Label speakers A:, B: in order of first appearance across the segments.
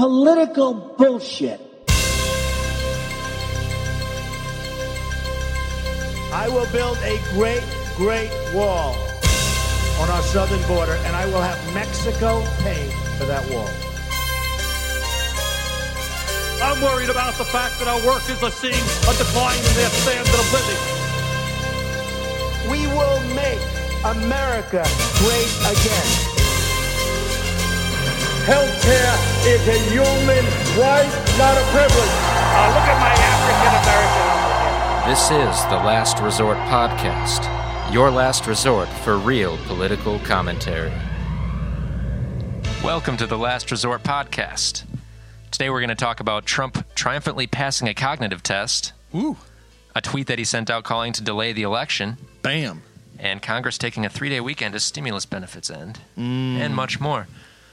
A: political bullshit.
B: I will build a great, great wall on our southern border, and I will have Mexico pay for that wall.
C: I'm worried about the fact that our workers are seeing a decline in their standard of living.
B: We will make America great again.
D: Healthcare is a human right, not a privilege.
E: Uh, look at my African American.
F: This is the Last Resort Podcast, your last resort for real political commentary. Welcome to the Last Resort Podcast. Today we're going to talk about Trump triumphantly passing a cognitive test,
G: Ooh,
F: a tweet that he sent out calling to delay the election,
G: bam.
F: and Congress taking a three day weekend as stimulus benefits end,
G: Mm.
F: and much more.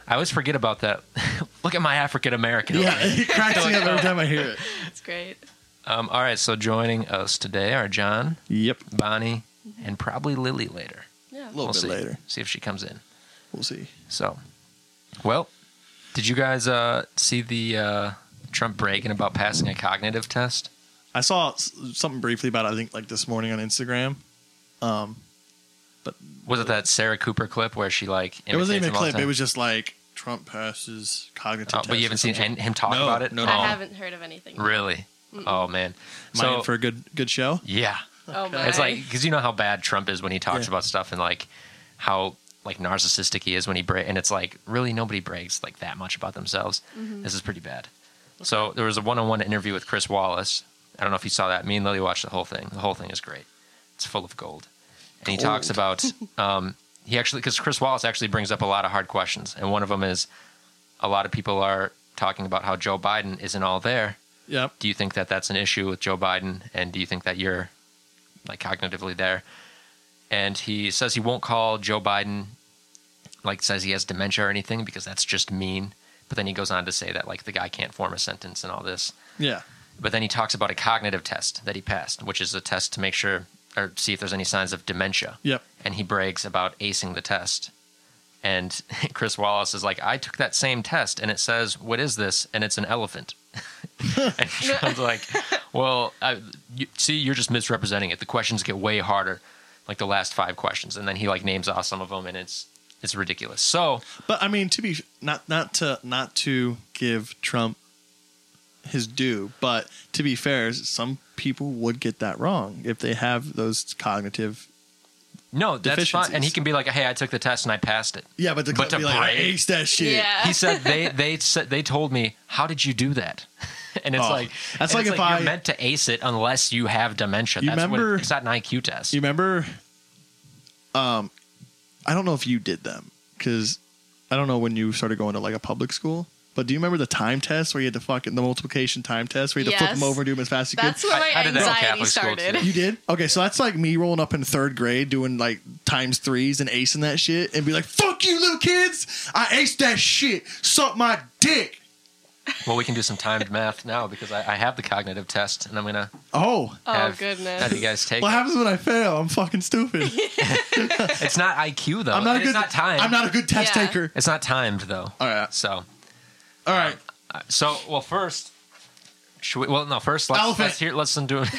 F: I always forget about that. Look at my African American.
G: Yeah, it cracks me up every time I hear it.
H: It's great.
F: Um, all right, so joining us today are John,
G: Yep.
F: Bonnie, and probably Lily later.
H: Yeah.
G: A little bit
F: see.
G: later.
F: See if she comes in.
G: We'll see.
F: So, well, did you guys uh, see the uh, Trump bragging about passing a cognitive test?
G: I saw s- something briefly about it, I think like this morning on Instagram. Um,
F: Was it that Sarah Cooper clip where she like?
G: it wasn't
F: imitates
G: even
F: him
G: a
F: all the
G: clip.
F: time?
G: It was just like Trump passes cognitive.
F: Oh,
G: test
F: but you
G: or
F: haven't seen
G: something.
F: an- him talk
G: No,
F: about it.
G: no, no.
H: I
F: Oh,
H: haven't heard of anything.
F: Really? Oh man.
G: Am I in
F: So
G: for a good good show.
F: yeah,
H: Oh my.
F: it's like because you know how bad Trump is when he talks
G: Yeah.
F: about stuff and like how like narcissistic he is when he bra- and it's like really nobody brags like that much about themselves. This is pretty bad. So there was a one-on-one interview with Chris Wallace. I don't know if you saw that. Me and Lily watched the whole thing. The whole thing is great. It's full of gold. And he talks about um, he actually because Chris Wallace actually brings up a lot of hard questions, and one of them is a lot of people are talking about how Joe Biden isn't all there
G: Yep.
F: do you think that that's an issue with Joe Biden? And do you think that you're like cognitively there? And he says he won't call Joe Biden like says he has dementia or anything because that's just mean. But then he goes on to say that like the guy can't form a sentence and all this.
G: Yeah.
F: But then he talks about a cognitive test that he passed, which is a test to make sure or see if there's any signs of dementia.
G: Yep.
F: And he brags about acing the test. And Chris Wallace is like, I took that same test and it says, What is this? And it's an elephant. and Trump's like, Well, I, you, see, you're just misrepresenting it. The questions get way harder, like the last five questions. And then he like names off some of them and it's it's ridiculous. So,
G: But I mean, to be not not to not to give Trump his due, but to be fair, some people would get that wrong if they have those cognitive.
F: no, that's fine. And he
G: Deficiencies.
F: can be like, Hey, I took the test and I passed it.
G: Yeah, but to,
F: But to
G: be like, I
F: brag-
G: aced that shit.
H: Yeah.
F: he said they they said they told me how did you do that and it's
G: Oh,
F: like
G: that's
F: and
G: like
F: it's
G: if I-
F: you're meant to ace it unless you have dementia
G: You
F: that's what
G: remember-
F: it, it's not an iq test
G: You remember? Um, I don't know if you did them because I don't know when you started going to like a public school. But do you remember the time test where you had to fucking the multiplication time test where you had to flip
H: Yes.
G: them over and do them as fast as you could?
H: That's where my
F: I- I did that in
H: anxiety
F: Catholic school,
H: started.
F: too.
G: You did? Okay, so that's like me rolling up in third grade doing like times threes and acing that shit and be like, fuck you, little kids. I aced that shit. Suck my dick.
F: well we can do some timed math now because i, I have the cognitive test and i'm gonna
G: Oh.
H: Oh
F: have,
H: goodness.
F: have you guys take
G: What
F: it.
G: happens when I fail? I'm fucking stupid.
F: it's not iq though
G: I'm not a
F: it's
G: good
F: not timed
G: I'm not a good test
H: Yeah.
G: taker.
F: it's not timed though
G: All right.
F: so
G: All right.
F: so well first should we, well no first let's,
G: Elephant.
F: let's hear let's do it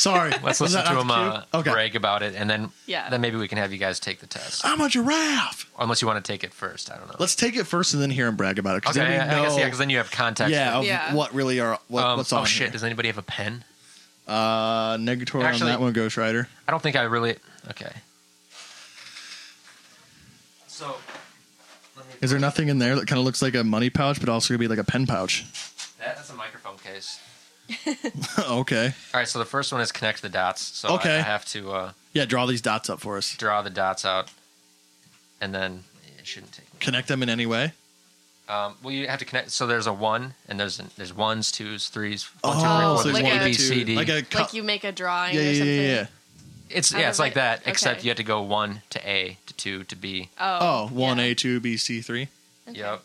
G: Sorry. Was
F: let's listen
G: that
F: to
G: out
F: him
G: the
F: uh,
G: cue? Okay.
F: brag about it and then
H: Yeah.
F: then maybe we can have you guys take the test
G: I'm a giraffe.
F: unless you want to take it first i don't know
G: Let's take it first and then hear him brag about it. 'cause
F: Okay,
G: then we
F: I I guess yeah,
G: know-
F: because then you have context.
G: yeah,
F: for-
G: of
H: Yeah.
G: what really are what,
F: Um,
G: what's on
F: oh shit!
G: here.
F: Does anybody have a pen?
G: Uh, negatory
F: Actually-
G: on that one, Ghost Rider.
F: I don't think I really. Okay. So. Let me,
G: Is there nothing in there that kind of looks like a money pouch, but also could be like a pen pouch?
F: that, that's a microphone case.
G: okay.
F: All right. So the first one is connect the dots. So I-
G: Okay.
F: I, have to uh,
G: Yeah, draw these dots up for us.
F: draw the dots out, and then it shouldn't take me.
G: Connect them in any way.
F: Um, well, you have to connect. So there's a one, and there's an, there's ones, twos, threes, one, two,
H: Oh,
F: three, four,
H: like
F: A,
H: a-
F: B, C, D.
G: Like a cu-
H: like you make a drawing
G: yeah,
H: or
G: yeah,
H: something.
G: yeah, yeah.
F: it's
H: out
F: yeah, it's
H: of
F: like
H: it.
F: that. Except
H: Okay.
F: you have to go one to A to two to B.
H: Oh.
G: Oh, one
H: yeah.
G: A, two B, C, three.
F: Yep.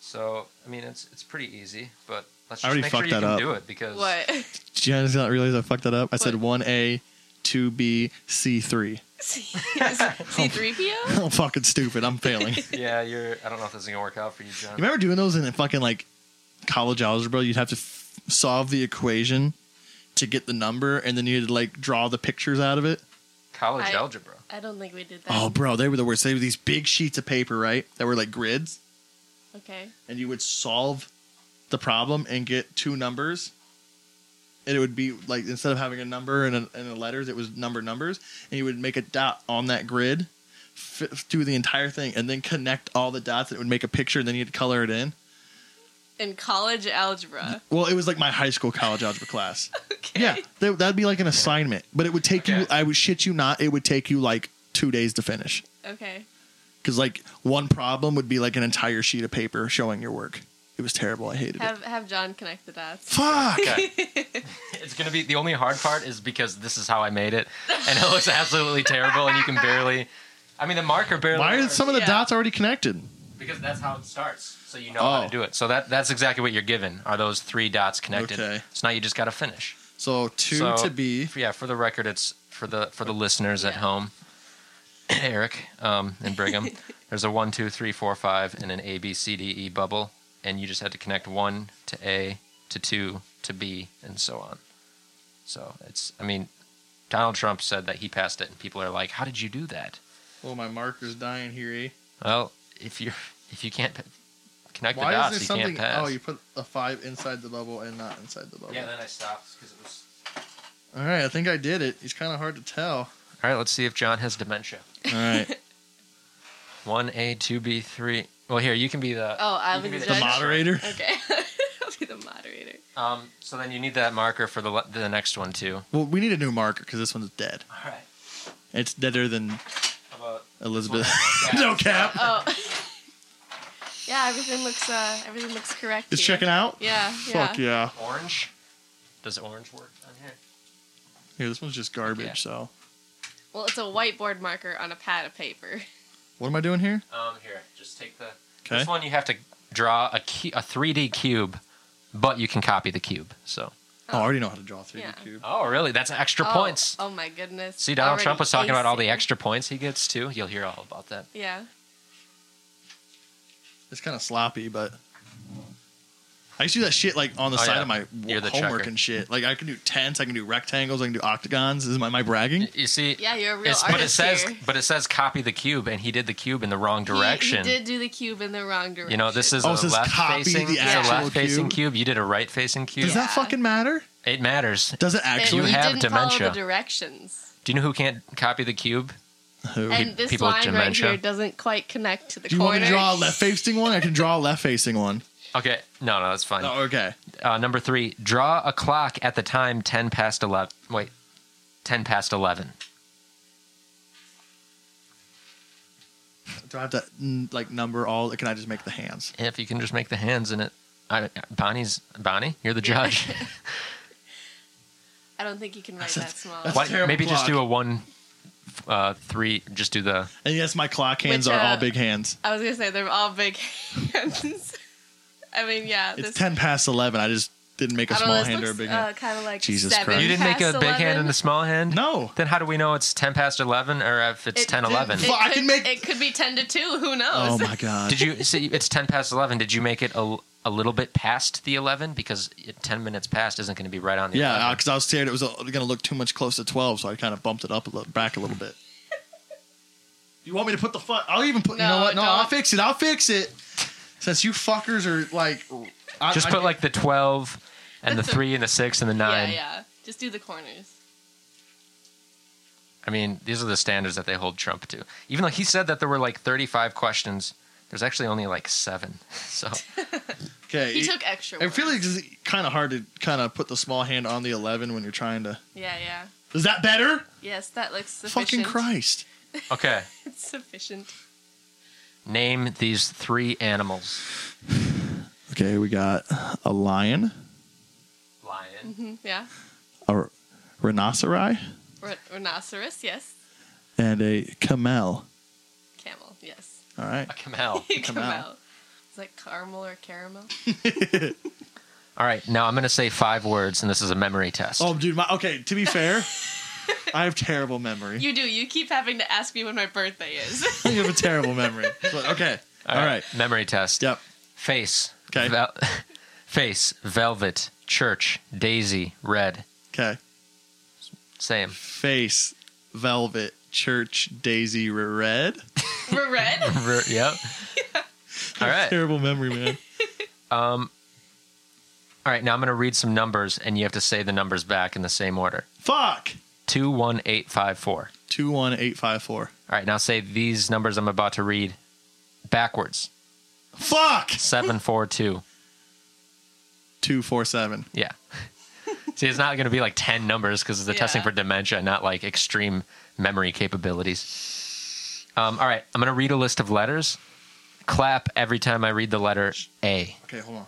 F: So I mean, it's it's pretty easy, but let's
G: I
F: just
G: already
F: make sure
G: fucked
F: you
G: that
F: can
G: up.
F: do it because
H: What?
G: Did you guys not realize I fucked that up? I said
H: What?
G: one A, to be C3.
H: C3PO?
G: I'm fucking stupid. I'm failing. you
F: Yeah, you're. I don't know if this is gonna work out for you, John.
G: remember doing those in fucking like college algebra? You'd have to f- solve the equation to get the number, and then you had to like draw the pictures out of it.
F: College
H: I-
F: algebra.
H: I don't think we did that.
G: Oh, bro, they were the worst. They were these big sheets of paper, right? That were like grids,
H: Okay.
G: and you would solve the problem and get two numbers. And it would be like instead of having a number and a, and a letters, it was number numbers, and you would make a dot on that grid, f- do the entire thing, and then connect all the dots. And it would make a picture, and then you'd color it in.
H: In college algebra.
G: Well, it was like my high school college algebra class.
H: Okay.
G: Yeah, that, that'd be like an assignment, but it would take you.
F: Okay.
G: I would shit you not. It would take you like two days to finish.
H: Okay.
G: because like one problem would be like an entire sheet of paper showing your work. It was terrible. I hated it.
H: Have have John connect the dots.
G: Fuck.
F: It's gonna be the only hard part is because this is how I made it, and it looks absolutely terrible, and you can barely. I mean, the marker barely.
G: Why are
F: works.
G: some of the
H: Yeah.
G: dots already connected?
F: Because that's how it starts, so you know how
G: Oh.
F: to do it. So that that's exactly what you're given are those three dots connected.
G: Okay.
F: So now you just gotta finish.
G: So two
F: So-
G: to be.
F: Yeah, for the record, it's for the for the listeners at
H: Yeah.
F: home, Eric um, and Brigham. there's a one, two, three, four, five, and an A, B, C, D, E bubble, and you just had to connect one to A to two to B and so on. So it's I mean, Donald Trump said that he passed it, and people are like, "How did you do that?"
G: Well, Oh, my marker's dying here. Eh?
F: Well, if you if you can't p- connect
G: Why
F: the
G: is
F: dots,
G: there
F: you
G: something?
F: can't pass.
G: Oh, you put a five inside the bubble and not inside the bubble.
F: yeah, then I stopped because it was.
G: All right, I think I did it. It's kind of hard to tell.
F: All right, let's see if John has dementia.
G: All right,
F: One A, two B, three. Well, here you can be the.
H: Oh, I'll
F: You can
H: be the,
F: be the
H: judge.
G: the moderator.
H: Okay. I'll be the moderator.
F: Um, so then you need that marker for the le- the next one too.
G: Well, we need a new marker because this one's dead.
F: All right.
G: It's deader than
F: How about
G: Elizabeth. no cap.
H: Oh. yeah, everything looks uh everything looks correct.
G: It's
H: here.
G: checking out.
H: Yeah, yeah.
G: Fuck yeah.
F: orange? Does orange work on here?
G: Here, this one's just garbage.
F: Yeah.
G: So,
H: Well, it's a whiteboard marker on a pad of paper.
G: what am I doing here?
F: Um, here, just take the.
G: Okay.
F: This one you have to draw a cu- a 3D cube, but you can copy the cube. So.
G: Oh, I already know how to draw 3D
H: Yeah.
G: cube.
F: Oh, really? That's extra
H: Oh,
F: points.
H: Oh my goodness.
F: See, Donald
H: Already
F: Trump was talking about all the
H: acing.
F: extra points he gets too. You'll hear all about that.
H: Yeah.
G: It's kind of sloppy, but I used to do that shit like on the
F: Oh,
G: side
F: yeah.
G: of my
F: You're the
G: homework
F: checker.
G: and shit. Like I can do tents, I can do rectangles, I can do octagons. Is my my bragging?
F: You see.
H: Yeah, you're a real
F: It's,
H: artist
F: but it says,
H: here.
F: but it says, copy the cube, and he did the cube in the wrong
H: He-
F: direction.
H: He, did do the cube in the wrong direction.
F: You know, this is
G: Oh,
F: a
G: it says
F: left
G: copy
F: facing,
G: the
F: it's a
H: actual
F: left facing
G: cube.
F: cube. You did a right facing cube.
G: Does that fucking matter?
F: It matters.
G: Does it
H: And
G: actually?
H: he
F: have
H: didn't
F: dementia.
H: Follow the directions.
F: Do you know who can't copy the cube?
G: Who?
H: And this
F: people with
H: line right
F: dementia.
H: here doesn't quite connect to the
G: do you
H: corner.
G: want me to draw a left facing one? I can draw a left facing one.
F: Okay, no, no, that's fine.
G: Oh, okay.
F: Uh, number three, draw a clock at the time ten past eleven. Wait, ten past eleven.
G: Do I have to mm, like number all? Can I just make the hands?
F: If you can just make the hands in it, I, Bonnie's Bonnie. You're the judge.
H: I don't think you can write that small.
G: that's-
F: Why,
G: a terrible
F: maybe just
G: clock.
F: do a one, uh, three. Just do the.
G: And yes, my clock hands
H: Which,
G: are all
H: uh,
G: big hands.
H: I was gonna say they're all big hands. I mean, yeah.
G: It's
H: this,
G: ten past eleven. I just didn't make a
H: I don't know,
G: small
H: this
G: hand or a
H: looks,
G: big
H: uh,
G: hand.
H: Kind of like
G: Jesus
H: seven
G: Christ.
F: You didn't make a
H: past
F: big hand
H: 11.
F: and a small hand.
G: No.
F: Then how do we know it's ten past eleven or if it's
H: It-
F: ten
H: it-
F: eleven?
H: It,
G: Fuck, I
H: could,
G: can make-
H: it could be ten to two. Who
G: Oh
H: knows?
G: my god.
F: Did you see? It's ten past eleven. Did you make it a, a little bit past the eleven? Because it- ten minutes past isn't going to be right on the.
G: Yeah,
F: 11.
G: because I was scared it was going to look too much close to twelve, so I kind of bumped it up a little, back a little bit. you want me to put the fuck? I'll even put. you know
H: No,
G: what? No, I'll
H: don't.
G: fix it. I'll fix it. Since you fuckers are like, I,
F: Just
G: I-
F: put like the twelve, and the
H: That's a-
F: three, and the six, and the
H: yeah,
F: nine.
H: yeah. Just do the corners.
F: I mean, these are the standards that they hold Trump to. Even though he said that there were like thirty-five questions, there's actually only like seven. So
G: okay.
H: He
G: you-
H: took extra.
G: I feel
H: ones.
G: like it's kind of hard to kind of put the small hand on the eleven when you're trying to.
H: Yeah, yeah.
G: Is that better?
H: Yes, that looks
G: Fucking
H: sufficient.
G: Christ!
F: okay,
H: It's sufficient.
F: name these three animals.
G: Okay, we got a lion,
F: Lion.
H: Hmm, Yeah.
G: a rhinoceri,
H: Re- rhinoceros, yes.
G: and a camel.
H: Camel, yes.
G: All right.
F: A
H: Mm-hmm.
F: camel.
H: Camel. Is that caramel or caramel?
F: All right, now I'm going to say five words, and this is a memory test.
G: Oh, dude. My, okay. To be fair, I have terrible memory. You,
H: You do. You keep having to ask me when my birthday is.
G: have a terrible memory. So, okay. All right.
F: Memory test.
G: Yep.
F: Face.
G: 'Kay.
F: Vel- face. Velvet. Church. Daisy. Red.
G: Okay.
F: Same.
G: Face, velvet, church, daisy, red.
H: We're red.
F: R- yep. All right.
G: Terrible memory, man.
F: Um. All right. Now I'm going to read some numbers, and you have to say the numbers back in the same order.
G: Fuck.
F: Two one eight five four.
G: Two one eight five four.
F: All right. Now say these numbers I'm about to read backwards.
G: Fuck.
F: Seven four two.
G: Two four seven.
F: Yeah. See, it's not going to be like 10 numbers because they're testing
H: Yeah.
F: for dementia, not like extreme memory capabilities. Um, all right, I'm going to read a list of letters. Clap every time I read the letter A,
G: Okay, hold on.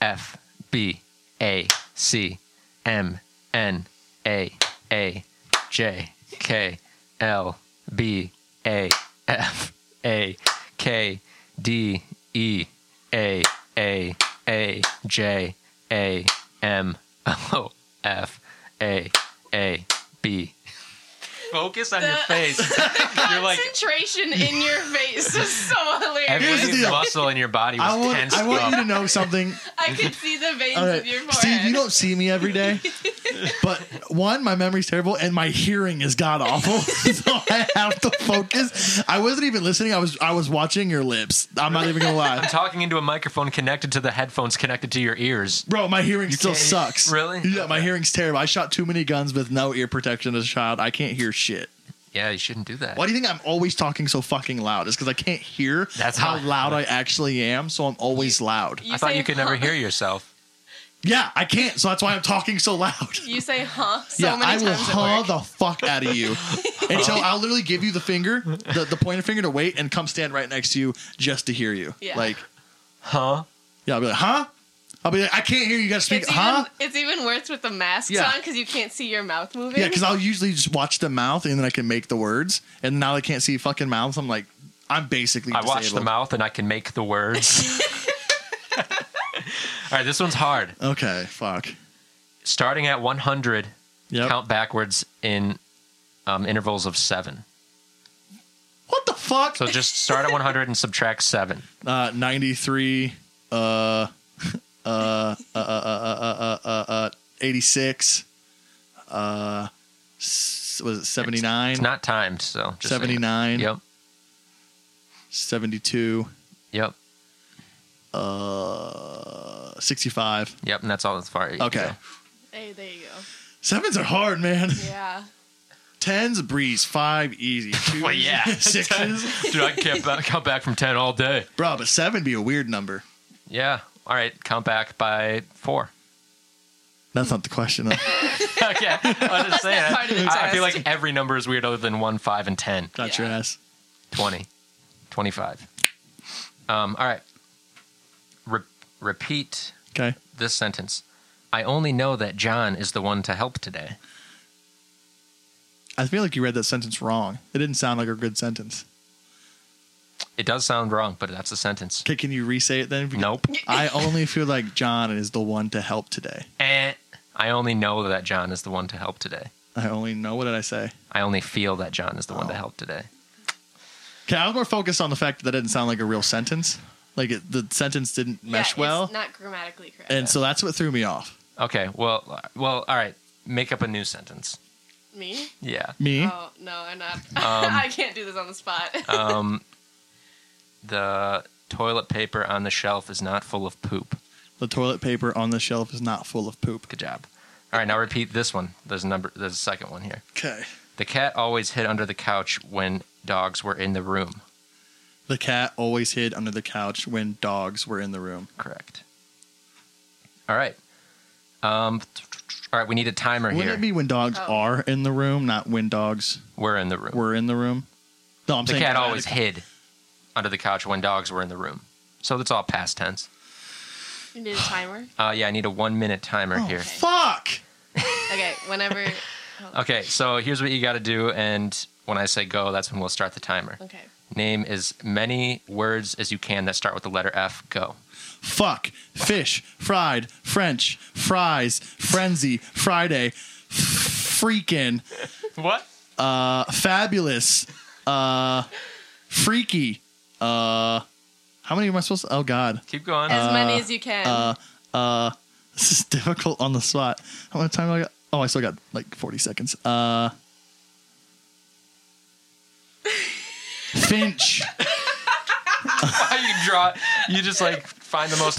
F: F, B, A, C, M, N, A, A, J, K, L, B, A, F, A, K, D, E, A, A, A, J, A, M, O, F, A, A, B. Focus on your
H: The-
F: face. You're like
H: Concentration in your face is so hilarious.
G: Here's the
F: every
G: deal.
F: muscle in your body was
G: I want,
F: tensed
G: I want
F: up.
G: you to know something.
H: I can see the veins
G: All right.
H: of your forehead.
G: Steve, you don't see me every day. But one, my memory's terrible and my hearing is god awful. so I have to focus. I wasn't even listening. I was I was watching your lips. I'm not even gonna lie.
F: I'm talking into a microphone connected to the headphones connected to your ears.
G: Bro, my hearing still
F: can't-
G: sucks.
F: Really?
G: Yeah, my hearing's terrible. I shot too many guns with no ear protection as a child. I can't hear shit.
F: Yeah, you shouldn't do that.
G: Why do you think I'm always talking so fucking loud? It's because I can't hear
F: That's
G: how
F: why.
G: loud I actually am, so I'm always loud.
H: You
F: I thought
H: say,
F: you could never
H: huh.
F: hear yourself.
G: Yeah, I can't, so that's why I'm talking so loud.
H: You say huh so
G: yeah,
H: many
G: I will
H: times. at
G: huh
H: work.
G: the fuck out of you until I'll literally give you the finger, the, the pointer finger to wait and come stand right next to you just to hear you.
H: Yeah.
G: Like,
F: Huh?
G: yeah, I'll be like, huh? I'll be like, I can't hear you. You gotta speak,
H: It's,
G: huh?
H: even, it's even worse with the masks
G: Yeah.
H: on because you can't see your mouth moving.
G: Yeah, because I'll usually just watch the mouth and then I can make the words. And now I can't see fucking mouths. I'm like, I'm basically.
F: I watch the
G: disabled.
F: mouth and I can make the words. All right, this one's hard.
G: Okay, fuck.
F: Starting at 100,
G: Yep.
F: count backwards in um, intervals of seven.
G: What the fuck?
F: So just start at 100 and subtract seven.
G: Uh, 93, uh, uh, uh, uh, uh, uh, uh, uh, uh, 86, uh, s- was it 79?
F: It's not timed, so just saying.
G: 79,
F: Yep,
G: 72,
F: yep,
G: uh, 65.
F: yep, and that's all that's far. you can
G: Okay.
F: go.
H: Hey, there you go.
G: Sevens are hard, man.
H: Yeah.
G: Tens, breeze. Five, easy. Twos,
F: Well, yeah.
G: Sixes.
F: Dude, I can't back, count back from 10 all day.
G: Bro, but seven be a weird number.
F: Yeah. All right, count back by four.
G: That's not the question. huh?
F: okay, I'm just saying.
H: part of the
F: I, I feel
H: test.
F: like every number is weird other than one, five, and 10.
G: Got your ass.
F: 20, 25. Um, all right. Re- repeat
G: Okay.
F: this sentence. I only know that John is the one to help today.
G: I feel like you read that sentence wrong. It didn't sound like a good sentence.
F: It does sound wrong, but that's a sentence.
G: Okay, can you re-say it then?
F: Nope.
G: I only feel like John is the one to help today.
F: Eh. I only know that John is the one to help today.
G: I only know what did I say?
F: I only feel that John is the one to help today.
G: Okay, I was more focused on the fact that that didn't sound like a real sentence. Like it, the sentence didn't
H: yeah,
G: mesh
H: it's
G: well,
H: not grammatically correct.
G: and so that's what threw me off.
F: Okay, well, well, all right. Make up a new sentence.
H: Me?
F: Yeah.
G: Me,
H: Oh no, I'm not. I can't do this on the spot.
F: Um, the toilet paper on the shelf is not full of poop.
G: the toilet paper on the shelf is not full of poop.
F: Good job. All right, now repeat this one. There's a number. There's a second one here.
G: Okay,
F: The cat always hid under the couch when dogs were in the room.
G: the cat always hid under the couch when dogs were in the room.
F: Correct. All right. Um. All right. We need a timer
G: Wouldn't
F: here.
G: it be when dogs
H: Oh.
G: are in the room, not when dogs
F: we're in the room.
G: were in the room? No, I'm
F: the
G: saying
F: cat always hid under the couch when dogs were in the room. So that's all past tense.
H: you need a timer.
F: Uh, yeah, I need a one minute timer here.
G: Fuck.
H: Okay, whenever.
F: Okay, so here's what you got to do, and when I say go, that's when we'll start the timer.
H: Okay.
F: Name as many words as you can that start with the letter F. Go.
G: fuck, fish, fried, French, fries, frenzy, Friday, f- freaking,
F: What?
G: uh, fabulous, uh, freaky. Uh, how many am I supposed to? Oh God,
F: Keep going.
H: As many as you can.
G: uh, uh, this is difficult on the spot. How much time do I got? Oh, I still got like 40 seconds. Uh, Finch,
F: you draw. You just like find the most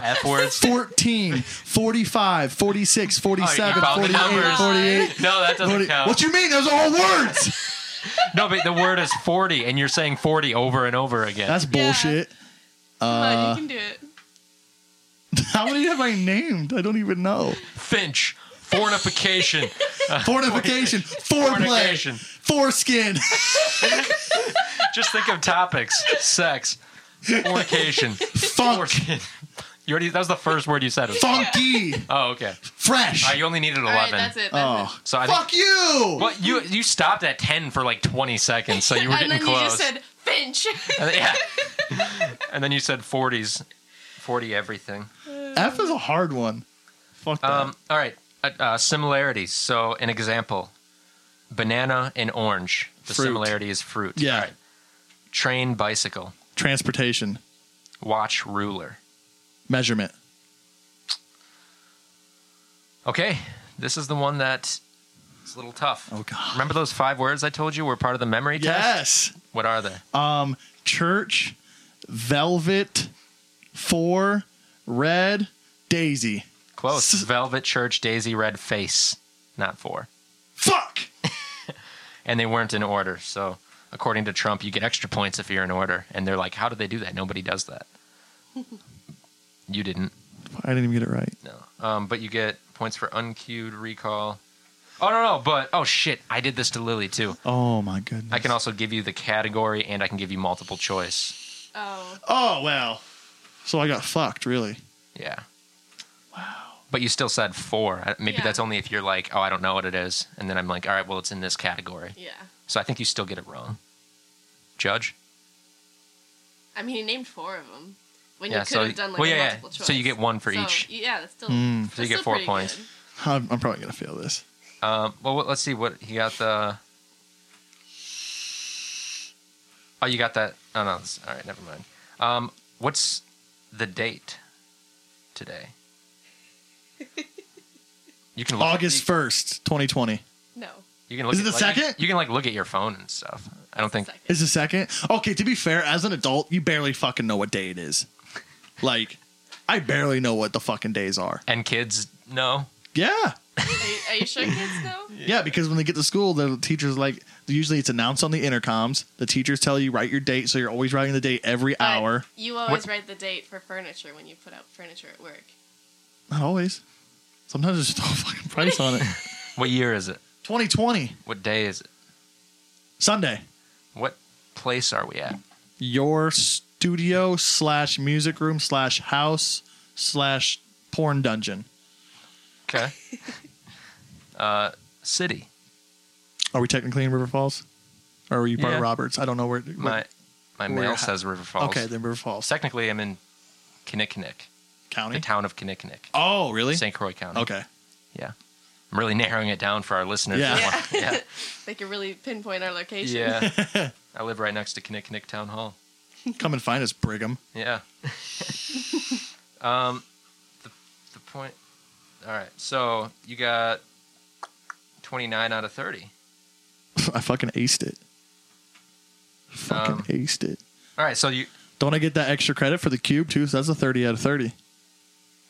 G: Four.
F: f words.
G: 14, 45, 46,
F: Oh,
G: 47,
F: you found the
G: 48,
F: numbers.
G: 48.
F: No, that doesn't
G: 40
F: count.
G: What you mean? Those are all words.
F: no, but the word is forty, and you're saying forty over and over again.
G: That's bullshit.
H: Come on, you can do it.
G: How many have I named? I don't even know.
F: Finch. Fornification.
G: Fortification, foreplay,
F: Fornication.
G: foreskin.
F: Just think of topics. Sex. Fornication.
G: Funk.
F: Foreskin. You already. That was the first word you said.
G: funky,
F: Oh, okay.
G: fresh.
F: All right, you only needed
H: All right,
F: eleven.
H: that's it. That's
G: oh,
F: So I think.
G: fuck you!
F: Well, you you stopped at ten for like twenty seconds, so
H: it.
F: you were
H: and
F: getting
H: then
F: close.
H: you just said Finch.
F: And then- yeah. and then you said forties, forty everything.
G: F is a hard one. Fuck that.
F: Um, all right. Uh, uh, similarities. So an example: banana and orange. The
G: Fruit.
F: similarity is fruit.
G: Yeah.
F: All right. Train, bicycle,
G: Transportation,
F: watch, ruler.
G: measurement.
F: Okay, this is the one that is a little tough.
G: Oh god.
F: Remember those five words I told you were part of the memory test?
G: Yes.
F: What are they?
G: Um, church, velvet, four, red, daisy.
F: Close.
G: S-
F: Velvet Church, Daisy Red Face. Not four.
G: Fuck.
F: and they weren't in order. So, according to Trump, you get extra points if you're in order. And they're like, how do they do that? Nobody does that. you didn't,
G: I didn't even get it right.
F: no. Um, but you get points for uncued recall. Oh, no, no, but oh shit, I did this to Lily too.
G: Oh my goodness.
F: I can also give you the category and I can give you multiple choice.
H: oh,
G: Oh well. So I got fucked, really.
F: Yeah. Wow. But you still said four. I- Maybe
H: Yeah.
F: that's only if you're like, oh, I don't know what it is. And then I'm like, all right, well, it's in this category.
H: yeah.
F: So I think you still get it wrong. Judge?
H: I mean, he named four of them. When
F: yeah,
H: you could
F: so,
H: have done like
F: well, yeah,
H: multiple
F: yeah.
H: choice.
F: So you get one for
H: So,
F: each. Hmm,
H: Yeah, that's still. that's
F: So you get
H: still
F: four
H: pretty
F: points.
H: good.
G: I'm, I'm probably gonna fail this.
F: Um, well, what- let's see what he got. The oh, you got that. Oh no, it's- all right, never mind. Um, what's the date today? You can look,
G: August
F: You,
G: first, twenty twenty.
H: No.
F: you can look
G: Is it
F: at-
G: the
F: like, you-
G: second?
F: You, can like look at your phone and stuff. I don't think.
H: Second.
G: Is the second? Okay, to be fair, as an adult, you barely fucking know what day it is. Like, I barely know what the fucking days are.
F: And kids, no.
G: Yeah.
H: Are you, are you sure kids know?
G: Yeah, because when they get to school, the teacher's like, usually it's announced on the intercoms. The teachers tell you, write your date, so you're always writing the date every
H: But
G: hour.
H: You always
F: What-
H: write the date for furniture when you put out furniture at work.
G: Not always. Sometimes there's just no fucking price on it.
F: What year is it?
G: 2020,
F: What day is it?
G: Sunday.
F: What place are we at?
G: Your studio slash music room slash house slash porn dungeon.
F: Okay. uh, city.
G: Are we technically in River Falls? Or are you part
F: Yeah.
G: of Roberts? I don't know where.
F: My my
G: We're
F: mail
G: at-
F: says River Falls.
G: okay, then River Falls
F: Technically, I'm in Kinnickinnick, the
G: County.
F: town of Kinnickinnick,
G: Oh, really?
F: St. Croix County.
G: Okay.
F: I'm really narrowing it down for our listeners.
G: Yeah.
F: that want- yeah.
H: They can really pinpoint our location.
F: yeah. I live right next to Kinnickinnick Town Hall.
G: Come and find us, Brigham.
F: Yeah. um, the, the point. All right. So you got 29 out of 30.
G: I fucking aced it. Fucking
F: Um,
G: aced it.
F: All right. So you
G: Don't I get that extra credit for the cube too? So that's a thirty out of thirty.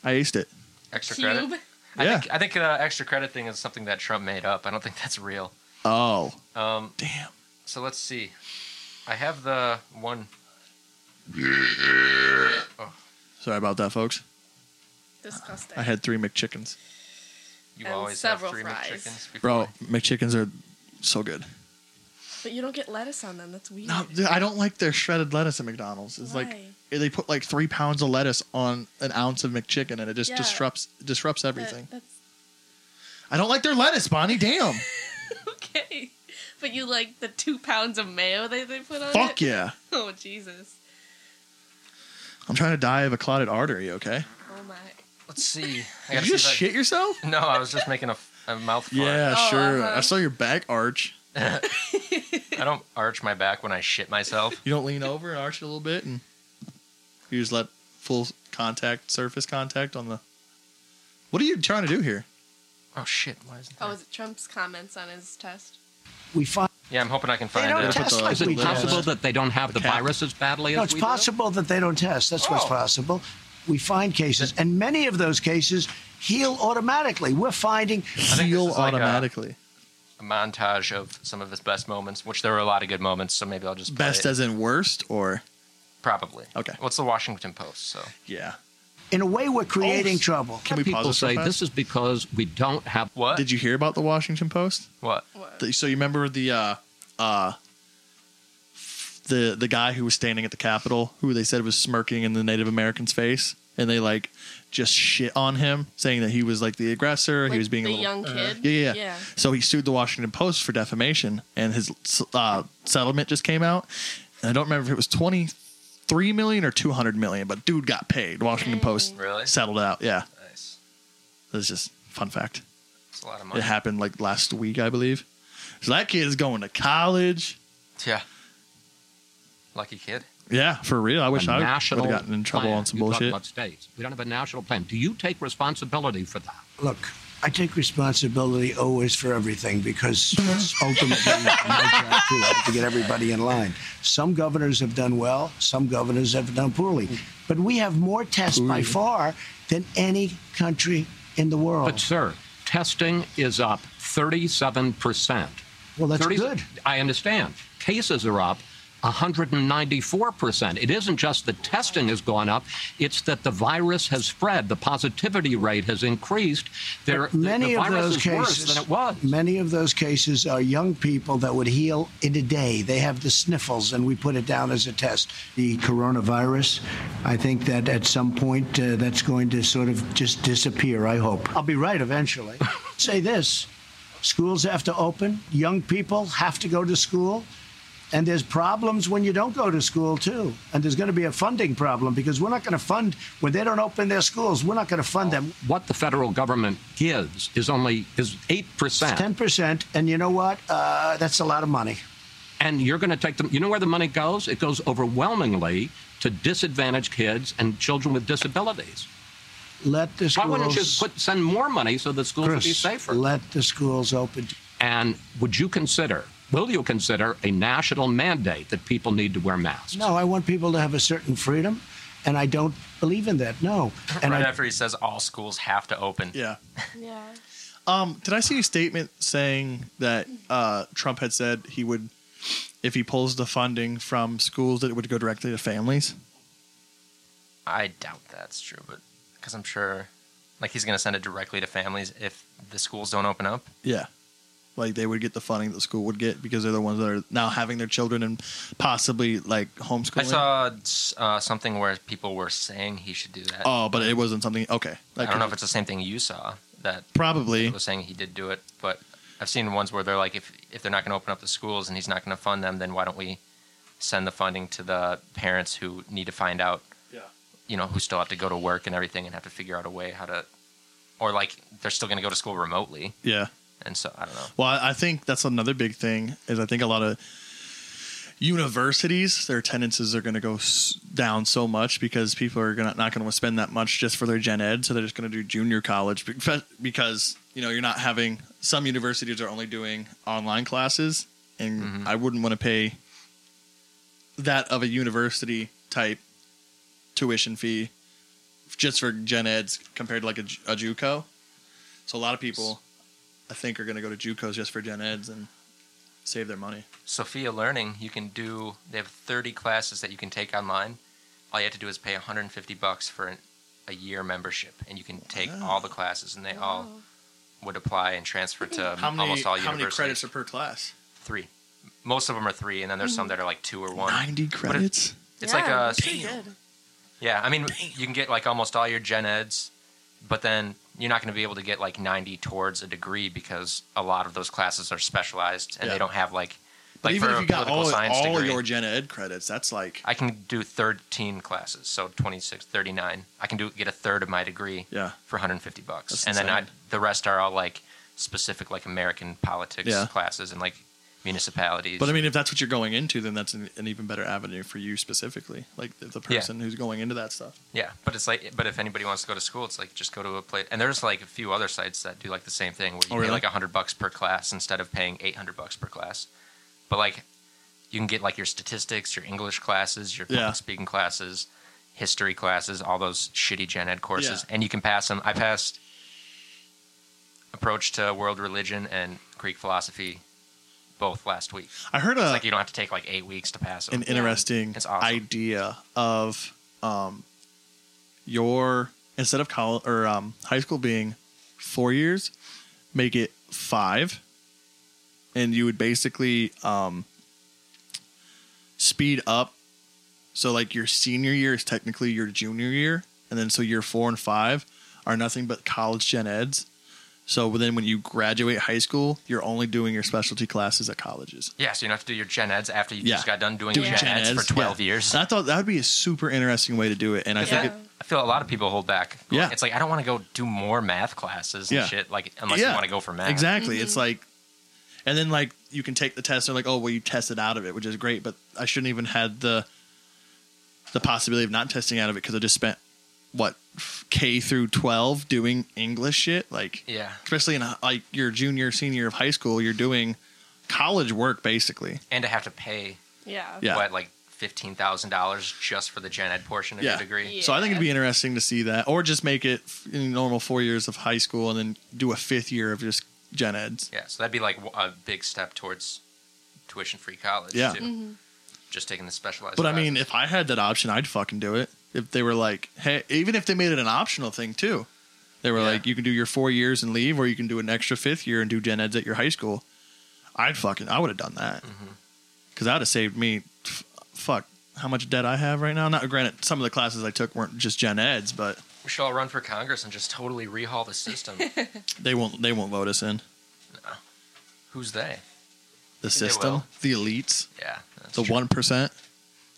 G: I aced it.
F: extra credit.
H: Cube.
F: I
G: Yeah.
F: think I think uh, extra credit thing is something that Trump made up. I don't think that's real.
G: Oh,
F: Um,
G: damn.
F: So let's see. I have the one.
G: Sorry about that, folks.
H: Disgusting.
G: I had three McChickens.
F: You
H: And
F: always have
H: several
F: three
H: fries.
F: McChickens. Before
G: Bro, McChickens are so good.
H: But you don't get lettuce on them. That's weird.
G: No, dude, I don't like their shredded lettuce at McDonald's. It's like eh,
H: Why?
G: they put like three pounds of lettuce on an ounce of McChicken, and it just
H: Yeah.
G: disrupts disrupts
H: That-
G: everything.
H: that's
G: I don't like their lettuce, Bonnie. Damn.
H: okay. But you like the two pounds of mayo that they put on
G: Fuck
H: it?
G: yeah.
H: Oh, Jesus.
G: I'm trying to die of a clotted artery. Okay.
H: Oh, my.
F: Let's see. I
G: Did
F: gotta
G: you just
F: see if
G: shit yourself?
F: I- No, I was just making a f- a mouth fart.
G: Yeah,
H: Oh,
G: sure.
H: uh-huh.
G: I saw your back arch.
F: I don't arch my back when I shit myself.
G: You don't lean over and arch it a little bit, and you just let full contact, surface contact on the. What are you trying to do here?
F: Oh shit! Why is
H: Oh, was it Trump's comments on his test?
A: We find.
F: Yeah, I'm hoping I can
I: They
F: find
I: don't
F: it.
I: test
G: the
I: like
J: Is it
I: we do.
J: possible that they don't have the
G: cap.
J: virus as badly as
A: No, it's
J: we do?
A: possible that they don't test. That's what's
F: Oh.
A: possible. We find cases, and many of those cases heal automatically. We're finding
F: I think this
G: Heal
F: is like a-
G: automatically.
F: a montage of some of his best moments, which there were a lot of good moments. So maybe I'll just play
G: Best
F: it.
G: as in worst, or
F: probably.
G: Okay.
F: What's the Washington Post? So
G: yeah.
A: in a way we're creating
G: Oh.
A: trouble.
G: Can we pause
J: People
G: this real
J: say
G: fast?
J: this is because we don't have
F: what?
G: Did you hear about the Washington Post?
F: what?
H: What?
G: The- so you remember the uh, uh, the the guy who was standing at the Capitol, who they said was smirking in the Native American's face, and they like just shit on him, saying that he was like the aggressor. he
H: Like
G: was being
H: the
G: a little,
H: young
F: Uh,
H: kid.
G: Yeah, yeah, yeah.
H: yeah.
G: So he sued the Washington Post for defamation, and his uh, settlement just came out. And I don't remember if it was twenty three million or two hundred million, but dude got paid. Washington
I: Mm.
G: Post
F: Really?
G: settled out. Yeah,
F: Nice.
G: that's just fun fact.
F: It's a lot of money.
G: It
F: Yeah.
G: happened like last week, I believe. So that kid is going to college.
F: Lucky kid.
G: Yeah, for real. I wish
J: a
G: I would have
J: national
G: gotten in trouble
J: plan.
G: on some
J: You talk
G: bullshit.
J: about states. We don't have a national plan. Do you take responsibility for that?
A: Look, I take responsibility always for everything because it's ultimately my job too. I have to get everybody in line. Some governors have done well, some governors have done poorly. But we have more tests by far than any country in the world.
J: But sir, testing is up 37 percent.
A: well, that's good.
J: I understand. Cases are up 194%. It isn't just that testing has gone up, it's that the virus has spread. The positivity rate has increased. There, the-
A: Many
J: the
A: of
J: virus
A: those
J: is
A: cases,
J: worse than it was.
A: many of those cases are young people that would heal in a day. They have the sniffles, and we put it down as a test. The coronavirus, I think that at some point uh, that's going to sort of just disappear. I hope. I'll be right eventually. Say this: schools have to open. Young people have to go to school. And there's problems when you don't go to school, too. And there's going to be a funding problem because we're not going to fund, when they don't open their schools, we're not going to fund them.
J: What the federal government gives is only is 8%.
A: Ten percent, and you know what? Uh, that's a lot of money.
J: and you're going to take them. You know where the money goes? It goes overwhelmingly to disadvantaged kids and children with disabilities.
A: Let the
J: Why
A: schools.
J: wouldn't you put, send more money so the schools would be
A: Chris,
J: safer?
A: Let the schools open.
J: And would you consider, will you consider a national mandate that people need to wear masks?
A: No, I want people to have a certain freedom, and I don't believe in that. No, and
F: right
A: I,
F: after he says all schools have to open.
G: Yeah.
H: Yeah.
G: Um, did I see a statement saying that uh, Trump had said he would, if he pulls the funding from schools, that it would go directly to families?
F: I doubt that's true, but because I'm sure, like he's gonna send it directly to families if the schools don't open up.
G: Yeah. Like they would get the funding that the school would get because they're the ones that are now having their children and possibly like homeschooling.
F: I saw uh, something where people were saying he should do that.
G: Oh, but it wasn't something. Okay.
F: I don't know if it's the same thing you saw that
G: probably.
F: was saying he did do it, but I've seen ones where they're like, if if they're not going to open up the schools and he's not going to fund them, then why don't we send the funding to the parents who need to find out,
G: Yeah.
F: you know, who still have to go to work and everything and have to figure out a way how to, or like they're still going to go to school remotely,
G: Yeah.
F: and so I don't know.
G: Well, I I think that's another big thing is I think a lot of universities their attendances are going to go s- down so much because people are gonna, not going to spend that much just for their gen ed, so they're just going to do junior college be- because you know you're not having some universities are only doing online classes, and I wouldn't want to pay that of a university type tuition fee just for gen eds compared to like a, ju- a JUCO. So a lot of people I think are going to go to JUCOs just for gen eds and save their money.
F: Sophia Learning, you can do. They have 30 classes that you can take online. All you have to do is pay 150 bucks for an, a year membership, and you can take all the classes, and they all would apply and transfer to
G: How many,
F: almost all
G: how many
F: universities.
G: credits are per class?
F: three. Most of them are three, and then there's some that are like two or one.
G: 90 credits?
F: It's
H: Mm-hmm. yeah,
F: like uh, a
H: that's pretty good.
F: yeah. I mean, you can get like almost all your gen eds, but then you're not going to be able to get like 90 towards a degree because a lot of those classes are specialized and
G: Yeah.
F: they don't have like
G: But
F: like
G: even
F: for
G: if
F: a
G: you got all,
F: political science
G: all
F: degree.
G: your gen ed credits, that's like,
F: I can do 13 classes, so 26, 39. I can do get a third of my degree
G: yeah.
F: for 150 bucks,
G: That's
F: and then I,
G: insane.
F: the rest are all like specific like American politics
G: Yeah.
F: classes and like municipalities.
G: But I mean, if that's what you're going into, then that's an, an even better avenue for you specifically. Like the, the
F: Yeah.
G: person who's going into that stuff.
F: Yeah, but it's like, but if anybody wants to go to school, it's like just go to a place. And there's like a few other sites that do like the same thing, where you
G: Oh,
F: pay
G: really?
F: like hundred bucks per class instead of paying eight hundred bucks per class. But like, you can get like your statistics, your English classes, your public
G: Yeah.
F: speaking classes, history classes, all those shitty gen ed courses,
G: Yeah.
F: and you can pass them. I passed approach to world religion and Greek philosophy both last week.
G: I heard a
F: It's like you don't have to take like eight weeks to pass them.
G: an interesting
F: It's awesome.
G: idea of um, your instead of college or um, high school being four years, make it five, and you would basically um, speed up. So like your senior year is technically your junior year, and then so year four and five are nothing but college gen eds. So then when you graduate high school, you're only doing your specialty classes at colleges.
F: Yeah, so you don't have to do your gen eds after you
G: Yeah.
F: just got done doing,
G: doing
F: gen,
G: gen
F: eds,
G: eds,
F: for 12
G: yeah.
F: years.
G: And I thought that would be a super interesting way to do it, and I think
H: Yeah.
G: it,
F: I feel a lot of people hold back.
G: Yeah.
F: It's like, I don't want to go do more math classes and
G: Yeah.
F: shit, like, unless
G: Yeah.
F: you want to go for math.
G: exactly it's like, and then like you can take the test and like oh well you tested out of it, which is great, but I shouldn't even had the the possibility of not testing out of it because I just spent what K through twelve doing English shit, like
F: Yeah.
G: especially in uh, like your junior senior year of high school, you're doing college work basically.
F: And to have to pay,
H: Yeah.
G: Yeah.
F: what, like $15,000 just for the gen ed portion of
G: Yeah.
F: your degree?
G: So I think it'd be interesting to see that, or just make it f- in normal four years of high school and then do a fifth year of just gen eds.
F: Yeah. So that'd be like w- a big step towards tuition free college,
G: Yeah.
F: too. Just taking the specialized.
G: But I
F: classes.
G: mean, if I had that option, I'd fucking do it. If they were like, hey, even if they made it an optional thing too, they were
F: Yeah.
G: like, you can do your four years and leave, or you can do an extra fifth year and do gen eds at your high school. I'd fucking, I would have done that
F: Mm-hmm.
G: because that would have saved me, f- fuck, how much debt I have right now. Not granted, some of the classes I took weren't just gen eds, but
F: we should all run for Congress and just totally rehaul the system.
G: they won't, they won't vote us in
F: Who's they?
G: the
F: They
G: system,
F: will.
G: the elites,
F: Yeah. That's
G: the
F: true.
G: one percent,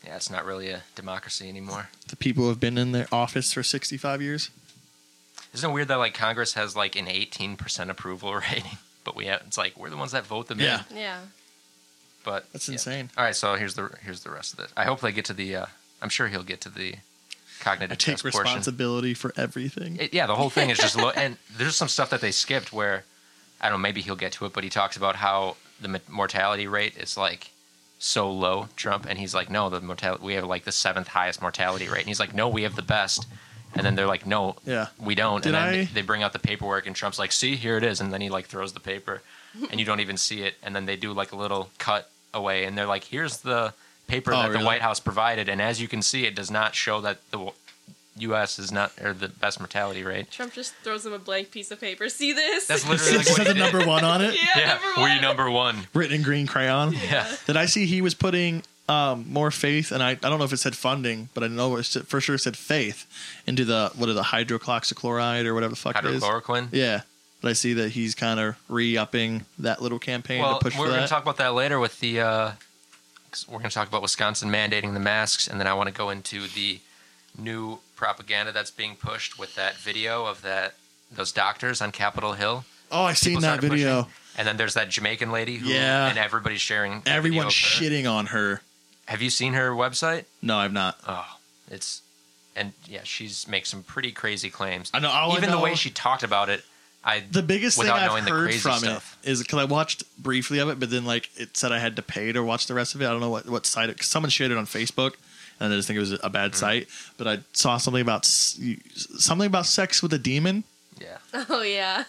F: Yeah, it's not really a democracy anymore.
G: the people who have been in their office for sixty five years.
F: Isn't it weird that like Congress has like an eighteen percent approval rating, but we have, it's like we're the ones that vote them
G: Yeah.
F: in.
H: Yeah.
F: But
G: That's
F: yeah.
G: insane.
F: All right, so here's the here's the rest of it. I hope they get to the. Uh, I'm sure he'll get to the cognitive
G: I take
F: test portion.
G: responsibility for everything.
F: It- yeah, the whole thing is just low. And there's some stuff that they skipped where I don't know. Maybe he'll get to it, but he talks about how the m- mortality rate is like so low, Trump, and he's like, no, the mortality we have like the seventh highest mortality rate, and he's like, no, we have the best. And then they're like, no,
G: Yeah.
F: we don't.
G: Did
F: and then
G: I-
F: they bring out the paperwork, and Trump's like, see, here it is. And then he like throws the paper, and you don't even see it. And then they do like a little cut away, and they're like, here's the paper
G: Oh,
F: that
G: really?
F: the White House provided. And as you can see, it does not show that the w- U.S. is not or the best mortality rate.
H: Trump just throws him a blank piece of paper. See this?
F: That's
G: It
F: literally like
G: just
F: what
G: had
F: he
G: the
F: did.
G: number one on it,
H: yeah,
F: Yeah,
H: number one.
F: we number one.
G: written in green crayon.
F: Yeah.
G: Did I see he was putting um, more faith, and I, I don't know if it said funding, but I know it said, for sure it said faith into the what is it, hydroxychloride or whatever the fuck it is.
F: Hydrochloroquine.
G: Yeah. But I see that he's kind of re-upping that little campaign
F: Well,
G: to push
F: we're
G: for
F: going to
G: that.
F: talk about that later with the. Uh, 'cause we're going to talk about Wisconsin mandating the masks, and then I want to go into the new propaganda that's being pushed with that video of that those doctors on Capitol Hill.
G: oh, I
F: People
G: seen that
F: started
G: video.
F: pushing. And then there's that Jamaican lady who,
G: Yeah.
F: and everybody's sharing. the
G: Everyone's
F: video of her.
G: shitting on her.
F: Have you seen her website?
G: No, I've not.
F: Oh, it's, and yeah, she's makes some pretty crazy claims.
G: I know. All I
F: Even the
G: know-
F: way she talked about it, I
G: The biggest
F: without
G: thing
F: knowing
G: I've
F: the
G: heard
F: crazy
G: from
F: stuff.
G: it is because I watched briefly of it, but then like it said I had to pay to watch the rest of it. I don't know what what site. It, 'cause someone shared it on Facebook, and I just think it was a bad
F: Hmm.
G: site. But I saw something about s- you- something about sex with a demon
F: yeah.
H: Oh yeah.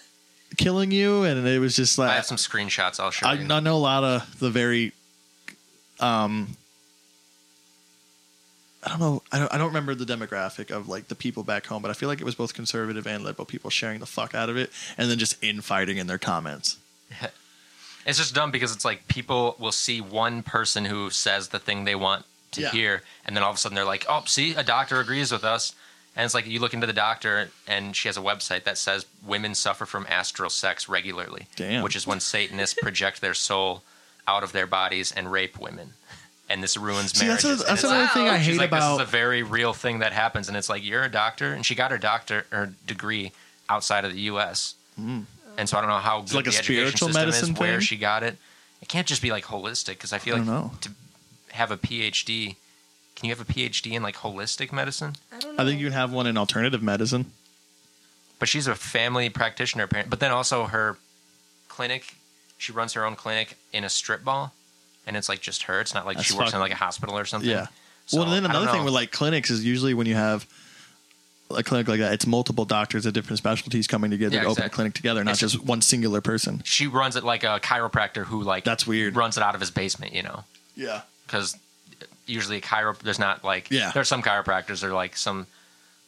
G: killing you, and it was just
F: I
G: like
F: have some screenshots. I'll show
G: I,
F: you.
G: I know a lot of the very, um, I don't know. I don't, I don't remember the demographic of like the people back home, but I feel like it was both conservative and liberal people sharing the fuck out of it, and then just infighting in their comments.
F: It's just dumb because it's like people will see one person who says the thing they want to
G: Yeah.
F: hear, and then all of a sudden they're like, "Oh, see, a doctor agrees with us." And it's like you look into the doctor, and she has a website that says women suffer from astral sex regularly,
G: Damn.
F: which is when Satanists project their soul out of their bodies and rape women, and this ruins
G: See, that's,
F: marriages.
G: a,
F: And
G: that's
F: it's
G: another
H: like-
G: thing I
F: She's
G: hate
F: like,
G: about.
F: this is a very real thing that happens, and it's like you're a doctor, and she got her doctor her degree outside of the U.S. And so I don't know how good
G: like a
F: the
G: spiritual
F: education system
G: medicine
F: is, where
G: thing?
F: she got it. It can't just be like holistic because I feel
G: I
F: like
G: don't know.
F: to have a PhD, can you have a PhD in like holistic medicine?
H: I don't know.
G: I think you can have one in alternative medicine.
F: but she's a family practitioner apparently. But then also her clinic, she runs her own clinic in a strip mall, and it's like just her. It's not like
G: That's
F: she works
G: fuck-
F: in like a hospital or something.
G: Yeah.
F: So,
G: well, and then
F: I don't
G: another thing
F: know.
G: with like clinics is usually when you have a clinic like that, it's multiple doctors of different specialties coming together
F: Yeah,
G: to open a
F: exactly.
G: clinic together, not
F: It's
G: just one singular person.
F: she runs it like a chiropractor who like
G: That's weird.
F: runs it out of his basement, you know,
G: Yeah.
F: because usually a chiro there's not like
G: Yeah.
F: there's some chiropractors or like some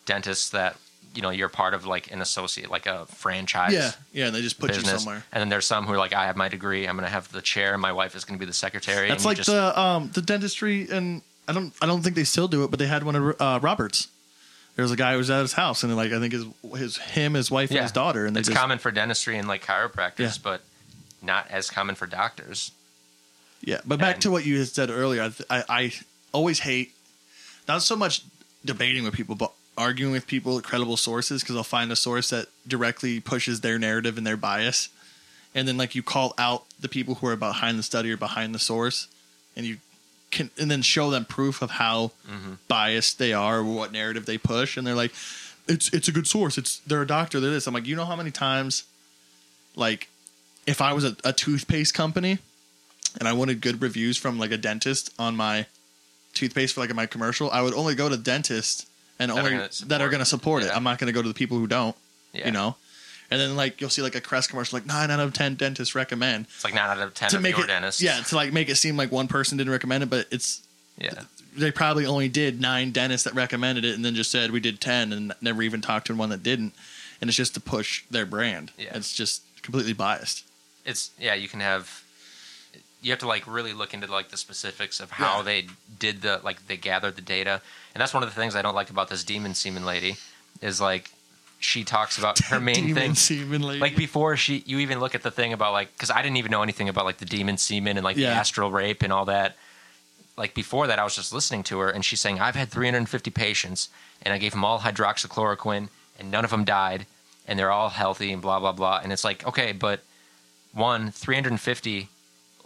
F: dentists that you know you're part of like an associate like a franchise
G: Yeah. Yeah. And they just put you
F: business
G: somewhere.
F: and then there's some who are like I have my degree I'm gonna have the chair and my wife is gonna be the secretary
G: That's
F: and you
G: like
F: just-
G: the um the dentistry and I don't I don't think they still do it, but they had one of uh, Roberts. There was a guy who was at his house, and like I think his his him his wife and his daughter, and they
F: it's
G: just
F: common for dentistry and like chiropractors,
G: Yeah.
F: but not as common for doctors.
G: Yeah, but back
F: And-
G: to what you had said earlier, I, th- I I always hate not so much debating with people, but arguing with people at credible sources because I'll find a source that directly pushes their narrative and their bias, and then like you call out the people who are behind the study or behind the source, and you can and then show them proof of how biased they are or what narrative they push, and they're like, it's it's a good source, it's they're a doctor, they're this. I'm like, you know how many times, like, if I was a, a toothpaste company and I wanted good reviews from like a dentist on my toothpaste for like my commercial, I would only go to dentists and
F: That are
G: only
F: gonna support
G: that are
F: it.
G: going to support it.
F: Yeah.
G: I'm not going to go to the people who don't,
F: Yeah.
G: you know. And then like you'll see like a Crest commercial like nine out of ten dentists recommend
F: It's like nine out of ten
G: to
F: of
G: make
F: your
G: it
F: dentists.
G: yeah to like make it seem like one person didn't recommend it, but it's
F: yeah.
G: they probably only did nine dentists that recommended it and then just said we did 10 and never even talked to one that didn't and it's just to push their brand
F: Yeah.
G: it's just completely biased
F: It's yeah. You can have. You have to like really look into like the specifics of how
G: Yeah.
F: they did the like they gathered the data, and that's one of the things I don't like about this demon semen lady, is like she talks about her main
G: Demon
F: thing.
G: semen lady.
F: Like before she, you even look at the thing about like because I didn't even know anything about like the demon semen and like the
G: Yeah.
F: astral rape and all that. Like before that, I was just listening to her and she's saying I've had 350 patients and I gave them all hydroxychloroquine and none of them died and they're all healthy and blah blah blah. And it's like okay, but one 350,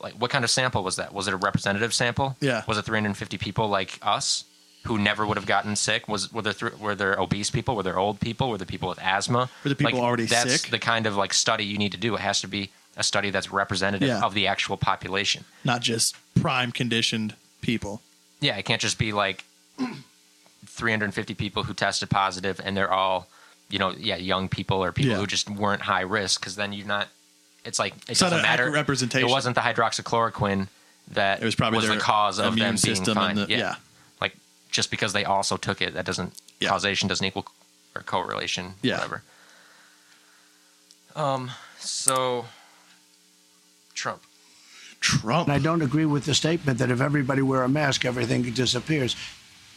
F: like what kind of sample was that? Was it a representative sample?
G: Yeah.
F: Was it 350 people like us? Who never would have gotten sick? Was were there th- were there obese people? Were there old people? Were there people with asthma?
G: Were the people
F: like,
G: already
F: that's
G: sick?
F: the kind of like study you need to do. It has to be a study that's representative
G: Yeah.
F: of the actual population.
G: not just prime conditioned people
F: Yeah, it can't just be like 350 people who tested positive and they're all, you know, yeah, young people or people
G: Yeah.
F: who just weren't high risk because then you're not. It's like it
G: It's not
F: doesn't
G: an
F: matter.
G: accurate representation.
F: It wasn't the hydroxychloroquine that
G: it was probably their
F: the cause of
G: immune
F: them being
G: system
F: fine.
G: and the, yeah.
F: yeah, like just because they also took it, that doesn't
G: Yeah.
F: causation doesn't equal or correlation,
G: Yeah.
F: whatever. Um, so Trump.
G: trump
A: And I don't agree with the statement that if everybody wear a mask, everything disappears.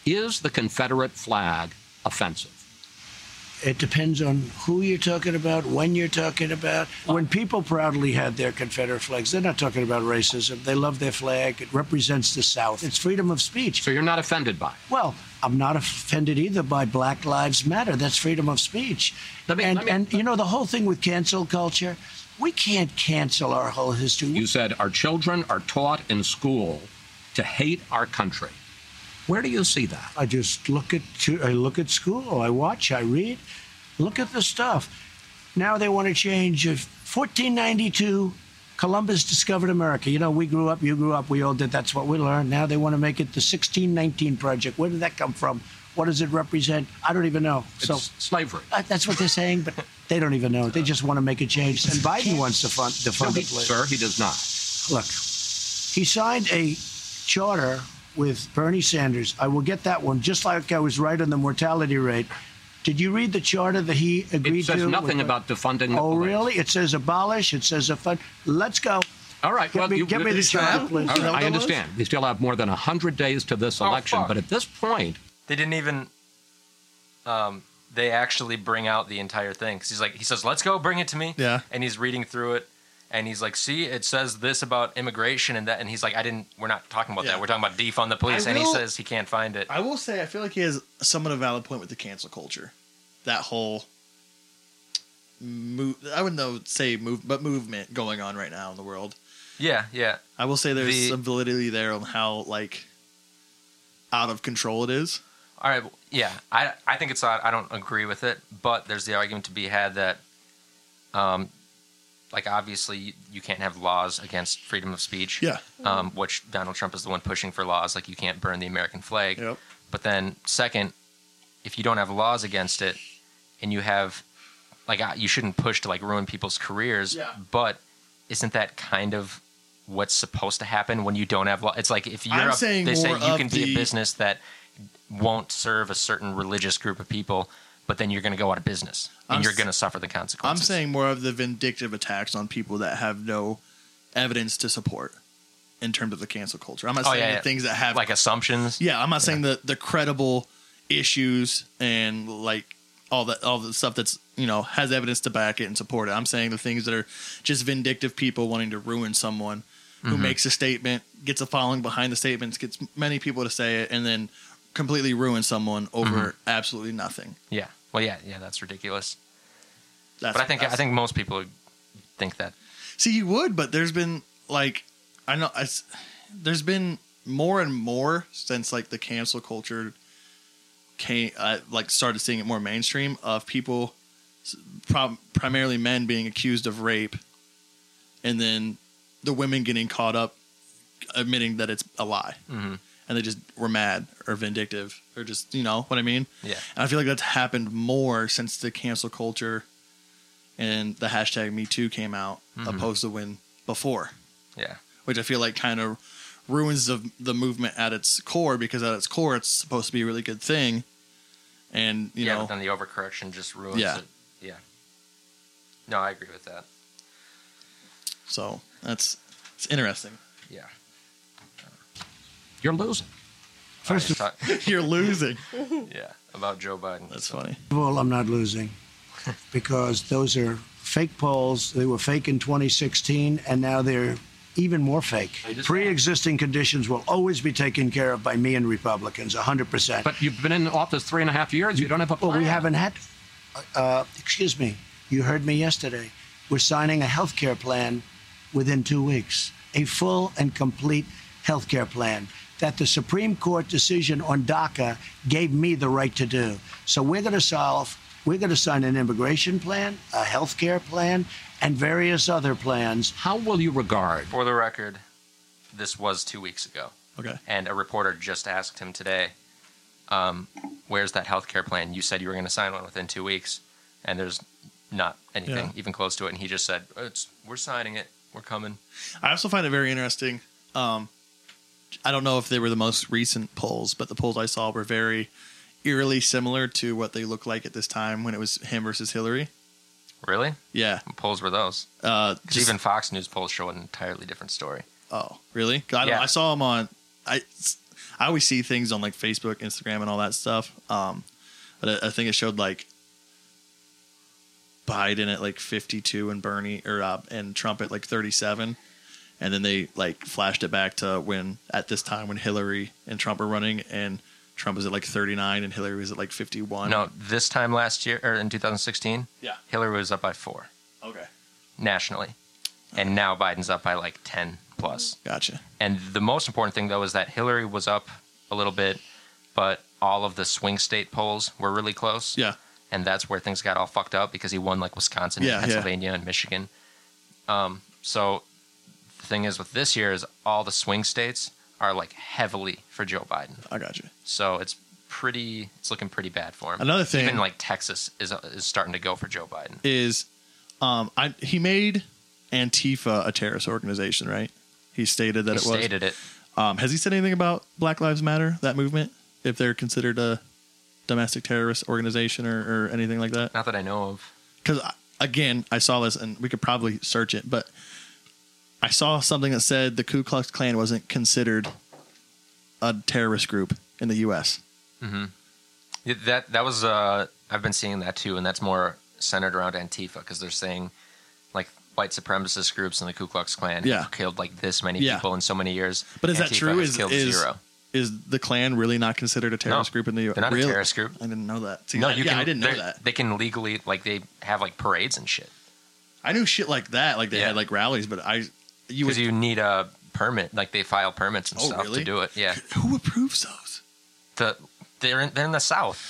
J: Is the Confederate flag offensive?
A: It depends on who you're talking about, when you're talking about. When people proudly had their Confederate flags, they're not talking about racism. They love their flag. It represents the South. It's freedom of speech.
J: So you're not offended by it.
A: Well, I'm not offended either by Black Lives Matter. That's freedom of speech.
J: Let me-
A: and,
J: let me-
A: and you know, the whole thing with cancel culture, we can't cancel our whole history.
J: You said our children are taught in school to hate our country. Where do you see that?
A: I just look at tu- I look at school. I watch. I read. Look at the stuff. Now they want to change. If 1492, Columbus discovered America. You know, we grew up. You grew up. We all did. That's what we learned. Now they want to make it the 1619 Project. Where did that come from? What does it represent? I don't even know. so
J: It's slavery.
A: uh, that's what they're saying, but they don't even know. They just want to make a change. And Biden wants to fund to
J: No,
A: fund
J: he-
A: it. later
J: sir, he does not.
A: look, he signed a charter with Bernie Sanders. I will get that one, just like I was right on the mortality rate. Did you read the charter that he agreed
J: It says
A: to?
J: nothing
A: with-
J: about defunding the
A: Oh,
J: police.
A: really? It says abolish. It says a fun. Let's go.
J: All right.
A: Get
J: well,
A: me-
J: you,
A: get me the
J: it's
A: charter,
J: not-
A: please.
J: all right,
A: Is that what
J: I
A: that was?
J: understand. We still have more than 100 days to this
F: Oh,
J: election,
F: fuck.
J: but at this point,
F: They didn't even. Um, they actually bring out the entire thing 'Cause he's like, he says, "Let's go, bring it to me."
G: Yeah.
F: And he's reading through it, and he's like, "See, it says this about immigration and that," and he's like, "I didn't. We're not talking about
G: Yeah.
F: that. We're talking about defund the police."
G: I
F: and he
G: will-
F: says he can't find it.
G: i will say i feel like he has somewhat of a valid point with the cancel culture that whole move. I wouldn't know say move, but movement going on right now in the world.
F: Yeah, yeah.
G: I will say there's
F: The-
G: some validity there on how like out of control it is.
F: All right, well, yeah. I I think it's odd. I don't agree with it, but there's the argument to be had that, um, like obviously you, you can't have laws against freedom of speech.
G: Yeah.
F: Um, which Donald Trump is the one pushing for laws like you can't burn the American flag.
G: Yep.
F: But then second, if you don't have laws against it, and you have, like, I- you shouldn't push to like ruin people's careers.
G: Yeah.
F: But isn't that kind of what's supposed to happen when you don't have law? It's like if you're
G: I'm
F: a-
G: saying
F: they say
G: more
F: you
G: of
F: can be
G: the-
F: a business that won't serve a certain religious group of people, but then you're going to go out of business and
G: I'm
F: you're
G: s-
F: going to suffer the
G: I'm
F: consequences.
G: saying more of the vindictive attacks on people that have no evidence to support in terms of the cancel culture. I'm not
F: Oh,
G: saying
F: yeah,
G: the
F: yeah.
G: things that have
F: like assumptions.
G: Yeah, I'm not saying the the credible issues and like all that all the stuff that's you know has evidence to back it and support it. I'm saying the things that are just vindictive people wanting to ruin someone
F: Mm-hmm.
G: who makes a statement, gets a following behind the statements, gets many people to say it, and then completely ruin someone over
F: Mm-hmm.
G: absolutely nothing.
F: Yeah. Well, yeah, yeah, that's ridiculous.
G: That's,
F: But I think
G: that's-
F: I think most people think that.
G: See, you would, but there's been like, I know, I s there's been more and more since like the cancel culture came, I like started seeing it more mainstream of people, s- prob- primarily men, being accused of rape, and then the women getting caught up admitting that it's a lie,
F: Mhm.
G: and they just were mad or vindictive or just you know what I mean.
F: Yeah.
G: And I feel like that's happened more since the cancel culture and the hashtag Me Too came out,
F: Mm-hmm.
G: opposed to when before,
F: Yeah.
G: which I feel like kind of ruins the the movement at its core because at its core it's supposed to be a really good thing, and you
F: yeah,
G: know
F: but then the overcorrection just ruins
G: Yeah.
F: it. Yeah. No, I agree with that.
G: so that's it's interesting.
F: Yeah.
J: You're losing.
F: First of all,
G: You're losing.
F: yeah, about Joe Biden.
G: That's funny.
A: Well, I'm not losing because those are fake polls. They were fake in 2016, and now they're even more fake. Pre existing conditions will always be taken care of by me and Republicans, 100%.
J: But you've been in office three and a half years. You don't have a plan.
A: well, Oh, we haven't had, uh, excuse me, you heard me yesterday. We're signing a health care plan within two weeks, a full and complete health care plan that the Supreme Court decision on DACA gave me the right to do. So we're going to solve, we're going to sign an immigration plan, a health care plan, and various other plans.
J: How will you regard?
F: For the record, this was two weeks ago.
G: Okay.
F: and a reporter just asked him today, um, "Where's that healthcare plan? You said you were going to sign one within two weeks, and there's not anything
G: Yeah.
F: even close to it." And he just said, "Oh, it's, "We're signing it. We're coming."
G: I also find it very interesting. Um, I don't know if they were the most recent polls, but the polls I saw were very eerily similar to what they looked like at this time when it was him versus Hillary.
F: Really?
G: Yeah.
F: What polls were those?
G: Uh,
F: Because
G: just,
F: even Fox News polls show an entirely different story.
G: oh, really? 'Cause I, don't-
F: Yeah.
G: I saw him on. I I always see things on like Facebook, Instagram, and all that stuff. Um, but I, I think it showed like Biden at like 52 and Bernie or uh, and Trump at like 37. And then they like flashed it back to when at this time when Hillary and Trump were running and Trump was at like 39 and Hillary was at like 51.
F: No, this time last year or in 2016,
G: Yeah.
F: Hillary was up by four
G: Okay.
F: nationally, and now Biden's up by like 10 plus.
G: Gotcha.
F: And the most important thing, though, is that Hillary was up a little bit, but all of the swing state polls were really close.
G: Yeah.
F: And that's where things got all fucked up because he won like Wisconsin
G: Yeah, yeah.
F: and Pennsylvania and Michigan. Um, so the thing is with this year is all the swing states are like heavily for Joe Biden.
G: I gotcha.
F: So it's pretty, it's looking pretty bad for him.
G: Another thing-
F: even like Texas is is starting to go for Joe Biden.
G: is um I he made Antifa a terrorist organization, right? He stated that
F: He
G: it was.
F: stated it.
G: Um has he said anything about Black Lives Matter, that movement? If they're considered a domestic terrorist organization or, or anything like that?
F: Not that I know of.
G: Cuz again, I saw this and we could probably search it, but I saw something that said the Ku Klux Klan wasn't considered a terrorist group in the US.
F: Yeah, That that was uh, I've been seeing that too, and that's more centered around Antifa because they're saying like white supremacist groups and the Ku Klux Klan
G: Yeah.
F: have killed like this many
G: Yeah.
F: people in so many years.
G: But is that
F: Antifa
G: true?
F: Has
G: Is-
F: killed
G: is-
F: zero?
G: is the Klan really not considered a terrorist group in the U.S.?
F: they're not a
G: really?
F: terrorist group.
G: I didn't know that. See,
F: No,
G: that-
F: you
G: yeah,
F: can.
G: I didn't know
F: they're-
G: that.
F: They can legally like they have like parades and shit
G: I knew shit like that. Like they
F: Yeah.
G: had like rallies, but I you would
F: because you need a permit. Like they file permits and
G: Oh,
F: stuff
G: really?
F: to do it. Yeah,
G: who approves those?
F: the they're in, they're in the South.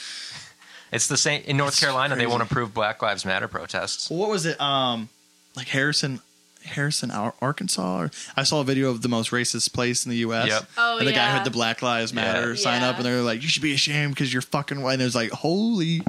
F: It's the same in North Carolina. They
G: crazy.
F: won't approve Black Lives Matter protests.
G: Well, what was it? Um, like Harrison, Harrison, Ar- Arkansas. Or, I saw a video of the most racist place in the U.S.
F: Yep.
H: Oh,
G: and the guy
H: yeah.
G: who had the Black Lives
F: Yeah.
G: Matter sign up,
H: Yeah.
G: and they were like, "You should be ashamed because you're fucking white." And it was like, "Holy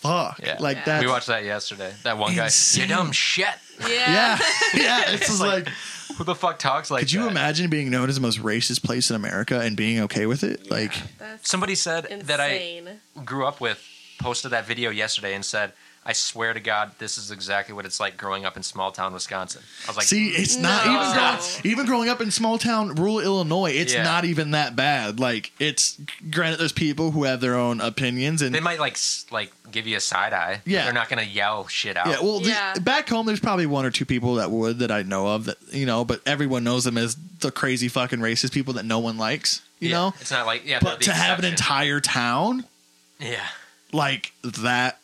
G: fuck!"
F: Yeah,
G: Like that.
F: We watched that yesterday. That one guy, you
G: Insane.
F: dumb shit.
G: Yeah, yeah. It's just like,
F: Who the fuck talks like?
G: could you
F: that?
G: imagine being known as the most racist place in America and being okay with it? Like,
H: That's
F: Somebody said
H: insane.
F: that I grew up with posted that video yesterday and said, "I swear to God, this is exactly what it's like growing up in small town Wisconsin." I was like,
G: see, it's not
H: No.
G: even growing, even growing up in small town rural Illinois. It's
F: Yeah.
G: not even that bad. Like, it's granted, there's people who have their own opinions and
F: they might like s- like give you a side eye. but
G: Yeah.
F: they're not gonna yell shit out.
G: Yeah, well, the-
H: Yeah.
G: back home, there's probably one or two people that would that I know of that you know, but everyone knows them as the crazy fucking racist people that no one likes, you
F: Yeah,
G: know.
F: it's not like yeah,
G: But
F: the
G: to have an
F: exception.
G: entire town
F: yeah,
G: like that,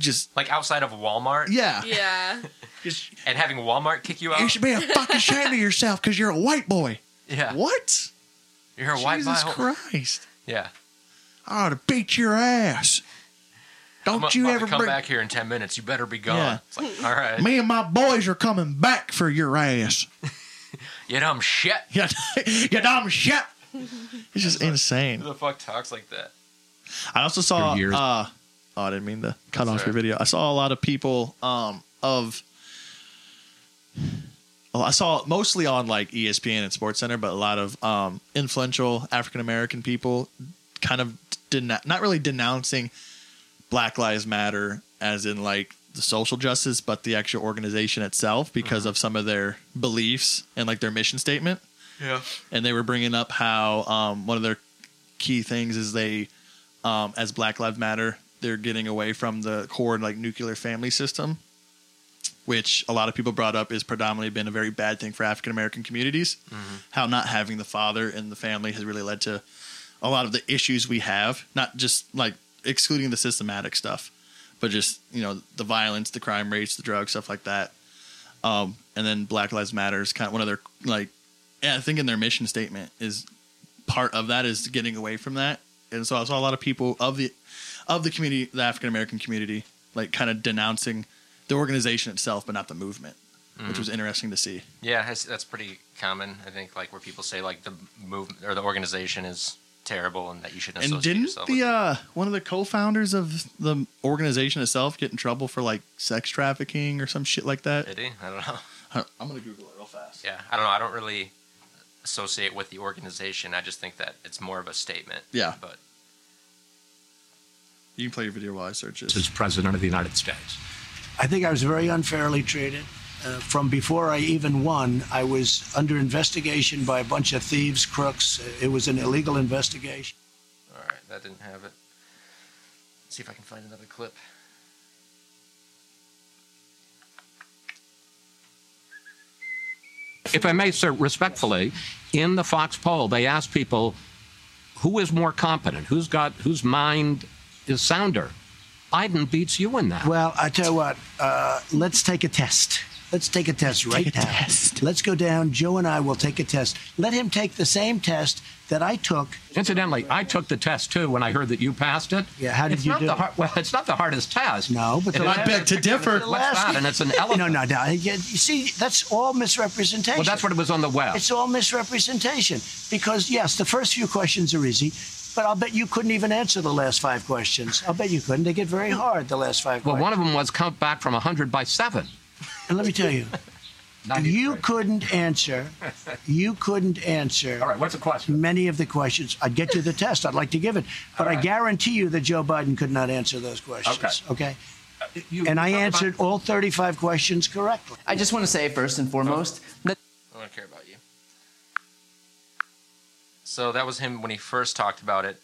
G: just
F: like outside of Walmart,
G: yeah,
H: Yeah.
G: Just,
F: and having Walmart kick you out.
G: you should be a fucking ashamed of yourself because you're a white boy.
F: yeah,
G: What?
F: you're a white
G: Jesus
F: mile.
G: Christ!
F: Yeah,
G: I ought to beat your ass. Don't
F: I'm,
G: you
F: I'm
G: ever
F: come
G: bring
F: back here in ten minutes? You better be gone.
G: Yeah.
F: It's like, all right,
G: me and my boys are coming back for your ass.
F: you dumb shit.
G: you dumb shit. It's just insane.
F: Who the fuck talks like that?
G: I also saw.
J: Your years.
G: Uh, oh, I didn't mean to cut off
F: all
G: your
F: right.
G: video. I saw a lot of people um, of. Well, I saw mostly on like E ESPN and Sports Center, but a lot of um, influential African American people kind of dena- not really denouncing Black Lives Matter as in like the social justice, but the actual organization itself because
J: Mm-hmm.
G: of some of their beliefs and like their mission statement
F: Yeah,
G: and they were bringing up how um, one of their key things is they, um, as Black Lives Matter, they're getting away from the core like nuclear family system, which a lot of people brought up is predominantly been a very bad thing for African American communities. How not having the father in the family has really led to a lot of the issues we have, not just like excluding the systematic stuff, but just you know the violence, the crime rates, the drugs, stuff like that. Um, and then Black Lives Matter is kind of one of their like yeah, I think in their mission statement is part of that is getting away from that. And so I saw a lot of people of the of the community, the African American community, like kind of denouncing the organization itself, but not the movement,
F: Mm.
G: which was interesting to see.
F: yeah, that's, that's pretty common. I think like where people say like the movement or the organization is terrible and that you shouldn't.
G: and
F: associate
G: didn't
F: yourself with
G: the
F: it.
G: uh, one of the co-founders of the organization itself get in trouble for like sex trafficking or some shit like that?
F: Did he? I don't know.
G: I- I'm gonna Google it real fast.
F: Yeah, I don't know. I don't really associate with the organization. I just think that it's more of a statement.
G: Yeah.
F: But
G: You can play your video while I search it.
J: As president of the United States.
A: I think I was very unfairly treated. Uh, from before I even won, I was under investigation by a bunch of thieves, crooks. It was an illegal investigation.
F: all right, that didn't have it. see if I can find another clip.
J: If I may, sir, respectfully, in the Fox poll, they asked people who is more competent, who's got whose mind is sounder. Biden beats you in that.
A: Well, I tell you what, uh, let's take a test. Let's take a test right now. Let's go down. Joe and I will take a test. Let him take the same test that I took.
J: Incidentally, I took the test too when I heard that you passed it.
A: Yeah, how did
J: it's
A: you
J: not
A: do
J: the
A: it?
J: har- well, it's not the hardest test.
A: No, but
J: It
A: the-
J: is-
G: I beg to differ.
J: What's that? And it's an elephant.
A: No, no, no. You see, that's all misrepresentation.
J: Well, that's what it was on the web.
A: It's all misrepresentation because, yes, the first few questions are easy, but I'll bet you couldn't even answer the last five questions. I'll bet you couldn't. They get very hard, the last five
J: well,
A: questions.
J: one of them was count back from 100 by 7.
A: and let me tell you, you
J: 93.
A: couldn't answer, you couldn't answer
J: All right, what's the question?
A: many of the questions. I'd get you the test. I'd like to give it. But I guarantee you that Joe Biden could not answer those questions. Okay.
J: You-
A: And I
J: you talk about-
A: answered all 35 questions correctly.
I: I just want to say, first and foremost, that
F: I don't care about you. So that was him when he first talked about it.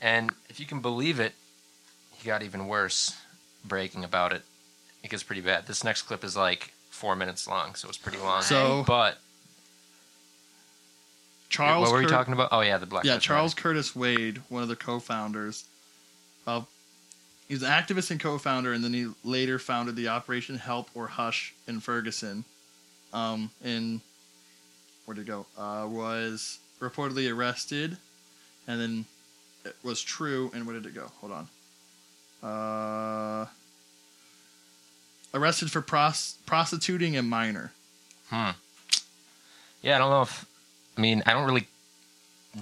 F: And if you can believe it, he got even worse breaking about it. It gets pretty bad. This next clip is like four minutes long, so it's pretty long.
G: So-
F: but
G: Charles.
F: what were we
G: Cur-
F: talking about? Oh yeah, the Black.
G: yeah,
F: Lives
G: Charles Curtis Wade, one of the co-founders of he's an activist and co-founder, and then he later founded the Operation Help or Hush in Ferguson. Um, in where did it go? Uh, was reportedly arrested, and then it was true. And where did it go? Hold on. Uh, arrested for pros- prostituting a minor.
F: Matter. Hmm. Yeah, I don't know if. I mean, I don't really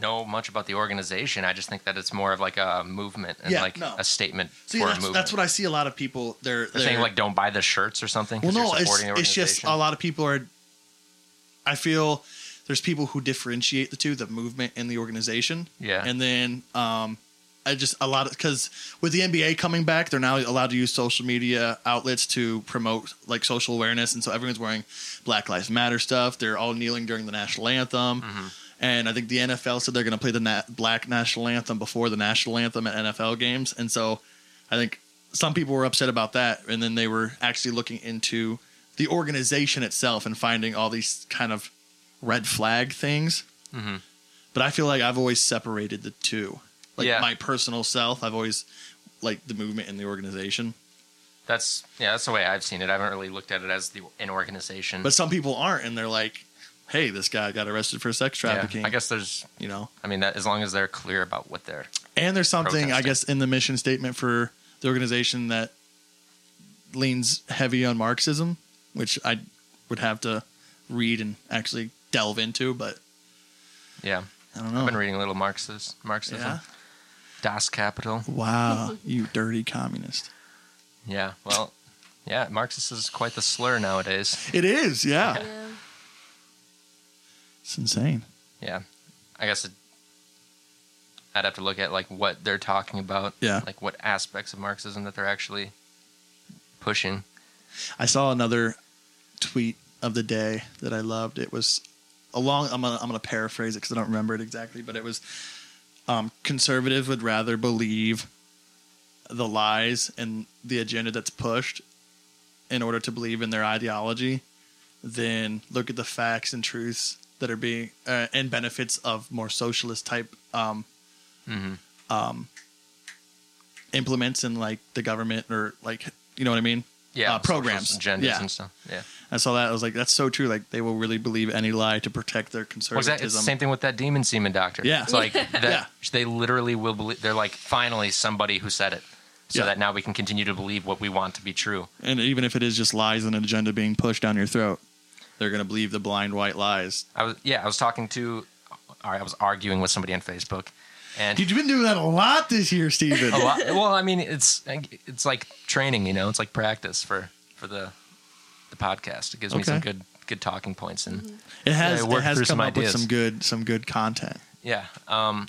F: know much about the organization. I just think that it's more of like a movement and
G: Yeah,
F: like
G: no.
F: a statement
G: See,
F: for a
G: that's,
F: movement.
G: that's what I see. A lot of people they're
F: They're saying like, don't buy the shirts or something.
G: Well,
F: 'cause
G: no,
F: you're
G: it's,
F: supporting the
G: it's just
F: organization?
G: a lot of people are. I feel there's people who differentiate the two, the movement and the organization.
F: Yeah.
G: And then um, I just a lot of because with the NBA coming back, they're now allowed to use social media outlets to promote like social awareness, and so everyone's wearing Black Lives Matter stuff. They're all kneeling during the national anthem.
F: Mm-hmm.
G: And I think the NFL said they're going to play the na- black national anthem before the national anthem at NFL games. And so I think some people were upset about that. And then they were actually looking into the organization itself and finding all these kind of red flag things.
F: Mhm.
G: But I feel like I've always separated the two. Like
F: Yeah.
G: my personal self, I've always like the movement and the organization.
F: That's yeah, that's the way I've seen it. I haven't really looked at it as the an organization.
G: But some people aren't. And they're like, hey, this guy got arrested for sex
F: Yeah,
G: trafficking.
F: I guess there's.
G: you know?
F: I mean, that as long as they're clear about what they're.
G: And there's something, I
F: Protesting.
G: guess, in the mission statement for the organization that leans heavy on Marxism, which I would have to read and actually delve into, but
F: Yeah,
G: I don't
F: I've been
G: know.
F: reading a little Marxist Marxism.
G: Oh. Yeah.
F: Das Kapital.
G: Wow, you dirty communist.
F: Yeah. Well. Yeah, Marxist is quite the slur nowadays.
G: It is, yeah.
H: Yeah.
G: It's insane.
F: Yeah. I guess it, I'd have to look at like what they're talking about.
G: Yeah.
F: Like what aspects of Marxism that they're actually pushing.
G: I saw another tweet of the day that I loved. It was along. I'm gonna I'm gonna paraphrase it because I don't remember it exactly, but it was um, conservatives would rather believe the lies and the agenda that's pushed in order to believe in their ideology than look at the facts and truths that are being uh, and benefits of more socialist type um,
F: Mhm.
G: um, implements in like the government or like you know what I mean
F: Yeah.
G: Uh, programs.
F: socialist agendas
G: Yeah.
F: and stuff. Yeah.
G: I saw that. I was like, that's so true. Like they will really believe any lie to protect their
F: Well,
G: conservatism.
F: that, it's the same thing with that demon semen doctor.
G: Yeah.
F: It's like that
G: Yeah.
F: they literally will believe they're like finally somebody who said it. So
G: Yeah.
F: that now we can continue to believe what we want to be true.
G: and even if it is just lies and an agenda being pushed down your throat, they're gonna believe the blind white lies.
F: I was yeah, I was talking to all right, I was arguing with somebody on Facebook and
G: You've been doing that a lot this year, Steven.
F: a lot. Well, I mean, it's it's like training, you know. It's like practice for for the the podcast. It gives me some
G: Okay.
F: good good talking points and
G: It has
F: Yeah, I
G: it
F: worked
G: has
F: through
G: come
F: some
G: up with
F: ideas.
G: some good some good content.
F: yeah. Um,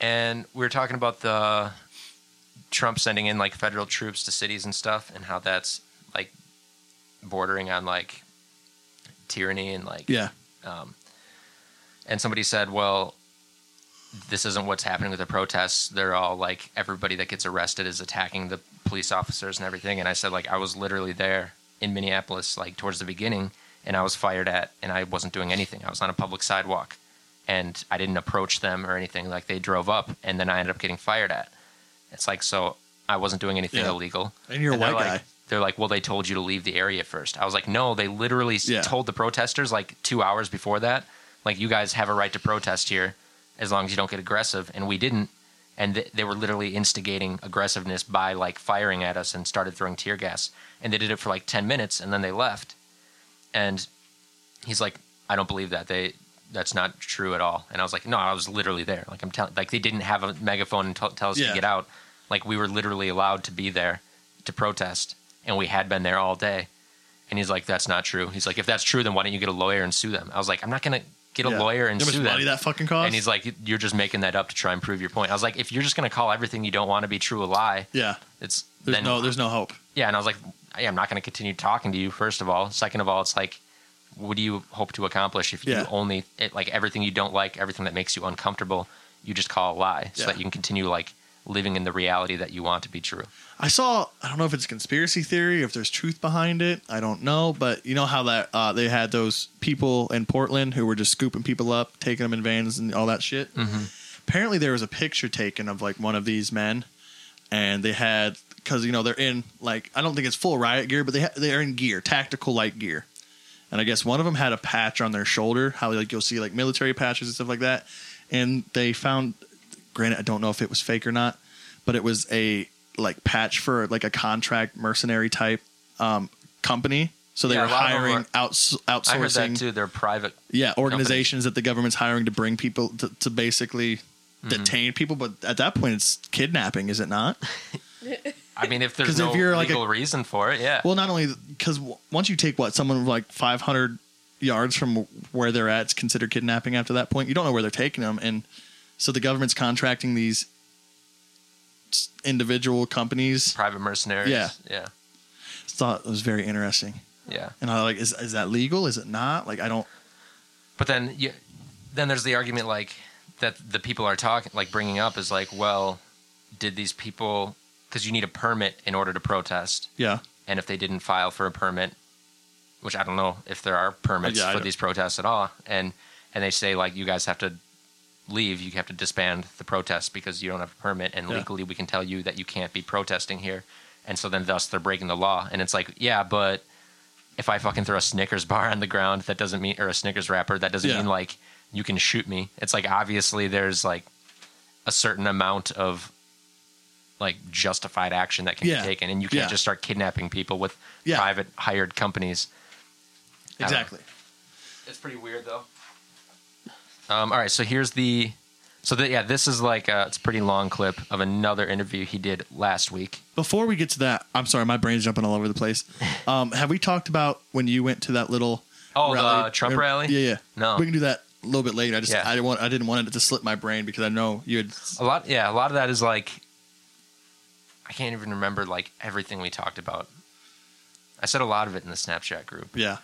F: and we were talking about the Trump sending in like federal troops to cities and stuff, and how that's like bordering on like tyranny and like
G: Yeah.
F: Um, and somebody said, well, this isn't what's happening with the protests. They're all like, everybody that gets arrested is attacking the police officers and everything. And I said, like, I was literally there in Minneapolis, like, towards the beginning, and I was fired at, and I wasn't doing anything. I was on a public sidewalk, and I didn't approach them or anything. Like, they drove up, and then I ended up getting fired at. It's like, so I wasn't doing anything
G: Yeah.
F: illegal.
G: And you're a
F: they're
G: white
F: like-
G: guy.
F: They're like, well, they told you to leave the area first. I was like, no, they literally s
G: Yeah.
F: told the protesters like two hours before that, like, you guys have a right to protest here as long as you don't get aggressive. And we didn't. And th- they were literally instigating aggressiveness by like firing at us and started throwing tear gas. And they did it for like 10 minutes and then they left. And he's like, I don't believe that. They, that's not true at all. And I was like, no, I was literally there. Like I'm telling, like they didn't have a megaphone and t- tell us
G: Yeah.
F: to get out. Like we were literally allowed to be there to protest, and we had been there all day. And he's like, that's not true. He's like, if that's true, then why don't you get a lawyer and sue them? I was like, I'm not gonna get a
G: Yeah.
F: lawyer and
G: You know how much
F: sue
G: money
F: them.
G: that fucking costs?
F: and he's like, you're just making that up to try and prove your point. I was like, if you're just gonna call everything you don't want to be true a lie,
G: Yeah.
F: it's
G: There's
F: then
G: no there's no hope.
F: yeah, and I was like, hey, I'm not going to continue talking to you. First of all, second of all, it's like, what do you hope to accomplish if
G: Yeah.
F: you only eh, it, like everything you don't like, everything that makes you uncomfortable, you just call a lie so
G: Yeah.
F: that you can continue like living in the reality that you want to be true.
G: I saw. I don't know if it's a conspiracy theory, if there's truth behind it. I don't know, but you know how that uh, they had those people in Portland who were just scooping people up, taking them in vans, and all that
F: Mm-hmm.
G: shit. Apparently, there was a picture taken of like one of these men, and they had because you know they're in like I don't think it's full riot gear, but they ha- they're in gear, tactical light gear. And I guess one of them had a patch on their shoulder, how like you'll see like military patches and stuff like that. And they found, granted, I don't know if it was fake or not, but it was a like patch for like a contract mercenary type um, company. So they
F: Yeah,
G: were
F: a lot of them
G: hiring
F: were-
G: outs
F: I heard that
G: outsourcing,
F: too. They're private.
G: yeah, organizations that the government's hiring to bring people to, to basically detain people. But at that point, it's kidnapping, is it not?
F: I mean, if there's
G: 'Cause if
F: no
G: you're, like,
F: legal reason for it, yeah.
G: Well, not only because w- once you take what someone like 500 yards from where they're at, it's considered kidnapping. After that point, you don't know where they're taking them, and so the government's contracting these s- individual companies.
F: private mercenaries.
G: Yeah.
F: yeah,
G: Thought it was very interesting,
F: yeah.
G: and I like, is is that legal? Is it not? Like, I don't.
F: But then, you, then there's the argument like that the people are talking, like bringing up is like, well, did these people? Because you need a permit in order to protest,
G: Yeah,
F: and if they didn't file for a permit, which I don't know if there are permits
G: Yeah, I
F: for
G: don't-
F: these protests at all, and and they say like you guys have to leave, you have to disband the protest because you don't have a permit, and
G: Yeah.
F: legally we can tell you that you can't be protesting here, and so then thus they're breaking the law, and it's like yeah, but if I fucking throw a Snickers bar on the ground, that doesn't mean or a Snickers wrapper, that doesn't
G: Yeah.
F: mean like you can shoot me. It's like obviously there's like a certain amount of like justified action that can
G: Yeah.
F: be taken, and you can't
G: Yeah.
F: just start kidnapping people with
G: Yeah.
F: private hired companies. don't know.
G: exactly.
F: It's pretty weird though. Um, all right, so here's the, so the, yeah, this is like a, it's a pretty long clip of another interview he did last week.
G: Before we get to that, I'm sorry, my brain's jumping all over the place. Um, have we talked about when you went to that little
F: Oh, the Trump rally?
G: Er, Yeah, yeah.
F: No.
G: we can do that a little bit later. I just
F: Yeah.
G: I didn't want I didn't want it to slip my brain because I know you had
F: A lot, yeah, a lot of that is like, I can't even remember like everything we talked about. I said a lot of it in the Snapchat group.
G: Yeah.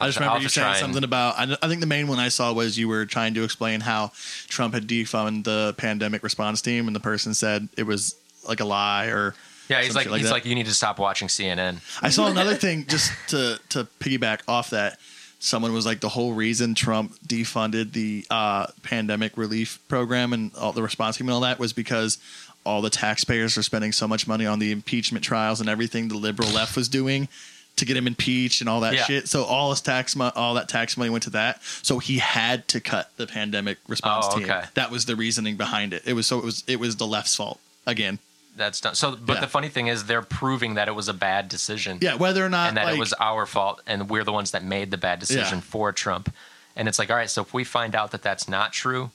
G: I
F: I'll
G: just
F: tr-
G: remember
F: I'll
G: you
F: try
G: saying
F: and-
G: something about. I, I think the main one I saw was you were trying to explain how Trump had defunded the pandemic response team, and the person said it was like a lie. Or
F: Yeah, he's
G: some
F: like,
G: shit
F: he's
G: that.
F: like, you need to stop watching CNN.
G: I saw another thing just to to piggyback off that. Someone was like, the whole reason Trump defunded the uh, pandemic relief program and all the response team and all that was because all the taxpayers are spending so much money on the impeachment trials and everything the liberal left was doing to get him impeached and all that
F: Yeah.
G: shit. So all his tax mo- all that tax money went to that. So he had to cut the pandemic response
F: Oh,
G: team.
F: okay.
G: That was the reasoning behind it. It was so it was it was the left's fault again.
F: That's not so. But
G: Yeah.
F: the funny thing is, they're proving that it was a bad decision.
G: Yeah, whether or not
F: and that
G: like,
F: it was our fault and we're the ones that made the bad decision
G: Yeah.
F: for Trump. And it's like, all right, so if we find out that that's not true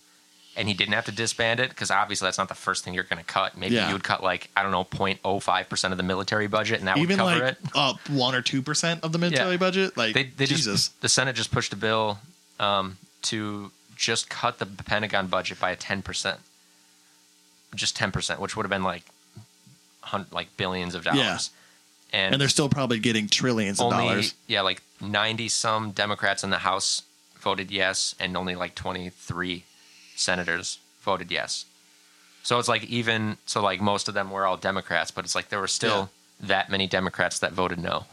F: and he didn't have to disband it, because obviously that's not the first thing you're going to cut. Maybe
G: Yeah.
F: you would cut like, I don't know, 0.05% of the military budget and that
G: even
F: would cover
G: like
F: it.
G: up one or two percent of the military
F: Yeah.
G: budget. Like
F: They, they
G: Jesus,
F: just, the Senate just pushed a bill um, to just cut the Pentagon budget by 10%. Just 10%, which would have been like, hun- like billions of dollars. And,
G: and they're still probably getting trillions of
F: only
G: dollars.
F: yeah like 90 some democrats in the house voted yes and only like 23 senators voted yes so it's like even so like most of them were all democrats but it's like there were still that many democrats that voted no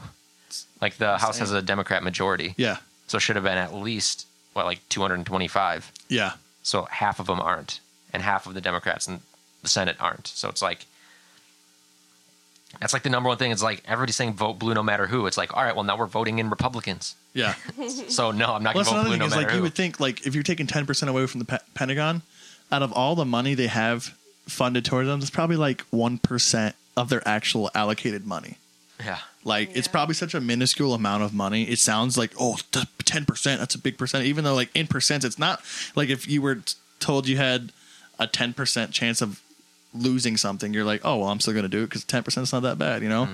F: like the house has a democrat majority
G: Yeah,
F: so it should have been at least what like 225
G: yeah,
F: so half of them aren't and half of the democrats in the senate aren't so it's like that's like the number one thing it's like everybody's saying vote blue no matter who it's like all right well now we're voting in republicans
G: yeah.
F: so no i'm not
G: Well,
F: going
G: that's
F: to vote
G: another
F: blue
G: thing
F: no
G: is
F: matter
G: like
F: who
G: you would think like if you're taking ten percent away from the pe- Pentagon, out of all the money they have funded towards them, it's probably like one percent of their actual allocated money.
F: yeah
G: Like it's probably such a minuscule amount of money. It sounds like oh, ten percent. That's a big percent. Even though like in percents, it's not like if you were t- told you had a ten percent chance of losing something, you're like oh well, I'm still gonna do it because ten percent is not that bad, you know?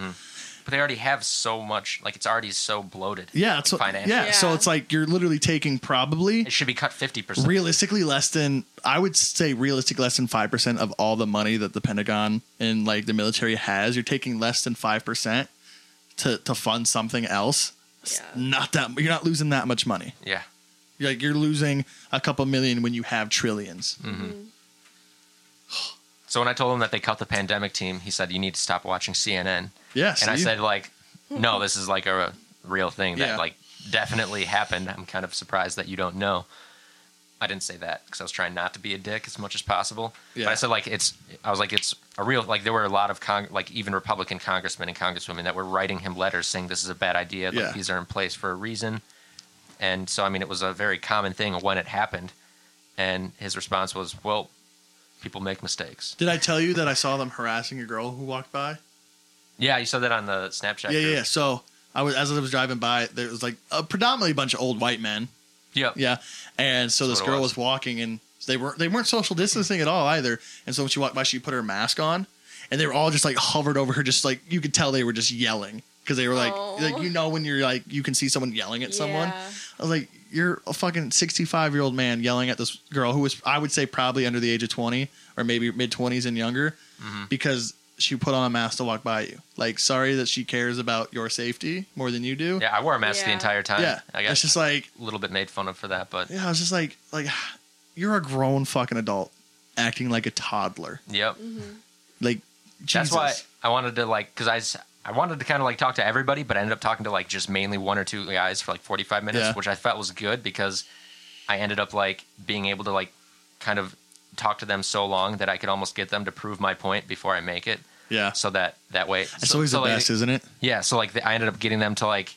F: but they already have so much like it's already so bloated
G: Yeah, it's
F: like,
G: yeah,
F: financially
G: So
H: Yeah.
G: it's like you're literally taking probably
F: it should be cut 50%
G: realistically less than I would say realistic less than five percent of all the money that the Pentagon and like the military has. You're taking less than five percent to to fund something else. It's
H: Yeah.
G: Not that you're not losing that much money.
F: yeah
G: You're
F: Mm.
G: like you're losing a couple million when you have 10000000000s
F: it's So when I told him that they cut the pandemic team, he said, "You need to stop watching CNN."
G: Yeah,
F: And I
G: see?
F: said, like, no, this is like a real thing that
G: Yeah.
F: like definitely happened. I'm kind of surprised that you don't know. I didn't say that because I was trying not to be a dick as much as possible.
G: Yeah.
F: But I said like it's. I was like it's a real like there were a lot of con- like even Republican congressmen and congresswomen that were writing him letters saying this is a bad idea. Like,
G: Yeah.
F: These are in place for a reason. And so I mean it was a very common thing when it happened. And his response was, "Well, people make mistakes."
G: Did I tell you that I saw them harassing a girl who walked by?
F: Yeah, you saw that on the Snapchat.
G: yeah, yeah,
F: group.
G: yeah. So I was as I was driving by, there was like a predominantly bunch of old white men.
F: Yep.
G: Yeah, and so
F: That's
G: this
F: what it
G: girl
F: was.
G: was. walking, and they weren't they weren't social distancing at all either. And so when she walked by, she put her mask on, and they were all just like hovered over her, just like you could tell they were just yelling because they were like,
H: Oh.
G: like you know when you're like you can see someone yelling at someone.
H: Yeah.
G: I was like, you're a fucking 65 year old man yelling at this girl who was, I would say, probably under the age of 20 or maybe mid 20s and younger
F: Mm-hmm.
G: because she put on a mask to walk by you. Like, sorry that she cares about your safety more than you do.
F: Yeah, I wore a mask the
H: Yeah.
F: entire time.
G: Yeah.
F: I got
G: It's just like,
F: a little bit made fun of for that, but
G: yeah, I was just like, like, you're a grown fucking adult acting like a toddler.
F: yep.
G: Like, Jesus.
F: That's why I wanted to like because I s- I wanted to kind of like talk to everybody, but I ended up talking to like just mainly one or two guys for like forty five minutes,
G: Yeah.
F: which I felt was good because I ended up like being able to like kind of talk to them so long that I could almost get them to prove my point before I make it,
G: Yeah.
F: so that that way.
G: It's
F: so,
G: always
F: so,
G: the
F: like,
G: best, isn't it?
F: Yeah, so like I ended up getting them to like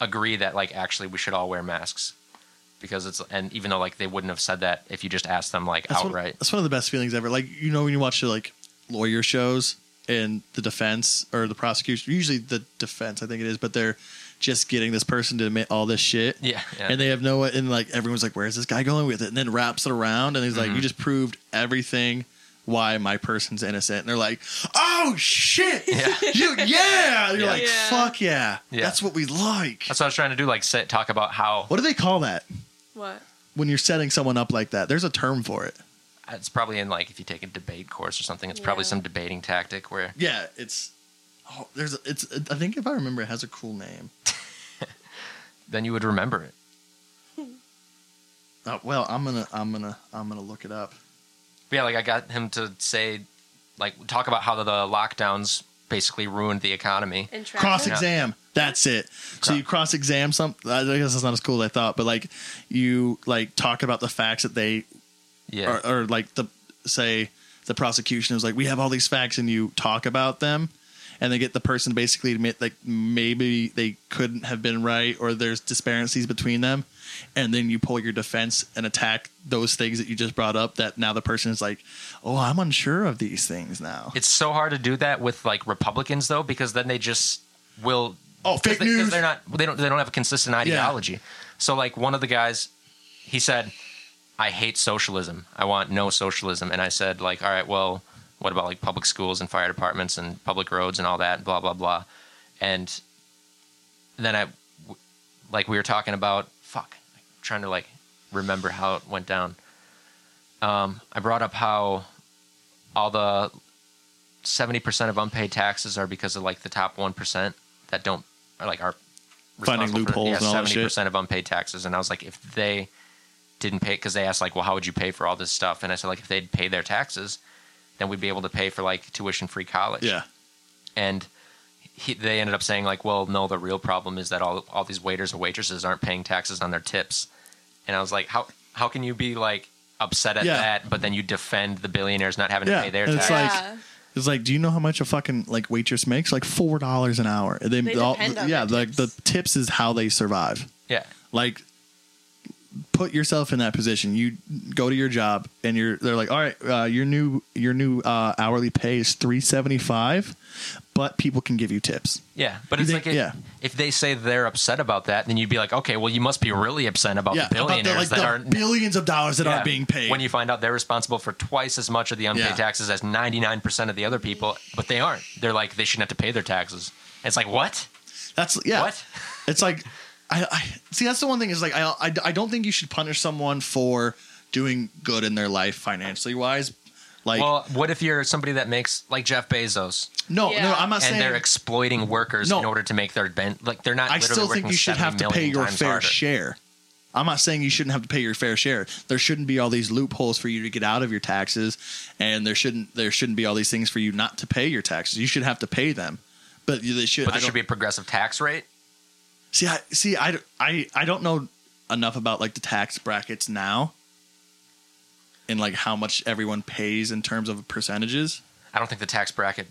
F: agree that like actually we should all wear masks because it's and even though like they wouldn't have said that if you just asked them like
G: That's One,
F: outright.
G: that's one of the best feelings ever. Like you know when you watch the, like lawyer shows and the defense or the prosecution, usually the defense, I think it is, but they're just getting this person to admit all this shit.
F: Yeah, yeah.
G: And they have no and like everyone's like, where's this guy going with it? And then wraps it around and he's like, you just proved everything why my person's innocent. And they're like, oh shit, yeah, you, yeah. And you're
F: Yeah.
G: like,
H: Yeah.
G: fuck yeah.
F: Yeah.
G: that's what we like.
F: That's what I was trying to do, like sit, talk about how
G: What do they call that
H: What?
G: when you're setting someone up like that? There's a term for it.
F: it's probably in like if you take a debate course or something, it's probably
H: Yeah.
F: some debating tactic where
G: Yeah, it's oh, there's a, it's I think if I remember it has a cool name.
F: then you would remember it.
G: Oh, well, I'm gonna I'm gonna I'm gonna look it up.
F: But yeah, like I got him to say, like talk about how the, the lockdowns basically ruined the economy.
H: In traffic?
G: Cross exam. That's it. So you cross exam some. I guess it's not as cool as I thought, but like you like talk about the facts that they
F: Yeah,
G: or, or like the say the prosecution is like we have all these facts and you talk about them and they get the person to basically admit like maybe they couldn't have been right or there's disparities between them and then you pull your defense and attack those things that you just brought up that now the person is like oh i'm unsure of these things now
F: it's so hard to do that with like Republicans though, because then they just will.
G: Oh,
F: 'cause
G: fake
F: they,
G: news.
F: They're not. They don't. They don't have a consistent ideology. So like one of the guys, he said, "I hate socialism. I want no socialism." And I said, like, all right, well, what about like public schools and fire departments and public roads and all that? Blah blah blah. And then I, w- like, we were talking about fuck, trying to like remember how it went down. Um, I brought up how all the seventy percent of unpaid taxes are because of like the top one percent that don't are like are
G: Finding
F: responsible for-
G: loopholes
F: Yeah,
G: and all that shit.
F: percent of unpaid taxes, and I was like, if they didn't pay, because they asked like, well, how would you pay for all this stuff? And I said like, if they'd pay their taxes, then we'd be able to pay for like tuition free college.
G: yeah
F: and. He, they ended up saying like, well, no, the real problem is that all all these waiters and waitresses aren't paying taxes on their tips, and I was like, how how can you be like upset at
G: Yeah.
F: that, but then you defend the billionaires not having
G: Yeah,
F: to pay their
G: and it's
F: taxes?
G: like-
H: Yeah.
G: It's like, do you know how much a fucking like waitress makes? Like four dollars an hour. And then
H: They depend on
G: yeah,
H: their
G: like the tips is how they survive.
F: yeah,
G: Like, put yourself in that position. You go to your job and you're they're like, all right, uh, your new your new uh, hourly pay is three seventy five, but people can give you tips.
F: Yeah, but
G: You
F: it's
G: think-
F: like if,
G: yeah.
F: if they say they're upset about that, then you'd be like, okay, well, you must be really upset about
G: yeah,
F: the billionaires
G: about the,
F: that
G: like, the
F: aren't
G: billions of dollars that
F: yeah,
G: aren't being paid.
F: When you find out they're responsible for twice as much of the unpaid
G: Yeah.
F: taxes as ninety nine percent of the other people, but they aren't. They're like they shouldn't have to pay their taxes. And it's like what?
G: That's yeah.
F: What?
G: It's like I, I see. That's the one thing is like I, I I don't think you should punish someone for doing good in their life financially wise. Like
F: well, what if you're somebody that makes like Jeff Bezos
G: no, no,
H: Yeah.
G: I'm not
F: and
G: saying
F: they're exploiting workers
G: Oh, No.
F: in order to make their ben like they're not.
G: I
F: literally
G: still think
F: working
G: you should
F: 70
G: have to
F: million
G: pay your
F: times
G: fair
F: harder.
G: share. I'm not saying you shouldn't have to pay your fair share. There shouldn't be all these loopholes for you to get out of your taxes, and there shouldn't there shouldn't be all these things for you not to pay your taxes. You should have to pay them, but you- they should.
F: But
G: I
F: there should
G: don't-
F: be a progressive tax rate.
G: See, I see. I, I I don't know enough about like the tax brackets now, and like how much everyone pays in terms of percentages.
F: I don't think the tax bracket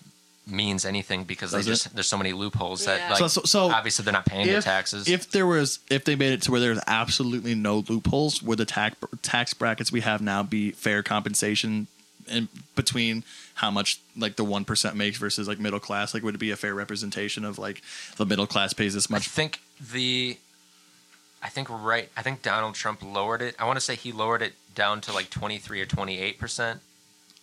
F: means anything because they
G: Does it?
F: just there's so many loopholes
H: Yeah.
F: that like
G: So- so- so
F: obviously they're not paying their taxes.
G: If there was, if they made it to where there's absolutely no loopholes, would the tax tax brackets we have now be fair compensation in between how much like the one percent makes versus like middle class? Like, would it be a fair representation of like the middle class pays this
F: I
G: much?
F: think the I think right I think Donald Trump lowered it. I want to say he lowered it down to like 23 or 28%.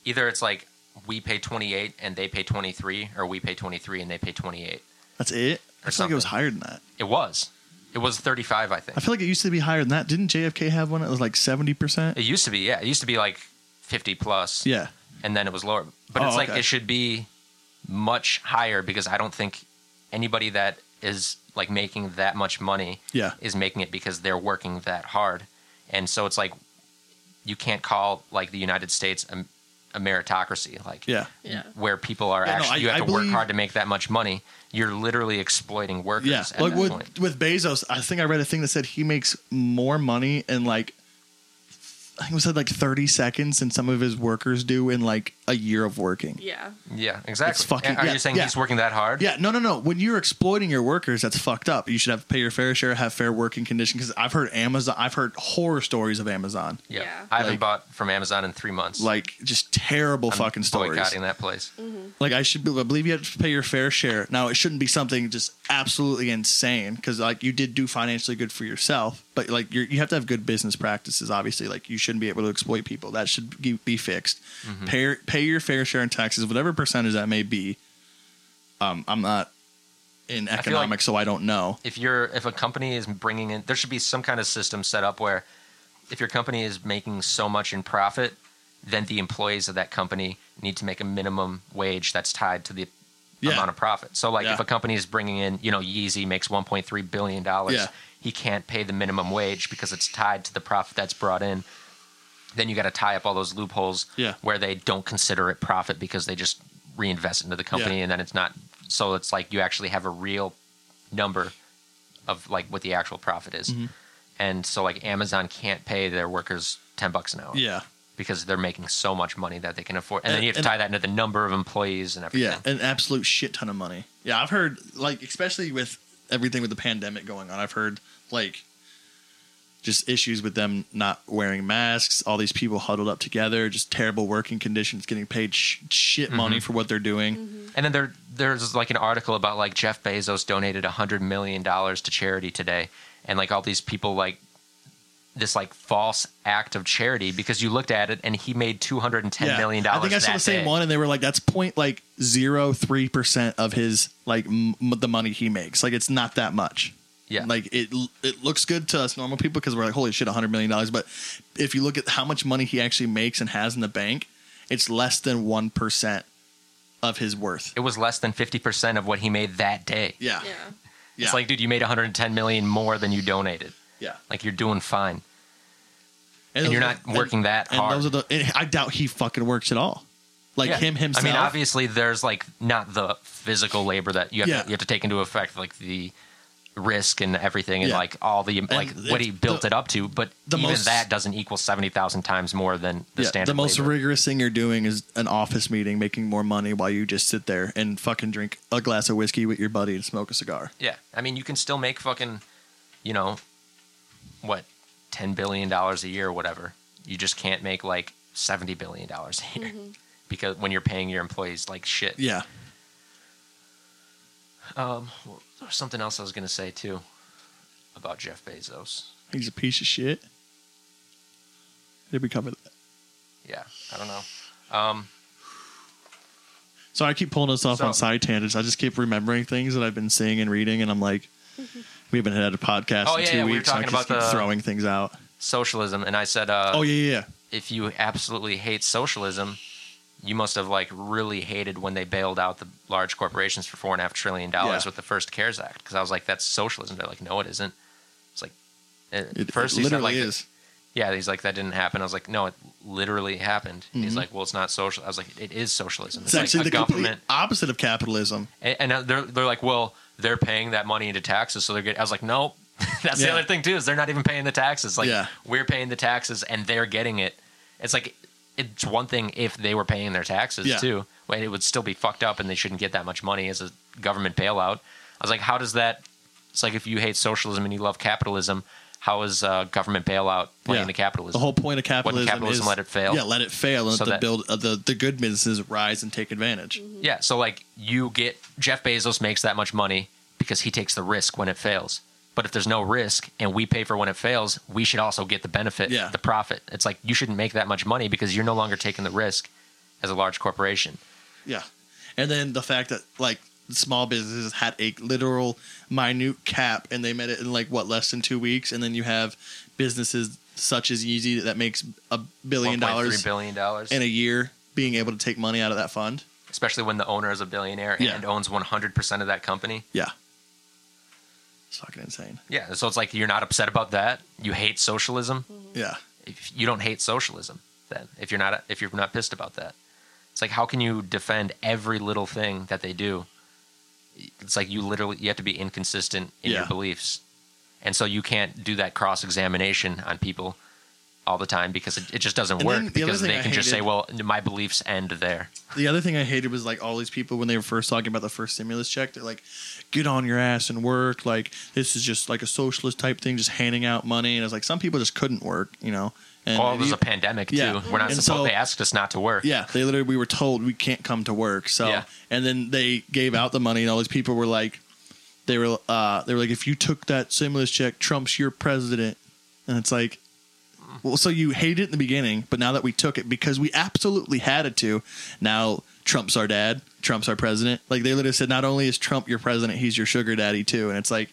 F: Either it's like we pay 28 and they pay 23 or we pay 23 and they pay 28.
G: That's it. I
F: Or
G: feel like it was
F: something.
G: higher than that.
F: It was. It was 35 I think.
G: I feel like it used to be higher than that. Didn't JFK have one that was like seventy percent?
F: it used to be yeah, it used to be like 50 plus.
G: Yeah.
F: and then it was lower. But
G: Oh,
F: it's like
G: okay.
F: it should be much higher because I don't think anybody that is like making that much money
G: Yeah.
F: is making it because they're working that hard. And so it's like you can't call like the United States a, a meritocracy, like
G: Yeah.
H: Yeah.
F: where people are
G: Yeah, no,
F: actually
G: I-
F: you have
G: I
F: to work
G: believe-
F: hard to make that much money. You're literally exploiting workers
G: Yeah,
F: at
G: like
F: that
G: with
F: point.
G: with Bezos, I think I read a thing that said he makes more money in like I think it said like thirty seconds than some of his workers do in like a year of working.
H: Yeah.
F: Yeah, exactly.
G: fucking-
F: are
G: yeah,
F: you saying
G: yeah.
F: he's working that hard?
G: Yeah, no, no, no. When you're exploiting your workers, that's fucked up. You should have to pay your fair share, have fair working conditions. Because I've heard Amazon, I've heard horror stories of Amazon,
F: Yeah.
H: Yeah.
F: I haven't
G: Like-
F: bought from Amazon in three months.
G: like just terrible
F: I'm
G: fucking stories.
F: boycotting that place.
G: Like I should be, I believe you have to pay your fair share. Now it shouldn't be something just absolutely insane because like you did do financially good for yourself, but like you're, you have to have good business practices. Obviously, like you shouldn't be able to exploit people. That should be, be fixed. Pay pay your fair share in taxes, whatever percentage that may be. Um, I'm not in
F: like-
G: economics, so I don't know.
F: if you're if a company is bringing in there should be some kind of system set up where if your company is making so much in profit then the employees of that company need to make a minimum wage that's tied to the
G: Yeah.
F: amount of profit so like
G: Yeah.
F: if a company is bringing in you know yeezy makes 1.3 billion dollars
G: Yeah.
F: he can't pay the minimum wage because it's tied to the profit that's brought in then you got to tie up all those loopholes
G: Yeah.
F: where they don't consider it profit because they just reinvest into the company
G: Yeah.
F: and then it's not so it's like you actually have a real number of like what the actual profit is.
G: Mm-hmm.
F: And so like Amazon can't pay their workers 10 bucks an hour
G: Yeah,
F: because they're making so much money that they can afford. And, then
G: And-
F: you have to
G: and-
F: tie that into the number of employees and everything.
G: yeah, an absolute shit ton of money. Yeah, I've heard like especially with everything with the pandemic going on, I've heard like just issues with them not wearing masks, all these people huddled up together, just terrible working conditions, getting paid sh-
F: Mm-hmm.
G: shit money for what they're doing.
F: And then there there's like an article about like Jeff Bezos donated 100 million dollars to charity today and like all these people like this like false act of charity because you looked at it and he made 210
G: Yeah.
F: million
G: I
F: dollars
G: think I saw
F: that
G: the same
F: day.
G: one, and they were like, "That's point like zero three percent of his like m- the money he makes. Like it's not that much."
F: Yeah.
G: like it l- it looks good to us normal people because we're like, "Holy shit, hundred million dollars!" But if you look at how much money he actually makes and has in the bank, it's less than one percent of his worth.
F: It was less than 50% of what he made that day.
G: Yeah,
H: Yeah.
G: yeah,
F: It's like dude, you made 110 million more than you donated.
G: yeah.
F: Like you're doing fine. and you're
G: those
F: not working that
G: and
F: hard.
G: Those are the, and I doubt he fucking works at all. Like
F: Yeah.
G: him himself.
F: I mean, obviously, there's like not the physical labor that you have,
G: Yeah.
F: to, you have to take into effect, like the risk and everything, and
G: Yeah.
F: like all the like
G: And
F: what
G: it's
F: he built
G: the-
F: it up to. But
G: the
F: even
G: most-
F: that doesn't equal seventy thousand times more than the standard.
G: the most
F: labor.
G: rigorous thing you're doing is an office meeting, making more money while you just sit there and fucking drink a glass of whiskey with your buddy and smoke a cigar.
F: yeah, I mean, you can still make fucking, you know, what, ten billion dollars a year or whatever. You just can't make like seventy billion dollars a year because when you're paying your employees like shit.
G: Yeah,
F: Um, well, there was something else I was gonna say too about Jeff Bezos.
G: he's a piece of shit. Did we cover that?
F: Yeah, I don't know. Um,
G: So I keep pulling us off
F: So-
G: on side tangents. I just keep remembering things that I've been seeing and reading, and I'm like, we haven't had a podcast
F: Oh,
G: in
F: yeah,
G: two
F: yeah, we were
G: weeks. so I
F: talking
G: just
F: about
G: keep
F: the-
G: throwing things out.
F: socialism, and I said, uh,
G: oh yeah, yeah, yeah.
F: if you absolutely hate socialism, you must have like really hated when they bailed out the large corporations for four and a half trillion dollars
G: Yeah.
F: with the first CARES Act. Because I was like, that's socialism. They're like, no, it isn't. It's like, At
G: It- it
F: first, he's not
G: literally
F: like,
G: is.
F: yeah, he's like, that didn't happen. I was like, no, it literally happened. And He's
G: Mhm.
F: like, well, it's not social. I was like, it is socialism.
G: It's
F: It's, like
G: actually
F: a
G: the
F: government.
G: complete opposite of capitalism.
F: And, and they're they're like, well, they're paying that money into taxes, so they're getting. I was like, nope. That's the
G: Yeah.
F: other thing too is they're not even paying the taxes. Like
G: Yeah.
F: we're paying the taxes and they're getting it. It's like it's one thing if they were paying their taxes
G: Yeah.
F: too, and it would still be fucked up, and they shouldn't get that much money as a government bailout. I was like, how does that? It's like if you hate socialism and you love capitalism, how is uh, government bailout playing
G: Yeah.
F: to capitalism?
G: The whole point of capitalism,
F: capitalism
G: is
F: let it fail?
G: Yeah, let it fail and
F: So
G: let
F: that-
G: the build uh, the the good businesses rise and take advantage.
F: Yeah, so like you get Jeff Bezos makes that much money because he takes the risk when it fails. But if there's no risk and we pay for when it fails, we should also get the benefit,
G: Yeah.
F: the profit. It's like you shouldn't make that much money because you're no longer taking the risk as a large corporation.
G: Yeah, and then the fact that like small businesses had a literal minute cap and they met it in like what less than two weeks, and then you have businesses such as Yeezy that makes a billion
F: $1.3
G: dollars
F: billion dollars.
G: in a year being able to take money out of that fund.
F: especially when the owner is a billionaire
G: Yeah.
F: and owns 100% of that company.
G: Yeah, it's fucking insane.
F: Yeah, so it's like you're not upset about that. You hate socialism.
G: Yeah,
F: if you don't hate socialism then if you're not if you're not pissed about that it's like how can you defend every little thing that they do it's like you literally you have to be inconsistent in your
G: Yeah.
F: beliefs and so you can't do that cross examination on people all the time because it, it just doesn't
G: And
F: work
G: then the other
F: because
G: thing
F: they
G: I
F: can just say
G: hated-
F: well my beliefs end there
G: The other thing I hated was like all these people when they were first talking about the first stimulus check, they're like, get on your ass and work. Like, this is just like a socialist type thing, just handing out money. And it's like, some people just couldn't work, you know? And
F: well there's
G: you-
F: a pandemic too
G: Yeah.
F: we're not
G: And
F: supposed
G: so-
F: they asked us not to work
G: yeah, they literally, we were told we can't come to work. So,
F: Yeah.
G: and then they gave out the money, and all these people were like, they were, uh, they were like, if you took that stimulus check, Trump's your president. And it's like, well, so you hated it in the beginning, but now that we took it because we absolutely had it to, now Trump's our dad, Trump's our president. Like they literally said, not only is Trump your president, he's your sugar daddy too. And it's like,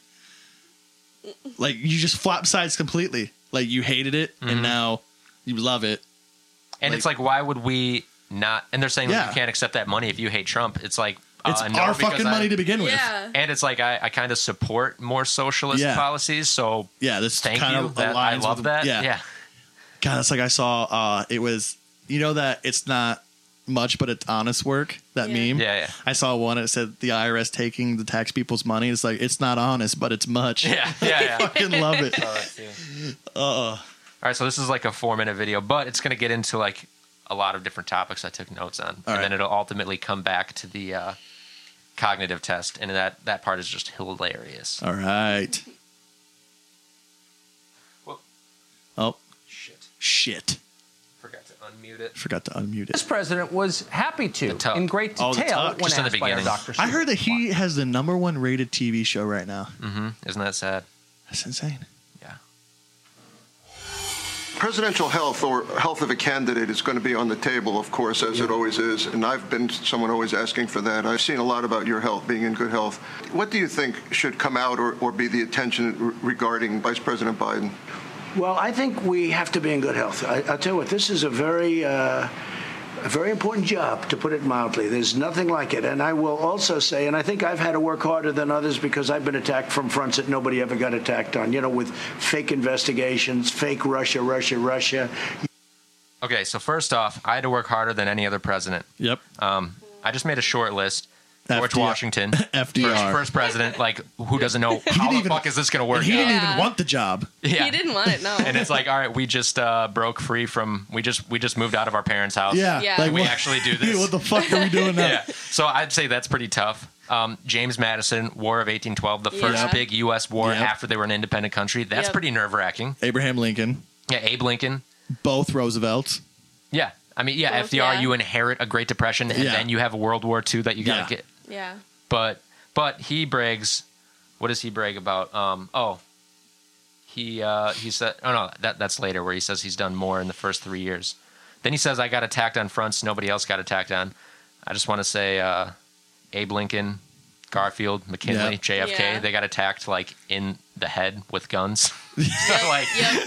G: like you just flop sides completely. Like you hated it,
F: Mm-hmm.
G: and now you love it.
F: and it's like why would we not and they're saying
G: Yeah.
F: you can't accept that money if you hate trump it's like
G: It's
F: uh, no,
G: our
F: because
G: fucking
F: I-
G: money to begin with.
H: Yeah.
F: and it's like I, I kind of support more socialist
G: Yeah.
F: policies. So
G: Yeah, this
F: thank
G: kind
F: you.
G: of
F: That, I
G: aligns
F: love
G: with-
F: that.
G: yeah. God, it's like I saw. uh It was you know that it's not much, but it's honest work. That
H: Yeah.
G: meme.
F: Yeah, yeah.
G: I saw one. It said the IRS taking the tax people's money. It's like it's not honest, but it's much.
F: yeah, yeah, yeah. yeah.
G: fucking love it.
F: All right, so this is like a four minute video, but it's going to get into like a lot of different topics I took notes on, and
G: right.
F: then it'll ultimately come back to the uh, cognitive test, and that that part is just hilarious.
G: All right.
F: Well-
G: Oh
F: Shit,
G: shit!
F: forgot to unmute it.
G: Forgot to unmute it.
I: president was happy to,
F: tuck.
I: in great
G: Oh, the
I: detail,
G: tuck.
I: when
F: Just in the
I: asked by our
F: beginning.
I: Dr.
G: I heard that he has the number one rated TV show right now.
F: Mm-hmm. Isn't that sad?
G: That's insane.
F: Yeah.
K: Presidential health or health of a candidate is going to be on the table, of course, as it always is. And I've been someone always asking for that. I've seen a lot about your health, being in good health. What do you think should come out or, or be the attention re- regarding Vice President Biden?
A: Well, I think we have to be in good health. I, I'll tell you what, this is a very, uh, a very important job, to put it mildly. There's nothing like it. And I will also say, and I think I've had to work harder than others because I've been attacked from fronts that nobody ever got attacked on, you know, with fake investigations, fake Russia, Russia, Russia.
F: Okay, so first off, I had to work harder than any other president.
G: Yep.
F: Um, I just made a short list. George
G: FDR.
F: Washington,
G: FDR.
F: First, first president. Like, who doesn't know how the
G: even-
F: fuck is this going to work?
G: He
F: out?
G: didn't
H: Yeah.
G: even want the job.
F: Yeah.
H: He didn't want it. No.
F: and it's like, all right, we just uh, broke free from we just we just moved out of our parents' house.
G: Yeah.
H: Yeah.
F: we
G: what-
F: actually do
G: Yeah,
F: this.
G: what the fuck are we doing now?
F: Yeah. So I'd say that's pretty tough. Um, James Madison, War of 1812, the first
H: Yeah.
F: big U.S. war
G: Yep.
F: after they were an independent country. That's
H: Yep.
F: pretty nerve wracking.
G: Abraham Lincoln,
F: Yeah, Abe Lincoln.
G: both Roosevelts.
F: Yeah, I mean, yeah,
H: Both,
F: FDR.
H: yeah.
F: You inherit a Great Depression, and
G: Yeah.
F: then you have a World War II that you gotta
G: Yeah.
F: get.
H: yeah.
F: But but he brags. What does he brag about? Um, oh, he uh, he said. Oh no, that that's later where he says he's done more in the first three years. Then he says I got attacked on fronts nobody else got attacked on. I just want to say uh, Abe Lincoln, Garfield, McKinley,
G: Yeah.
F: JFK.
H: Yeah.
F: They got attacked like in the head with guns. like
H: Yep.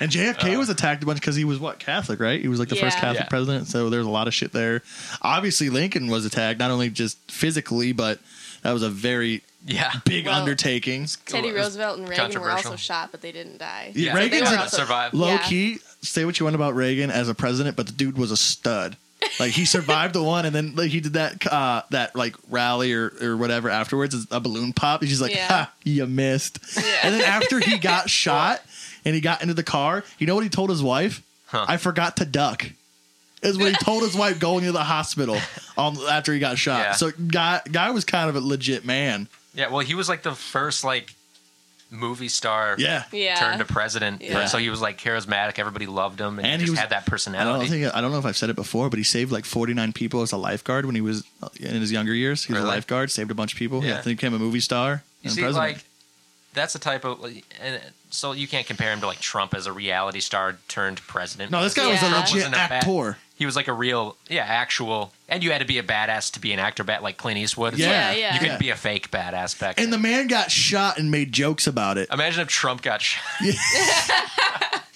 G: And JFK was attacked a bunch because he was what Catholic, right? He was like the first
H: Yeah.
G: Catholic
F: Uh, Yeah.
G: president, so there's a lot of shit there. Obviously, Lincoln was attacked not only just physically, but that was a very
F: yeah
G: big undertaking.
H: Teddy Roosevelt and Reagan were also shot, but they didn't die.
G: Yeah,
H: So they
G: Reagan's
H: were
G: a-
H: also-
G: Low
H: Yeah.
G: key, say what you want about Reagan as a president, but the dude was a stud. Like he survived the one, and then like he did that uh, that like rally or, or whatever afterwards, it's a balloon pop. He's just like,
H: Yeah.
G: "Ha, you missed." And then after he got shot and he got into the car, you know what he told his wife? I forgot to duck. Is what he told his wife going to the hospital on after he got shot.
F: Yeah.
G: So guy guy was kind of a legit man.
F: Yeah, well, he was like the first like movie star.
G: Yeah.
H: Yeah.
F: Turned to president.
H: Yeah.
F: So he was like charismatic. Everybody loved him, and, he, just had that
G: I don't
F: personality.
G: think I don't know if I've said it before, but he saved like 49 people as a lifeguard when he was uh, in his younger years. He was a
F: Really?
G: lifeguard, saved a bunch of people. Yeah,
F: Yeah.
G: then he became a movie star.
F: You
G: and
F: see,
G: president.
F: like that's the type of, like, and uh, so you can't compare him to like Trump as a reality star turned president.
G: No, this guy
F: because
G: was a
F: Trump
G: legit
F: wasn't bad-
G: actor.
F: he was like a real, yeah, actual, and you had to be a badass to be an actor, bat like Clint Eastwood. It's
G: Yeah.
F: like,
G: Yeah, yeah.
F: You couldn't
G: Yeah.
F: be a fake badass back.
G: and the man got shot and made jokes about it.
F: Imagine if Trump got shot.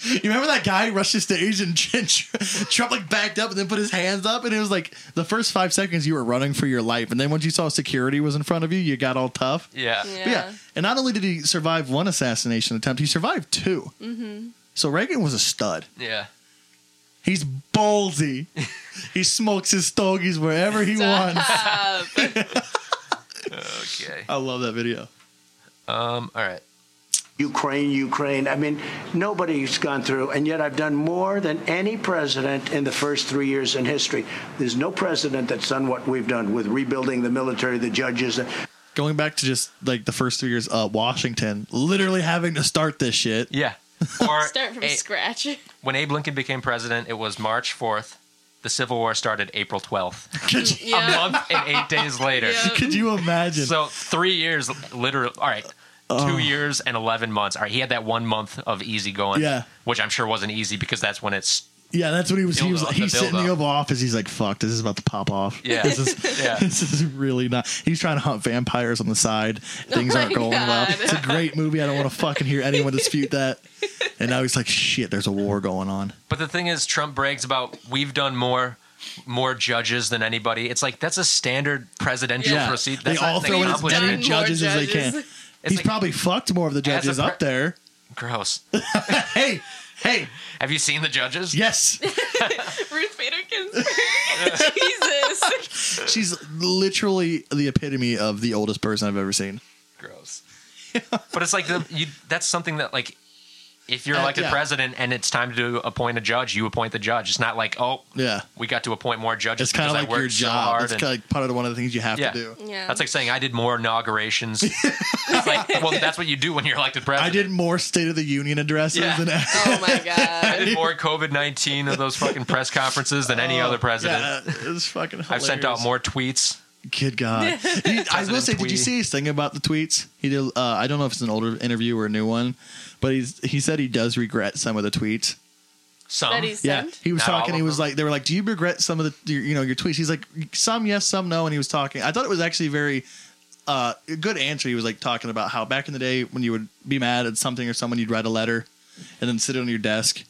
G: You remember that guy who rushed the stage and Trump like backed up and then put his hands up and it was like the first five seconds you were running for your life and then once you saw security was in front of you, you got all tough.
F: Yeah.
G: But
F: Yeah.
G: yeah. And not only did he survive one assassination attempt, he survived two.
H: Mm-hmm.
G: So Reagan was a stud.
F: Yeah.
G: He's ballsy. he smokes his stogies wherever he wants.
H: uh,
F: okay.
G: I love that video.
F: Um, all right.
A: Ukraine, Ukraine. I mean, nobody's gone through, and yet I've done more than any president in the first three years in history. There's no president that's done what we've done with rebuilding the military, the judges. The,
G: Going back to just like the first three years, uh, Washington literally having to start this shit.
F: Yeah. Or
H: Start from
F: a-
H: scratch.
F: when Abe Lincoln became president, it was March 4th. The Civil War started April 12th.
H: Yeah.
F: A month and eight days later.
H: Yeah.
G: Could you imagine?
F: So three years, literally. All right.
G: Oh.
F: Two years and 11 months. All right. He had that one month of easy going,
G: Yeah.
F: which I'm sure wasn't easy because that's when it's.
G: Yeah, that's what he was. He was.
F: Build up,
G: He's
F: the
G: sitting in the
F: build
G: Oval Office. He's like, "Fuck, this is about to pop off.
F: Yeah.
G: this is.
F: Yeah.
G: This is really not." He's trying to hunt vampires on the side. Things
H: Oh
G: aren't
H: my
G: going well.
H: God.
G: It's a great movie. I don't want to fucking hear anyone dispute that. And now he's like, "Shit, there's a war going on."
F: But the thing is, Trump brags about we've done more. More judges than anybody. It's like that's a standard presidential
G: Yeah.
F: procedure.
G: They
F: That's not
G: all
F: an
G: throw in as
F: accomplishment.
G: many judges as they can. He's probably fucked more of the
F: As a
G: judges
F: pre-
G: up there.
F: Gross.
G: hey, hey,
F: Have you seen the judges?
G: yes.
H: Ruth Bader Ginsburg. Jesus.
G: She's literally the epitome of the oldest person I've ever seen.
F: gross. but it's like the, you, that's something that like if you're
G: Uh,
F: elected
G: yeah.
F: president and it's time to appoint a judge, you appoint the judge. It's not like oh
G: Yeah.
F: we got to appoint more judges.
G: It's kind of
F: because I
G: like your
F: worked so
G: job.
F: hard
G: it's
F: and-
G: kind of like part of one of the things you have
F: yeah.
G: to do.
H: Yeah.
F: that's like saying I did more inaugurations. it's like well, that's what you do when you're elected
G: I
F: president.
G: did more State of the Union addresses
F: Yeah.
G: than
H: Oh my god.
F: I did more COVID nineteen of those fucking press conferences than any other president.
G: Oh, Yeah, it was fucking. Hilarious.
F: I've sent out more tweets.
G: Good God! He- I will
F: President
G: say, did you
F: Tweety.
G: see his thing about the tweets? He did. Uh, I don't know if it's an older interview or a new one, but he's he said he does regret some of the tweets.
F: Some
H: That he
G: Yeah,
H: sent?
G: he was
F: Not all
G: talking.
F: of
G: He was
F: them.
G: like, they were like, "Do you regret some of the your, you know your tweets?" He's like, "Some yes, some no." And he was talking. I thought it was actually very uh, a good answer. He was like talking about how back in the day when you would be mad at something or someone, you'd write a letter and then sit it on your desk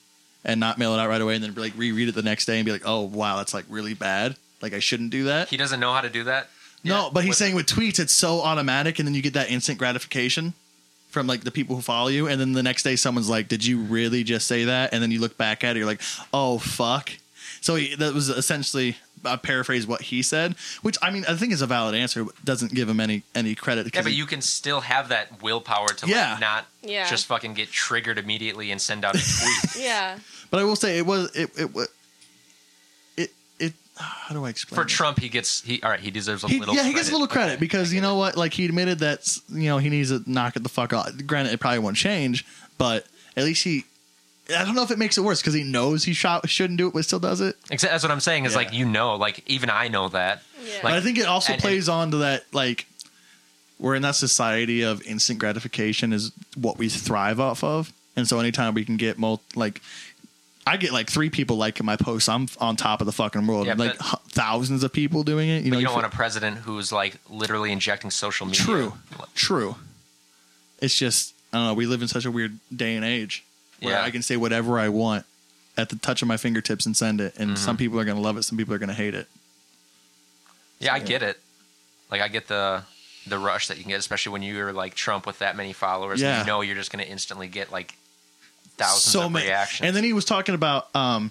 G: and not mail it out right away, and then like reread it the next day and be like, "Oh wow, that's like really bad. Like I shouldn't do that."
F: he doesn't know how to do that.
G: no,
F: Yeah.
G: but he's
F: With-
G: saying with tweets, it's so automatic, and then you get that instant gratification from like the people who follow you, and then the next day someone's like, "Did you really just say that?" And then you look back at it, you're like, "Oh fuck." So he, that was essentially I paraphrase what he said, which I mean I think is a valid answer, but doesn't give him any any credit.
F: Yeah,
G: 'cause
F: but
G: he-
F: you can still have that willpower to like,
G: Yeah.
F: not
H: Yeah.
F: just fucking get triggered immediately and send out a tweet.
H: yeah.
G: But I will say it was it it wa- it it. How do I explain?
F: For
G: it?
F: Trump, he gets he all right. He deserves a
G: He-
F: little.
G: yeah, he gets a little credit
F: Okay.
G: because you know what? Like he admitted that s- you know he needs to knock it the fuck off. Granted, it probably won't change, but at least he. I don't know if it makes it worse because he knows he shot, shouldn't do it, but still does it.
F: Exa- that's what I'm saying. Is
G: Yeah.
F: like you know, like even I know that.
H: Yeah.
G: but I think it also
F: and-
G: plays on to that like we're in that society of instant gratification is what we thrive off of, and so anytime we can get multi, like I get like three people liking my posts, I'm on top of the fucking world.
F: Yeah,
G: like
F: but-
G: h- thousands of people doing it. You know,
F: You don't
G: feel-
F: want a president who's like literally injecting social media.
G: True. True. It's just I don't know. We live in such a weird day and age where
F: Yeah.
G: I can say whatever I want at the touch of my fingertips and send it, and
F: Mm-hmm.
G: some people are gonna love it, some people are gonna hate it.
F: Yeah, I get it. Like I get the the rush that you can get, especially when you're like Trump with that many followers. and
G: Yeah.
F: you know you're just going to instantly get like thousands of
G: many-
F: reactions.
G: And then he was talking about um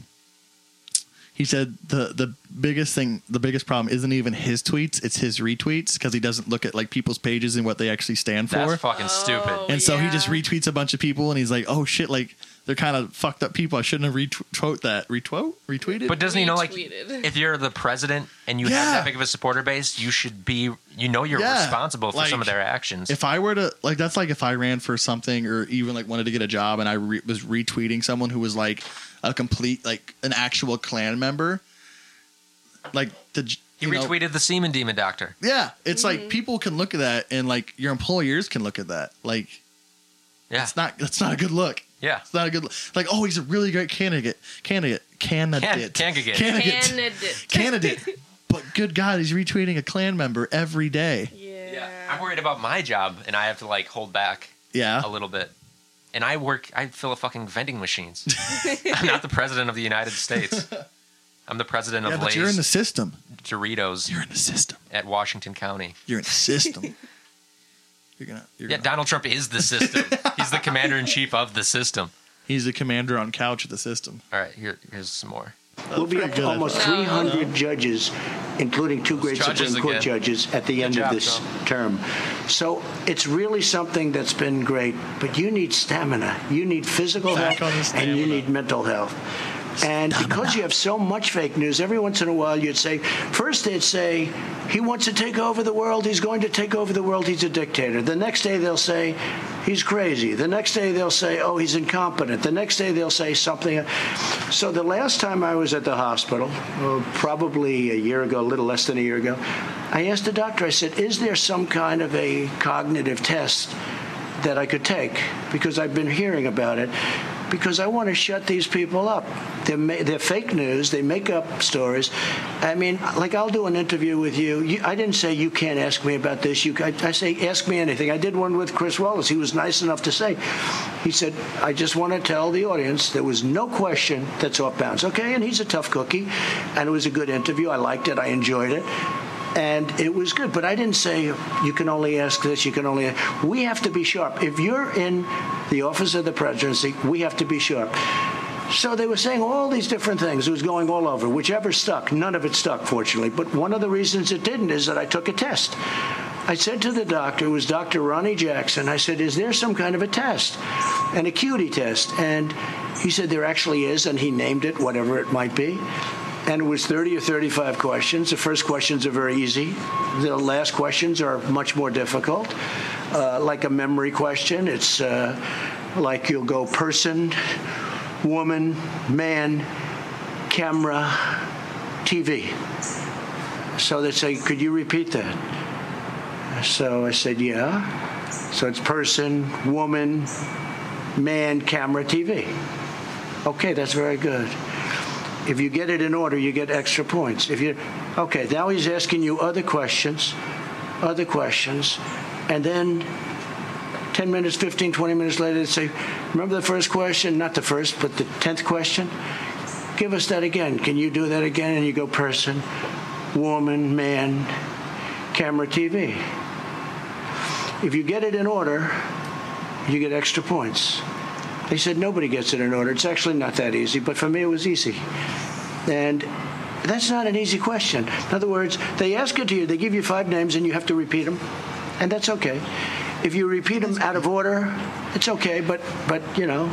G: he said the the biggest thing the biggest problem isn't even his tweets, it's his retweets because he doesn't look at like people's pages and what they actually stand for.
F: That's Oh, fucking stupid.
G: and so he just retweets a bunch of people and he's like, "Oh shit, like they're kind of fucked up people. I shouldn't have retweet that. Retweet? Retweeted?"
F: But doesn't he know like if you're the president and you have
G: Yeah.
F: that big of a supporter base, you should be you know you're
G: Yeah.
F: responsible for
G: Like,
F: some of their actions.
G: If I were to like, that's like if I ran for something or even like wanted to get a job, and I re- was retweeting someone who was like a complete like an actual clan member, like the
F: he
G: you know,
F: retweeted the semen demon doctor.
G: yeah, it's like people can look at that, and like your employers can look at that. Like,
F: yeah,
G: it's not that's not a good look.
F: Yeah,
G: it's not a good look. Like, oh, he's a really great candidate, candidate, candidate,
F: Can- candidate.
G: candidate, candidate. But good God, he's retweeting a clan member every day.
F: Yeah. I'm worried about my job and I have to like hold back
G: Yeah.
F: a little bit. And I work I fill a fucking vending machines. I'm not the president of the United States. I'm the president
G: Yeah,
F: of
G: but
F: Lay's
G: you're in the system.
F: Doritos. You're
G: in the system.
F: At Washington County.
G: You're in the system. you're gonna you're
F: yeah, Donald Trump is the system. He's the commander in chief of the system.
G: He's the commander on couch of the system.
F: All right, here, here's some more.
A: We'll be
G: pretty
A: up
G: good,
A: to
G: I
A: almost
G: thought.
A: 300 judges, including two great
F: judges
A: Supreme Court
F: again.
A: judges, at the end of
F: job,
A: this
F: Tom.
A: term. So it's really something that's been great, but you need stamina. You need physical
G: Back on the
A: health and you need mental health. And because you have so much fake news, every once in a while you'd say, first they'd say, he wants to take over the world, he's going to take over the world, he's a dictator. The next day they'll say, he's crazy. The next day they'll say, oh, he's incompetent. The next day they'll say something. So the last time I was at the hospital, uh, probably a year ago, a little less than a year ago, I asked the doctor, I said, is there some kind of a cognitive test that I could take because I've been hearing about it because I want to shut these people up. They're, ma- they're fake news. They make up stories. I mean, like I'll do an interview with you. you I didn't say you can't ask me about this. You, ca- I, I say ask me anything. I did one with Chris Wallace. He was nice enough to say, he said, I just want to tell the audience there was no question that's off bounds. Okay, and he's a tough cookie, and it was a good interview. I liked it. I enjoyed it and it was good. But I didn't say you can only ask this, you can only. We have to be sharp. If you're in the office of the presidency, we have to be sharp. So they were saying all these different things. It was going all over. Whichever stuck, none of it stuck, fortunately. But one of the reasons it didn't is that I took a test. I said to the doctor, it was Dr. Ronnie Jackson, I said, Is there some kind of a test? An acuity test. And he said, There actually is, and he named it whatever it might be. And it was 30 or 35 questions. The first questions are very easy. The last questions are much more difficult. Uh, like a memory question, it's uh, like you'll go person, woman, man, camera, TV. So they say, Could you repeat that? So I said, Yeah. So it's person, woman, man, camera, TV. Okay, that's very good. If you get it in order, you get extra points. If you okay, now he's asking you other questions, other questions, and then 10 minutes, 15, 20 minutes later, they say, Remember the first question? Not the first, but the 10th question? Give us that again. Can you do that again? And you go, Person, woman, man, camera, TV. If you get it in order, you get extra points. They said nobody gets it in order. It's actually not that easy, but for me it was easy. And that's not an easy question. In other words, they ask it to you, they give you five names, and you have to repeat them, and that's okay. If you repeat them out of order, it's okay, but, but you know,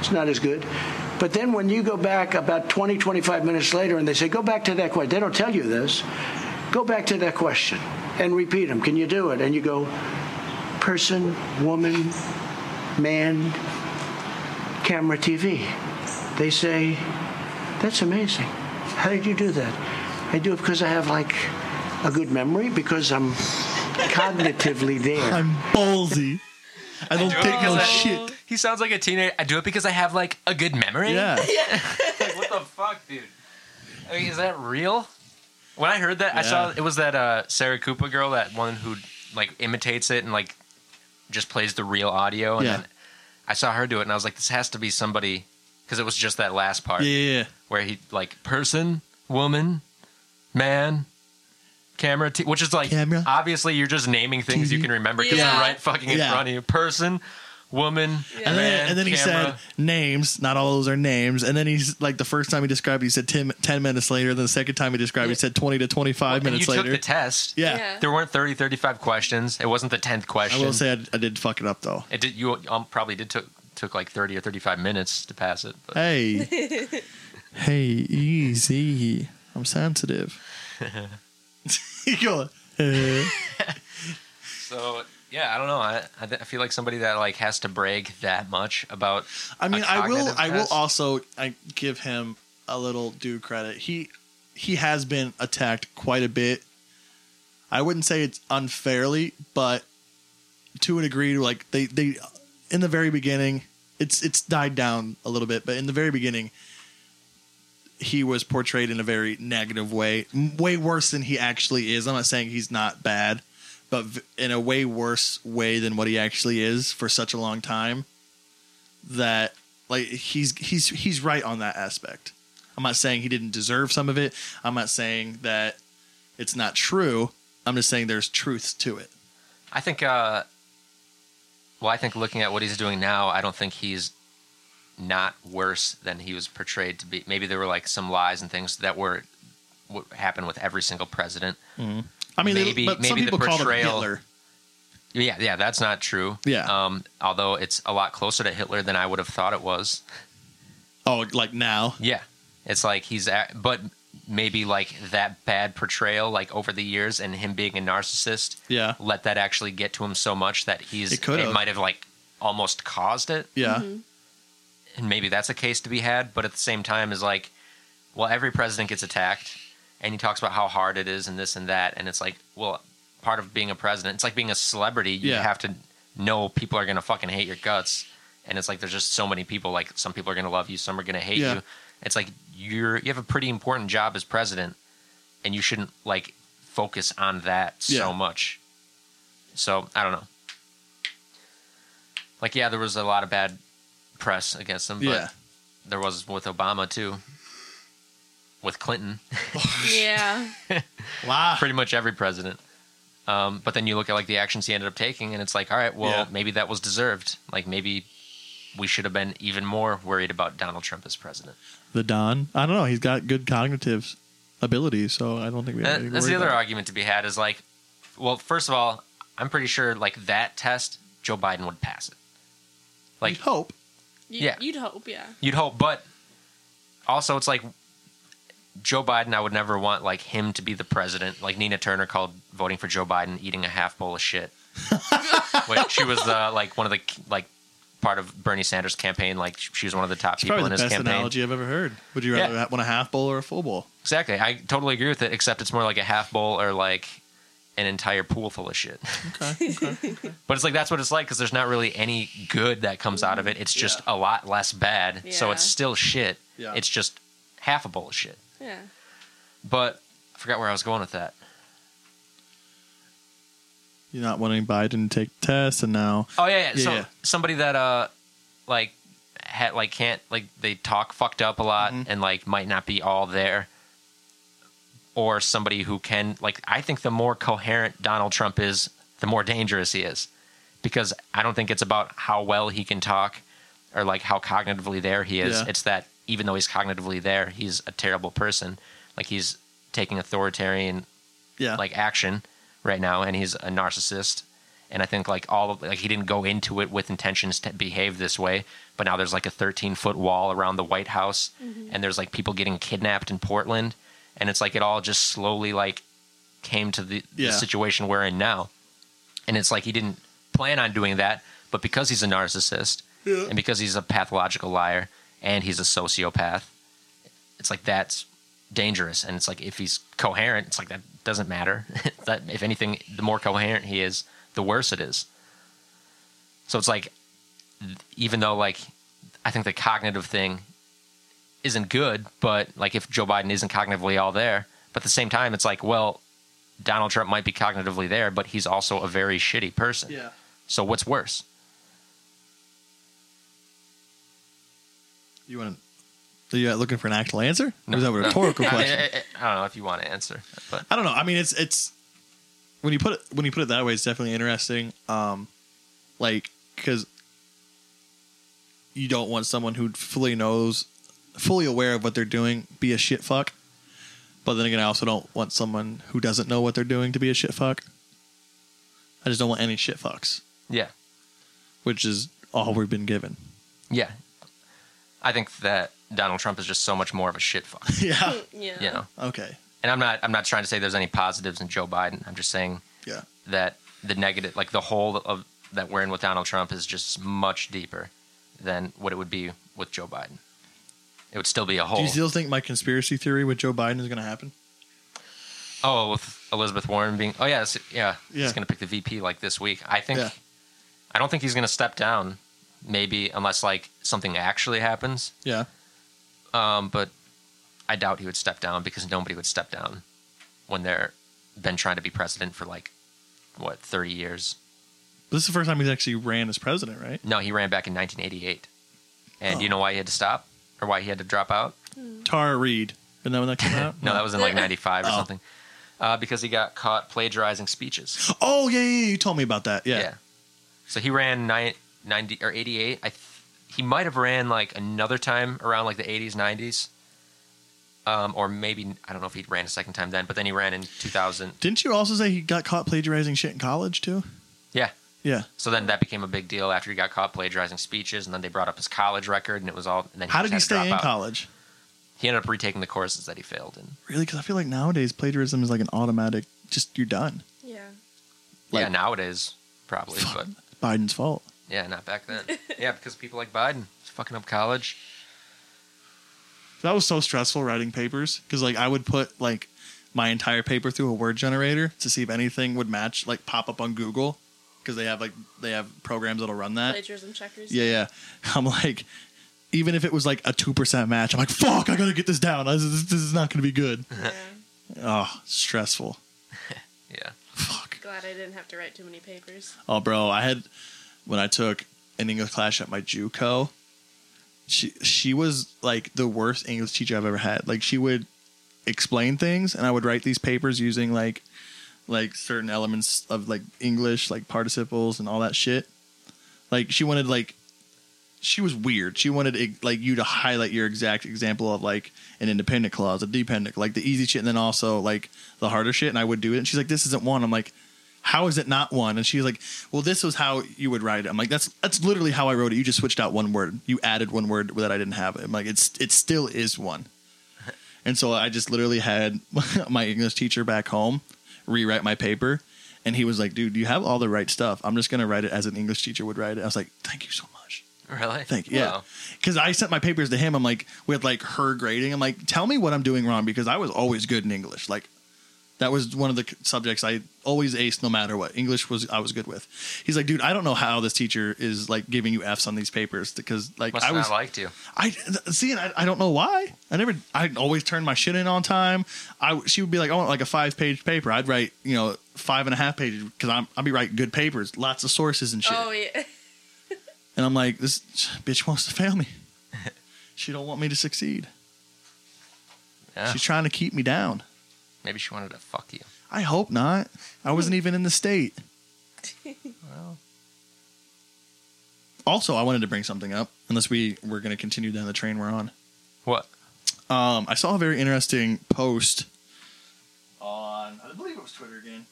A: it's not as good. But then when you go back about 20, 25 minutes later and they say, go back to that question, they don't tell you this, go back to that question and repeat them. Can you do it? And you go, person, woman, man, camera, TV. They say, that's amazing. How did you do that? I do it because I have like a good memory, because I'm cognitively there.
G: I'm ballsy. I don't
F: do it
G: take
F: because
G: no
F: I-
G: shit.
F: He sounds like a teenager. I do it because I have like a good memory.
G: Yeah.
F: like, what the fuck, dude? I mean, is that real? When I heard that, I saw
G: Yeah.
F: it was that uh, Sarah Koopa girl, that one who like imitates it and like just plays the real audio. And
G: Yeah.
F: then I saw her do it, and I was like, this has to be somebody because it was just that last part
G: Yeah, yeah, yeah.
F: where he like person, woman, man, camera, t- which is like obviously you're just naming things you
G: TV.
F: can remember because
G: Yeah.
F: they're right fucking in
G: Yeah.
F: front of you. Person, woman,
G: And then,
F: man,
G: and then he
F: camera.
G: said names. Not all those are names. And then he's like the first time he described, it, he said 10, 10 minutes later. Then the second time he described, it, he said twenty to twenty five
F: And you
G: minutes
F: took
G: later.
F: the test.
G: Yeah. Yeah.
F: There weren't 30, 35 questions. It wasn't the 10th
G: I
F: question.
G: will say I, I did fuck it up though.
F: It did. You um, probably did took took like thirty or thirty five minutes to pass it. But.
G: Hey, hey, easy. I'm sensitive. you go. "Uh."
F: so yeah, I don't know. I I, th- I feel like somebody that like has to brag that much about.
G: I mean,
F: a
G: I will.
F: cognitive
G: I will
F: test.
G: also I give him a little due credit. He he has been attacked quite a bit. I wouldn't say it's unfairly, but to a degree, like they they in the very beginning, it's it's died down a little bit. But in the very beginning, he was portrayed in a very negative way, m- way worse than he actually is. I'm not saying he's not bad, but v- in a way worse way than what he actually is for such a long time that like he's he's he's right on that aspect. I'm not saying he didn't deserve some of it. I'm not saying that it's not true. I'm just saying there's truth to it.
F: I think. uh Well, I think looking at what he's doing now, I don't think he's not worse than he was portrayed to be. Maybe there were like some lies and things that were what happened with every single president.
G: I mean,
F: maybe
G: maybe, but some
F: maybe
G: people
F: the
G: call him
F: portrayal.
G: Hitler.
F: Yeah, yeah, that's not true.
G: Yeah.
F: Um, although it's a lot closer to Hitler than I would have thought it was.
G: Oh, like now?
F: Yeah. It's like he's at, but maybe like that bad portrayal, like over the years, and him being a narcissist.
G: Yeah.
F: Let that actually get to him so much that he's
G: It could've.
F: might have like almost caused it.
G: Yeah.
F: And maybe that's a case to be had, but at the same time is like, well, every president gets attacked, and he talks about how hard it is and this and that, and it's like, well, part of being a president, it's like being a celebrity. You
G: Yeah.
F: have to know people are gonna fucking hate your guts, and it's like there's just so many people. Like some people are gonna love you, some are gonna hate
G: Yeah.
F: you. It's like you're you have a pretty important job as president, and you shouldn't like focus on that
G: Yeah.
F: so much. So I don't know. Like yeah, there was a lot of bad press against him, but
G: Yeah.
F: there was with Obama too. With Clinton,
H: Yeah.
G: wow,
F: pretty much every president. Um, but then you look at like the actions he ended up taking, and it's like, all right, well,
G: Yeah.
F: maybe that was deserved. Like maybe we should have been even more worried about Donald Trump as president.
G: The Don. I don't know. He's got good cognitive abilities, so I don't think we. Have
F: And
G: anything to
F: that's
G: worry
F: the other
G: about.
F: argument to be had is like, well, first of all, I'm pretty sure like that test, Joe Biden would pass it. Like
G: You'd hope.
H: You,
F: Yeah.
H: You'd hope, yeah.
F: You'd hope, but also it's like Joe Biden. I would never want like him to be the president. Like Nina Turner called voting for Joe Biden eating a half bowl of shit. Which she was uh, like one of the like part of Bernie Sanders' campaign. Like she was one of the top
G: It's
F: people
G: probably
F: in
G: the
F: his
G: best
F: campaign.
G: analogy I've ever heard. Would you
F: Yeah.
G: rather ha want a half bowl or a full bowl?
F: Exactly. I totally agree with it, except it's more like a half bowl or like an entire pool full of shit.
G: Okay.
F: But it's like that's what it's like because there's not really any good that comes out of it. It's just a lot less bad. So
H: Yeah.
F: it's still shit.
G: Yeah.
F: It's just half a bowl of shit.
H: Yeah.
F: But I forgot where I was going with that.
G: You're not wanting Biden to take the test, and now
F: Oh yeah, yeah.
G: Yeah,
F: so
G: yeah.
F: somebody that uh like had like can't like they talk fucked up a lot
G: Mm-hmm.
F: and like might not be all there. Or somebody who can like I think the more coherent Donald Trump is, the more dangerous he is. Because I don't think it's about how well he can talk or like how cognitively there he is.
G: Yeah.
F: It's that even though he's cognitively there, he's a terrible person. Like he's taking authoritarian
G: yeah,
F: like action right now and he's a narcissist and i think like all of like he didn't go into it with intentions to behave this way but now there's like a 13 foot wall around the white house and there's like people getting kidnapped in portland and it's like it all just slowly like came to the,
G: Yeah.
F: the situation we're in now and it's like he didn't plan on doing that but because he's a narcissist and because he's a pathological liar and he's a sociopath it's like that's dangerous and it's like if he's coherent it's like that doesn't matter that if anything the more coherent he is the worse it is so it's like th- even though like i think the cognitive thing isn't good but like if joe biden isn't cognitively all there but at the same time it's like well donald trump might be cognitively there but he's also a very shitty person
G: yeah.
F: so what's worse
G: You want to Are you uh, looking for an actual answer? Or is that a rhetorical
F: I mean,
G: question?
F: I, I- I don't know if you want to answer, but
G: I don't know. I mean, it's it's when you put it when you put it that way, it's definitely interesting. Um, like because you don't want someone who fully knows, fully aware of what they're doing, be a shit fuck. But then again, I also don't want someone who doesn't know what they're doing to be a shit fuck. I just don't want any shit fucks,
F: yeah,
G: which is all we've been given.
F: yeah. I think that Donald Trump is just so much more of a shit fuck.
G: yeah.
H: Yeah.
F: You know.
G: Okay.
F: And I'm not I'm not trying to say there's any positives in Joe Biden. I'm just saying
G: Yeah.
F: that the negative like the whole of that we're in with Donald Trump is just much deeper than what it would be with Joe Biden. It would still be a
G: Do
F: whole.
G: you still think my conspiracy theory with Joe Biden is going to happen?
F: oh, with Elizabeth Warren being oh yeah, it's- yeah,
G: Yeah.
F: he's going to pick the VP like this week. I think
G: Yeah.
F: I don't think he's going to step down maybe unless like something actually happens.
G: Yeah.
F: Um, but I doubt he would step down because nobody would step down when they're been trying to be president for like what 30 years.
G: This is the first time he's actually ran as president, right?
F: No, he ran back in 1988. And
G: Oh.
F: do you know why he had to stop or why he had to drop out?
G: Tara Reid. Isn't that when that came out?
F: No, that was in like 95 or
G: Oh.
F: something. Uh, because he got caught plagiarizing speeches.
G: Oh yeah, yeah, yeah, you told me about that. Yeah,
F: Yeah. So he ran ni- 90 or 88. I th- he might have ran like another time around like the 80s, 90s. Um, or maybe I don't know if he ran a second time then, but then he ran in 2000.
G: Didn't you also say he got caught plagiarizing shit in college too?
F: Yeah.
G: Yeah.
F: So then that became a big deal after he got caught plagiarizing speeches, and then they brought up his college record, and it was all. And then
G: How
F: just
G: did he
F: had to drop
G: stay in
F: out.
G: college?
F: He ended up retaking the courses that he failed in.
G: Really? Because I feel like nowadays plagiarism is like an automatic. Just you're done.
H: Yeah.
F: yeah, nowadays probably, but
G: Biden's fault.
F: yeah, not back then. yeah, because people like Biden is fucking up college.
G: That was so stressful writing papers because like I would put like my entire paper through a word generator to see if anything would match like pop up on Google because they have like they have programs that'll run that.
H: Plagiarism checkers.
G: Yeah, yeah. I'm like, even if it was like a two percent match, I'm like, fuck, I gotta get this down. This is, this is not gonna be good. oh, stressful.
F: Yeah.
H: Glad I didn't have to write too many papers.
G: Oh, bro, I had when I took an English class at my JUCO. She she was like the worst English teacher I've ever had. Like she would explain things, and I would write these papers using like like certain elements of like English, like participles and all that shit. Like she wanted like she was weird. She wanted like you to highlight your exact example of like an independent clause, a dependent, like the easy shit, and then also like the harder shit. And I would do it, and she's like, "This isn't one." I'm like, "How is it not one?" And she's like, "Well, this was how you would write it." I'm like, "That's that's literally how I wrote it. You just switched out one word. You added one word that I didn't have. I'm like, it's it still is one." And so I just literally had my English teacher back home rewrite my paper. And he was like, dude, you have all the right stuff. I'm just going to write it as an English teacher would write it. I was like, thank you so much.
F: Really?
G: Thank you. Yeah.
F: Wow.
G: Because I sent my papers to him. I'm like, with like her grading, I'm like, tell me what I'm doing wrong because I was always good in English. Like, that was one of the c- subjects I always aced no matter what. English was I was good with. He's like, dude, I don't know how this teacher is like giving you F's on these papers because like
F: Must
G: I
F: have
G: was
F: not liked you.
G: I th- see, and I, I don't know why. I never. I always turned my shit in on time. I she would be like, I want like a five page paper. I'd write you know five and a half pages because I'm I'd be writing good papers, lots of sources and shit.
H: Oh yeah.
G: And I'm like, this bitch wants to fail me. she don't want me to succeed.
F: Yeah.
G: She's trying to keep me down.
F: Maybe she wanted to fuck you.
G: I hope not. I wasn't even in the state.
F: Well,
G: Also, I wanted to bring something up. Unless we we're going to continue down the train we're on.
F: what?
G: Um, I saw a very interesting post on I believe it was Twitter again.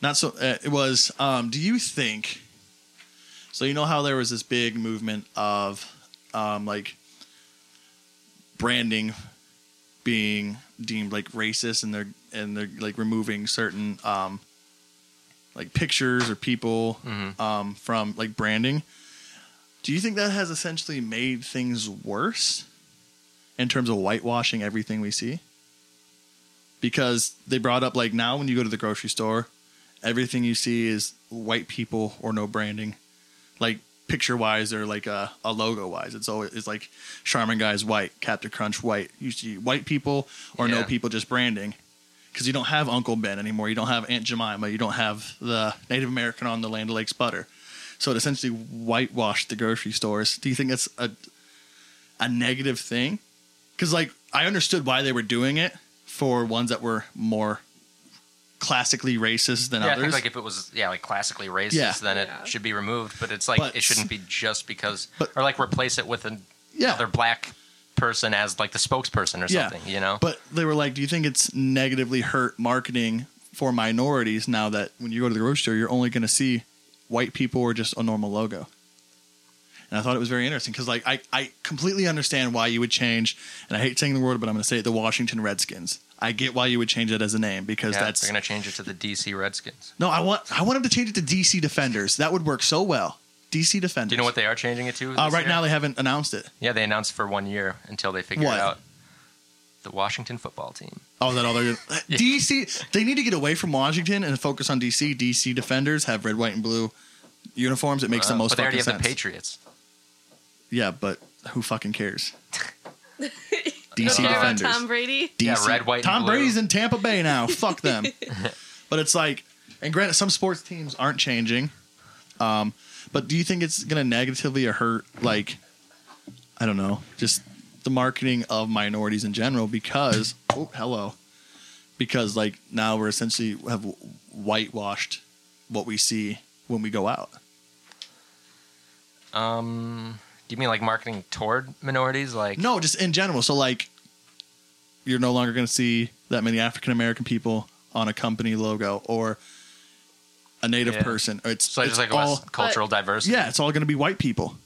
G: Not so uh, it was. Um, do you think? So you know how there was this big movement of um, like branding being deemed like racist, and they're and they're like removing certain um, like pictures or people um, from like branding. Do you think that has essentially made things worse? in terms of whitewashing everything we see. Because they brought up like now when you go to the grocery store, everything you see is white people or no branding, like picture wise or like a, a logo wise. It's always it's like Charmin guys white, Captain Crunch white. You see white people or no
F: Yeah.
G: people just branding. Because you don't have Uncle Ben anymore, you don't have Aunt Jemima, you don't have the Native American on the Land O'Lakes butter. So it essentially whitewashed the grocery stores. Do you think that's a a negative thing? because like I understood why they were doing it for ones that were more classically racist than
F: yeah, I
G: others.
F: think like if it was yeah like classically racist,
G: Yeah.
F: then it should be removed. But it's like
G: But-
F: it shouldn't be just because or like replace it with an
G: Yeah.
F: other black person as like the spokesperson or
G: Yeah.
F: something. You know,
G: But they were like, "Do you think it's negatively hurt marketing for minorities now that when you go to the grocery store, you're only going to see white people or just a normal logo?" And I thought it was very interesting because, like, I, I completely understand why you would change, and I hate saying the word, but I'm going to say it: the Washington Redskins. I get why you would change it as a name because
F: Yeah,
G: that's
F: they're gonna change it to the DC Redskins.
G: no. I want I want them to change it to DC Defenders. That would work so well. DC Defenders.
F: Do you know what they are changing it to?
G: Uh,
F: this
G: right
F: year?
G: now, they haven't announced it.
F: yeah, they announced for one year until they figure
G: What?
F: it out. The Washington Football Team.
G: Oh, that all they're DC. They need to get away from Washington and focus on DC. DC defenders have red, white, and blue uniforms. It makes
F: Uh,
G: the most
F: But they already
G: fucking sense.
F: have the Patriots.
G: yeah, but who fucking cares?
H: You
G: DC
H: don't care about
G: defenders.
H: Tom Brady?
G: DC.
F: Yeah, red, white, and
G: Tom
F: blue.
G: Brady's in Tampa Bay now. Fuck them. But it's like, and granted, some sports teams aren't changing. Um, but do you think it's gonna negatively hurt like, I don't know, just the marketing of minorities in general? Because oh, hello, because like now we're essentially have whitewashed what we see when we go out.
F: Um, do you mean like marketing toward minorities? Like
G: No, just in general. So like, you're no longer going to see that many African American people on a company logo or a native
F: Yeah.
G: person. It's
F: so
G: it's
F: just like
G: all
F: less cultural diversity.
G: yeah, it's all going to be white people,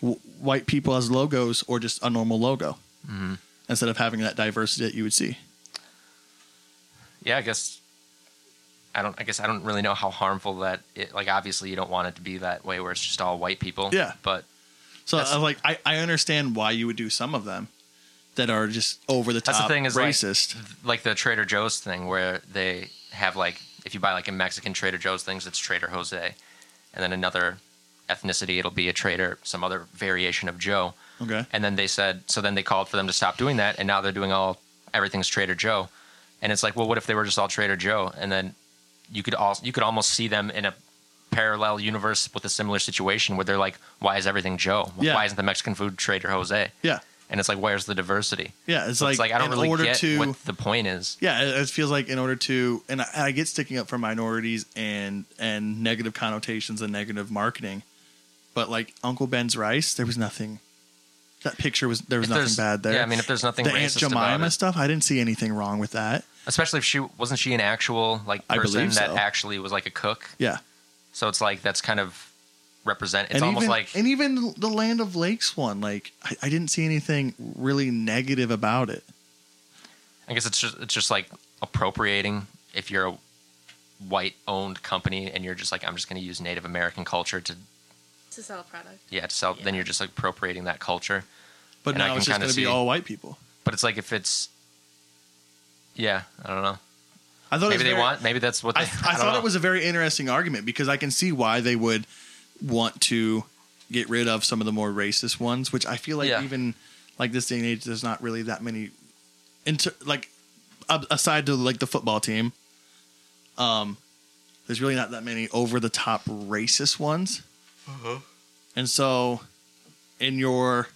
G: w- white people as logos or just a normal logo
F: Mhm.
G: instead of having that diversity that you would see.
F: yeah, I guess I don't. I guess I don't really know how harmful that. It, like, obviously, you don't want it to be that way where it's just all white people.
G: Yeah.
F: but
G: So
F: That's-
G: I like I, I understand why you would do some of them that are just over the top
F: that's the thing is like- mm-hmm.
G: racist.
F: Like, the Trader Joe's thing where they have like if you buy like a Mexican Trader Joe's things, it's Trader Jose, and then another ethnicity, it'll be a Trader, some other variation of Joe.
G: okay.
F: And then they said, so then they called for them to stop doing that, and now they're doing all everything's Trader Joe, and it's like, well, what if they were just all Trader Joe? And then you could also you could almost see them in a parallel universe with a similar situation where they're like, why is everything Joe?
G: Yeah.
F: Why isn't the Mexican food Trader Jose?
G: Yeah.
F: And it's like, where's the diversity?
G: Yeah, it's
F: So
G: like,
F: I don't
G: in
F: really
G: order
F: get
G: to
F: what the point is.
G: Yeah, it, it feels like in order to, and I, I get sticking up for minorities and and negative connotations and negative marketing, but like Uncle Ben's rice, there was nothing. That picture was there was
F: If
G: nothing
F: there's-
G: bad there.
F: yeah, I mean, if there's nothing
G: the
F: racist
G: Aunt
F: about
G: Jemima
F: it.
G: stuff, I didn't see anything wrong with that.
F: Especially if she wasn't she an actual like
G: I
F: person
G: believe
F: that
G: so.
F: actually was like a cook.
G: Yeah,
F: So it's like that's kind of represent. It's
G: and
F: almost
G: even,
F: like
G: and even the Land of Lakes one, like I, I didn't see anything really negative about it.
F: I guess it's just it's just like appropriating if you're a white owned company and you're just like I'm just going to use Native American culture to
H: To sell a product.
F: yeah to sell. Then you're just like appropriating that culture.
G: But
F: And I
G: now
F: can
G: it's just
F: kinda
G: going to be
F: see-
G: all white people.
F: But it's like if it's yeah, I don't know.
G: I thought it was
F: maybe they
G: very-
F: want. Maybe that's what they,
G: I, I,
F: don't
G: thought
F: know.
G: it was a very interesting argument because I can see why they would want to get rid of some of the more racist ones, which I feel like
F: Yeah.
G: even like this day and age, there's not really that many. Into like a- aside to like the football team, um, there's really not that many over the top racist ones, and so in your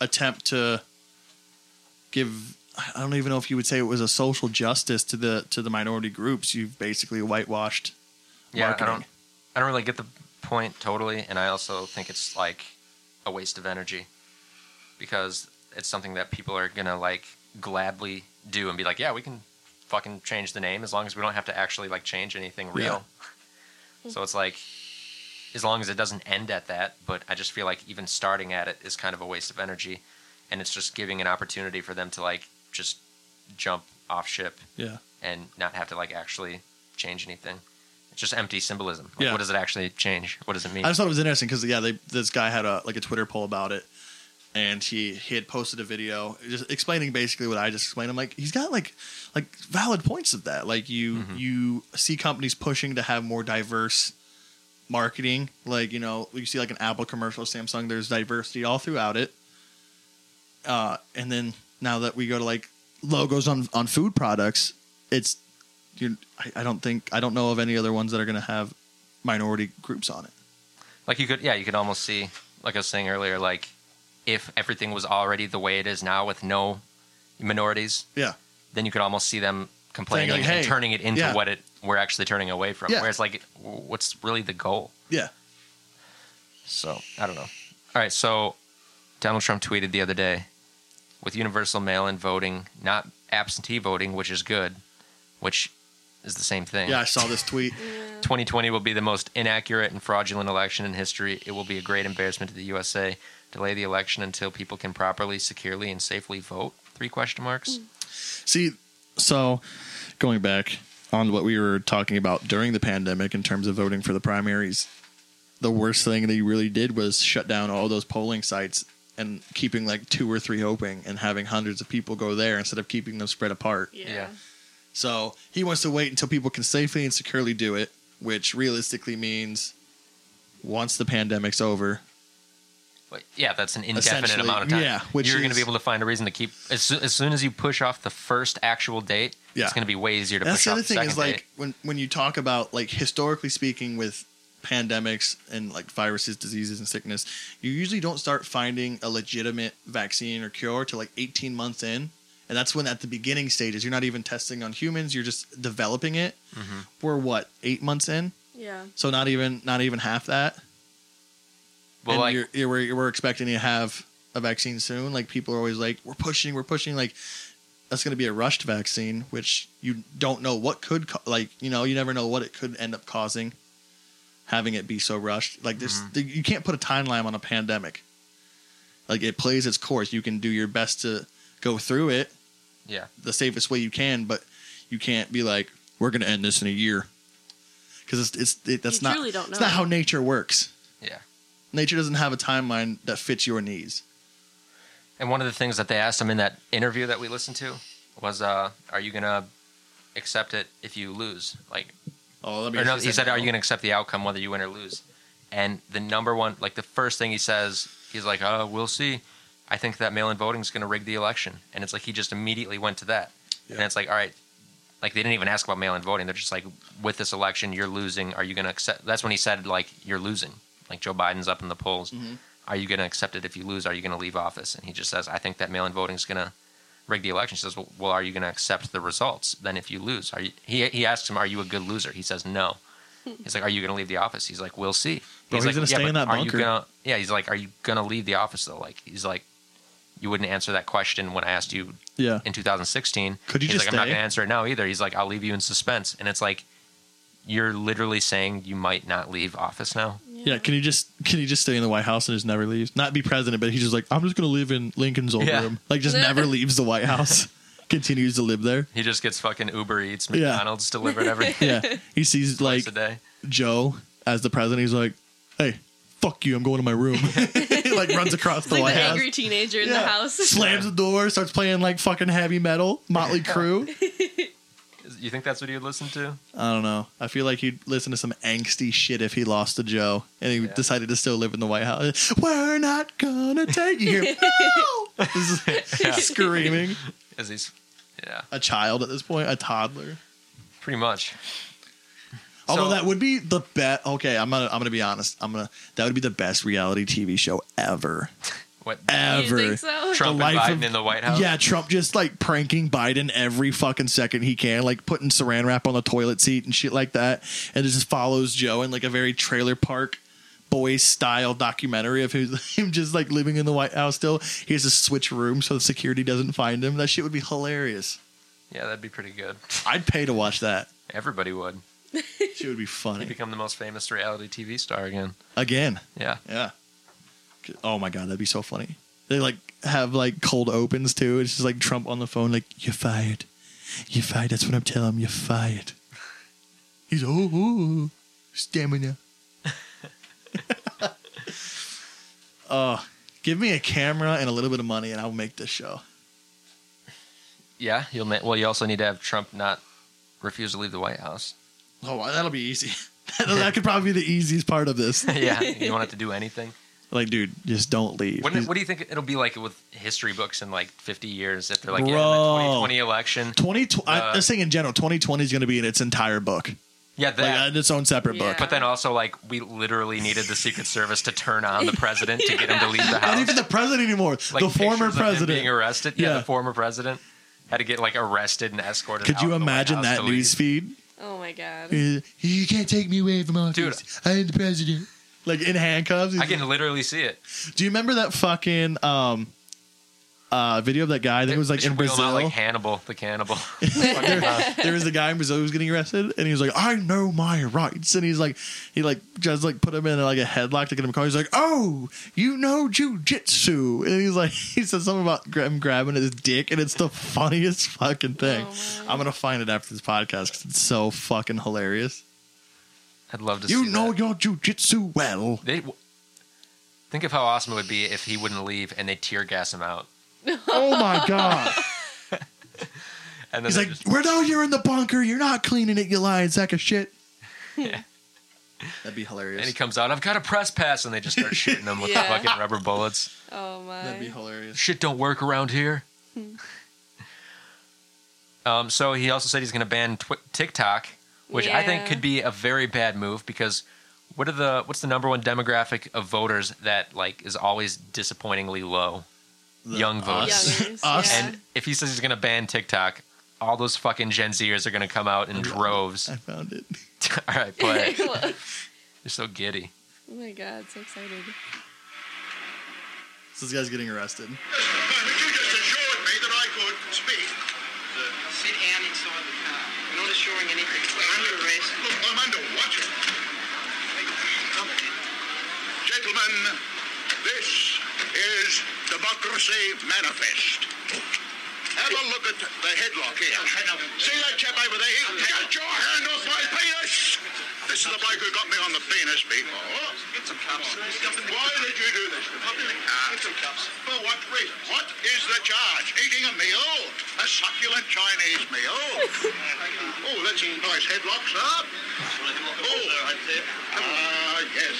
G: attempt to give I don't even know if you would say it was a social justice to the to the minority groups. You've basically whitewashed
F: yeah.
G: marketing.
F: I don't. I don't really get the point totally, and I also think it's like a waste of energy because it's something that people are gonna like gladly do and be like, yeah, we can fucking change the name as long as we don't have to actually like change anything real. so it's like as long as it doesn't end at that, but I just feel like even starting at it is kind of a waste of energy and it's just giving an opportunity for them to like just jump off ship
G: Yeah.
F: and not have to like actually change anything. It's just empty symbolism. Like,
G: Yeah.
F: What does it actually change? What does it mean?
G: I just thought it was interesting because yeah, they, this guy had a like a Twitter poll about it, and he he had posted a video just explaining basically what I just explained. I'm like, he's got like like valid points of that. Like you you see companies pushing to have more diverse marketing. Like you know you see like an Apple commercial, Samsung. There's diversity all throughout it. Uh, and then now that we go to like logos on on food products, it's you. I, I don't think I don't know of any other ones that are going to have minority groups on it.
F: like you could yeah you could almost see like i was saying earlier like if everything was already the way it is now with no minorities,
G: Yeah.
F: then you could almost see them complaining
G: like,
F: and
G: "Hey,
F: turning it into
G: yeah.
F: what it we're actually turning away from.
G: Yeah.
F: Whereas, like, w- what's really the goal?
G: Yeah.
F: So I don't know. All right, so Donald Trump tweeted the other day with universal mail-in voting, not absentee voting, which is good, which is the same thing.
G: Yeah, I saw this tweet.
F: 2020 will be the most inaccurate and fraudulent election in history. It will be a great embarrassment to the USA. Delay the election until people can properly, securely, and safely vote. Three question marks.
G: See, so going back on what we were talking about during the pandemic in terms of voting for the primaries, the worst thing they really did was shut down all those polling sites and keeping like two or three open and having hundreds of people go there instead of keeping them spread apart.
F: Yeah.
G: So he wants to wait until people can safely and securely do it, which realistically means once the pandemic's over.
F: But yeah, that's an indefinite
G: Essentially,
F: amount of time.
G: yeah, which
F: You're going to be
G: is-
F: able to find a reason to keep as, soo- as soon as you push off the first actual date.
G: Yeah.
F: It's going to be way easier to
G: That's
F: push
G: the
F: off
G: other thing
F: second
G: is like
F: date.
G: when when you talk about like historically speaking with pandemics and like viruses, diseases, and sickness, you usually don't start finding a legitimate vaccine or cure till like 18 months in. And that's when at the beginning stages, you're not even testing on humans, you're just developing it.
F: Mm-hmm.
G: We're what, eight months in?
H: Yeah.
G: So not even not even half that.
F: Well,
G: and
F: like-
G: you're, you're, we're, we're expecting to have a vaccine soon. Like people are always like, we're pushing, we're pushing. Like that's going to be a rushed vaccine, which you don't know what could co- like you know you never know what it could end up causing. Having it be so rushed, like
F: Mm-hmm.
G: there's there- you can't put a timeline on a pandemic. Like it plays its course. You can do your best to go through it
F: Yeah.
G: the safest way you can, but you can't be like we're going to end this in a year because it's it's it, that's
H: You
G: not
H: truly don't
G: it's
H: know.
G: not how nature works.
F: Yeah.
G: Nature doesn't have a timeline that fits your needs.
F: And one of the things that they asked him in that interview that we listened to was, uh, "Are you gonna accept it if you lose?" Like,
G: oh, let
F: or no, he said, "Are you gonna accept the outcome whether you win or lose?" And the number one, like the first thing he says, he's like, "Oh, we'll see." I think that mail-in voting is gonna rig the election, and it's like he just immediately went to that, and it's like, all right. Like they didn't even ask about mail-in voting. They're just like, with this election, you're losing. Are you going to accept? That's when he said, like, you're losing. Like Joe Biden's up in the polls
G: Mm-hmm.
F: are you going to accept it if you lose? Are you going to leave office? And he just says, I think that mail-in voting is going to rig the election. She says, well, well, are you going to accept the results then if you lose? Are you, he, he asks him, are you a good loser? He says, no. He's like, are you going to leave the office? He's like, we'll see.
G: Bro, Oh, he's
F: like,
G: gonna stay
F: but
G: in that
F: are
G: bunker."
F: You gonna, yeah, he's like, are you going to leave the office though? Like, he's like, you wouldn't answer that question when I asked you
G: Yeah.
F: in 2016.
G: Could you
F: he's
G: just
F: like, I'm not
G: stay?
F: going to answer it now either. He's like, I'll leave you in suspense. And it's like, you're literally saying you might not leave office now.
G: Yeah. Can you just can you just stay in the White House and just never leave? Not be president, but he's just like, I'm just gonna live in Lincoln's old
F: Yeah.
G: room. Like just never leaves the White House. Continues to live there.
F: He just gets fucking Uber Eats,
G: Yeah.
F: McDonald's delivered every
G: Yeah. He sees like
F: twice a day.
G: Joe as the president. He's like, Hey, fuck you! I'm going to my room. he like runs across
H: It's
G: the
H: like
G: White
H: the
G: House.
H: angry teenager in the
G: Yeah.
H: house.
G: Slams the door, starts playing like fucking heavy metal, Motley Crue.
F: You think that's what he would listen to?
G: I don't know. I feel like he'd listen to some angsty shit if he lost to Joe and he
F: Yeah.
G: decided to still live in the White House. We're not gonna take you. This is Screaming.
F: As he's, yeah,
G: A child at this point, a toddler.
F: pretty much.
G: Although
F: So-
G: that would be the best. Okay, I'm gonna I'm gonna be honest. I'm gonna that would be the best reality TV show ever,
F: What
G: ever.
H: You think so?
F: Trump and
G: life
F: Biden
G: of-
F: in the White House?
G: Yeah, Trump just like pranking Biden every fucking second he can, like putting saran wrap on the toilet seat and shit like that. And it just follows Joe in like a very trailer park boys style documentary of his, him just like living in the White House still. He has to switch rooms so the security doesn't find him. That shit would be hilarious.
F: yeah, that'd be pretty good.
G: I'd pay to watch that.
F: Everybody would.
G: Shit would be
F: He'd
G: funny.
F: become the most famous reality TV star again.
G: Again.
F: Yeah,
G: Yeah. Oh my god, that'd be so funny. They like have like cold opens too. It's just like Trump on the phone, like you're fired, you're fired. That's what I'm telling him. You're fired. He's oh, oh, oh, stamina. oh, give me a camera and a little bit of money, and I'll make this show.
F: yeah. You'll ma- well. You also need to have Trump not refuse to leave the White House.
G: Oh, wow, that'll be easy. That'll- that could probably be the easiest part of this.
F: yeah, you don't have to do anything.
G: Like, dude, just don't leave.
F: What,
G: He's-
F: what do you think it'll be like with history books in like 50 years if they're like, yeah, in the
G: Bro.
F: 2020 election?
G: 2020 I-
F: Uh,
G: I'm saying in general 2020 is going to be in its entire book
F: Yeah, that-
G: like, in its own separate book.
F: But then also, like, we literally needed the Secret Service to turn on the president to get him to leave the
G: Not
F: house.
G: even the president anymore.
F: Like,
G: the former
F: pictures of him being
G: president.
F: arrested. Yeah,
G: Yeah.
F: the former president had to get like arrested and escorted.
G: Could
F: out
G: you
F: of the White
G: imagine
F: House
G: that
F: to leave.
G: news feed?
H: Oh my god.
G: Uh, You can't take me away from office.
F: Dude.
G: I'm the president. Like in handcuffs.
F: I can literally see it.
G: Do you remember that fucking um, uh, video of that guy? I think it was
F: They
G: like
F: should
G: in
F: wheel him
G: Brazil.
F: out like Hannibal the cannibal.
G: Uh, there, there was a guy in Brazil who was getting arrested, and he was like, "I know my rights," and he's like, he like just like put him in like a headlock to get him caught. He's like, "Oh, you know jujitsu," and he's like, he said something about gra- him grabbing his dick, and it's the funniest fucking thing. I'm gonna find it after this podcast because it's so fucking hilarious.
F: I'd love to.
G: You
F: see
G: know
F: that.
G: your jujitsu well.
F: They, w- think of how awesome it would be if he wouldn't leave and they tear gas him out.
G: Oh my god.
F: And then
G: He's
F: they
G: like,
F: just-
G: "We're no, you're in the bunker. You're not cleaning it, you lying sack of shit." That'd be hilarious.
F: and he comes out. I've got a press pass, and they just start shooting him with
H: Yeah.
F: fucking rubber bullets.
H: Oh my.
G: That'd be hilarious.
F: Shit don't work around here.
H: Hmm.
F: um, so he also said he's going to ban tw- TikTok, which I think
H: Yeah.
F: could be a very bad move because what are the what's the number one demographic of voters that like is always disappointingly low? Young voters.
H: us. Youngers, Us. yeah.
F: And if he says he's going to ban TikTok, all those fucking Gen Zers are going to come out in droves.
G: I found it.
F: all right, play. it. They're so giddy.
H: Oh my god, so excited.
G: So this guy's getting arrested.
L: Sit down inside the car. We're not assuring anything. We're under arrest.
D: Look, I'm under watch. Gentlemen, this is Democracy Manifest. Have a look at the headlock here. See that chap over there? Get your hand off my penis! This is the bloke who got me on the penis before. Get some cups. Why did you do this? Get some cups. For what reason? What is the charge? Eating a meal? A succulent Chinese meal? oh, that's a nice headlock, sir. Oh, ah, yes.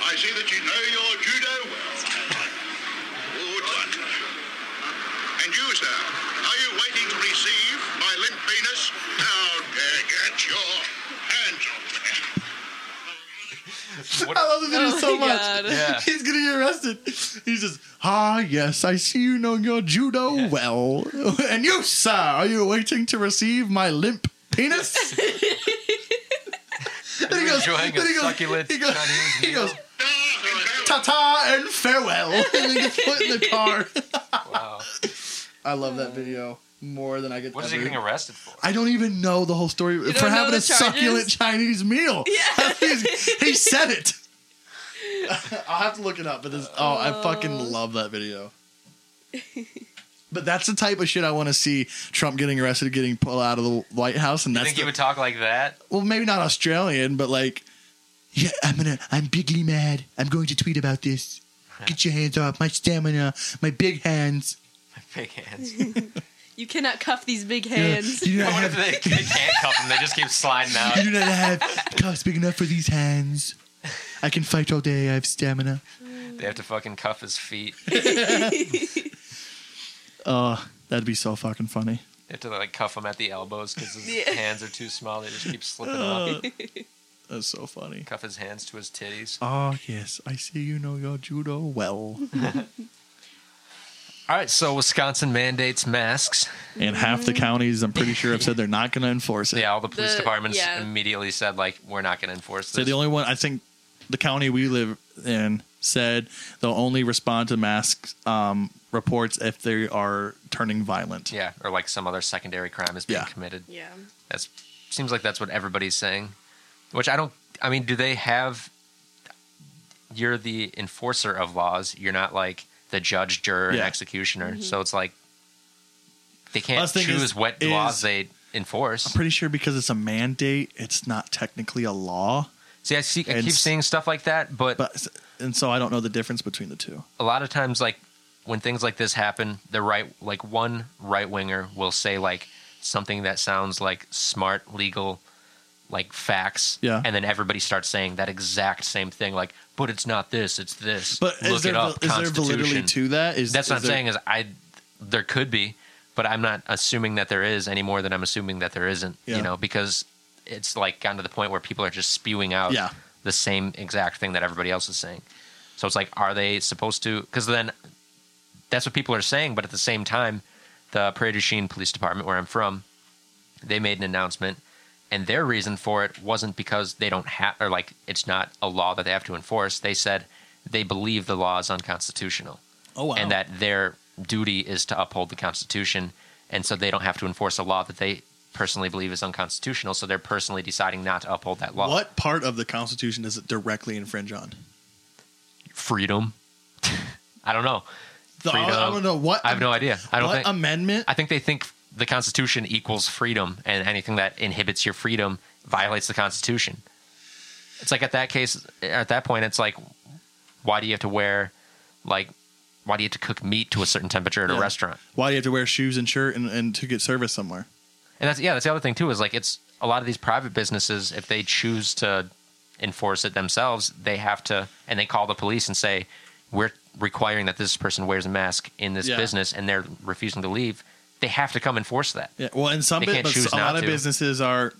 D: I see that you know your judo well. Good one. And you, sir, are you waiting to receive my limp penis? How dare get your hands off me.
G: I love this video
D: Oh
G: so
D: my
G: much.
D: God. Yeah.
G: He's gonna get arrested. He's just, ah, yes, I see you know your judo well. and you, sir, are you waiting to receive my limp penis?
F: Are you enjoying a
G: then he goes-
F: succulent
G: he goes-
F: Chinese
G: he goes, ta ta and farewell. and then gets put in the car.
F: Wow.
G: I love that video more than I get.
F: What is he
G: ever-
F: getting arrested for?
G: I don't even know the whole story
F: don't
G: for
F: know
G: having
F: the
G: a succulent
F: charges?
G: Chinese meal. Yeah. he said it. I'll have to look it up, but this, oh, I fucking love that video. But that's the type of shit I want to see Trump getting arrested, getting pulled out of the White House, and
F: You
G: that's
F: think he
G: the,
F: would talk like that?
G: well, maybe not Australian, but like, yeah, I'm gonna, I'm bigly mad. I'm going to tweet about this. Get your hands off my stamina, my big hands.
F: Big hands.
H: You cannot cuff these big hands.
G: You don't
F: What
G: have,
F: if they, they can't cuff him? They just keep sliding out.
G: you do not have cuffs big enough for these hands. I can fight all day. I have stamina.
F: They have to fucking cuff his feet.
G: Oh, that'd be so fucking funny.
F: They have to like cuff him at the elbows because his
H: Yeah. Uh.
F: hands are too small. They just keep slipping off.
G: That's so funny.
F: Cuff his hands to his titties.
G: Oh yes, I see you know your judo well.
F: All right, so Wisconsin mandates masks.
G: and half the counties, I'm pretty sure, have said they're not going to enforce it.
F: Yeah, all the police
H: The-
F: departments
H: yeah.
F: immediately said like, "We're not going to enforce
G: So
F: this."
G: the only one I think the county we live in said they'll only respond to mask um, reports if they are turning violent.
F: yeah, or like some other secondary crime is being committed.
H: Yeah.
F: That's seems like that's what everybody's saying. Which I don't. I mean, do they have? You're the enforcer of laws. You're not like the judge, juror, and
G: Yeah.
F: executioner.
G: Mhm.
F: So it's like they can't
G: Us thing
F: choose
G: is-
F: what
G: is-
F: laws they enforce.
G: I'm pretty sure because it's a mandate, it's not technically a law.
F: See, I see. I
G: And
F: keep
G: s-
F: seeing stuff like that, but,
G: and so I don't know the difference between the two.
F: a lot of times, like when things like this happen, the right, like one right winger will say like something that sounds like smart legal, like facts,
G: Yeah.
F: and then everybody starts saying that exact same thing, like, but it's not this, it's this.
G: But is
F: look
G: there
F: it up.
G: val- is there
F: Constitution."
G: validity to that? Is-
F: that's
G: is
F: what I'm
G: there-
F: saying is I there could be, but I'm not assuming that there is any more than I'm assuming that there isn't.
G: Yeah.
F: You know, because it's like gotten to the point where people are just spewing out
G: Yeah.
F: the same exact thing that everybody else is saying. So it's like, are they supposed to? Because then that's what people are saying, but at the same time, the Prairie du Chien Police Department, where I'm from, they made an announcement, and their reason for it wasn't because they don't have or like it's not a law that they have to enforce. They said they believe the law is unconstitutional.
G: Oh, wow.
F: And that their duty is to uphold the Constitution, and so they don't have to enforce a law that they personally believe is unconstitutional. So they're personally deciding not to uphold that law.
G: What part of the Constitution does it directly infringe on?
F: freedom? I don't know.
G: The- I don't know what-
F: I have no idea. I don't
G: what
F: think
G: amendment.
F: I think they think the Constitution equals freedom, and anything that inhibits your freedom violates the Constitution. It's like at that case, at that point, it's like, why do you have to wear, like, why do you have to cook meat to a certain temperature at
G: Yeah.
F: a restaurant?
G: Why do you have to wear shoes and shirt and, and to get service somewhere?
F: And that's yeah, that's the other thing too is like it's a lot of these private businesses if they choose to enforce it themselves, they have to and they call the police and say we're requiring that this person wears a mask in this
G: Yeah.
F: business and they're refusing to leave. They have to come enforce that.
G: Yeah. Well, and some
F: They
G: bit,
F: can't
G: but
F: choose
G: a
F: not
G: lot of
F: to.
G: businesses are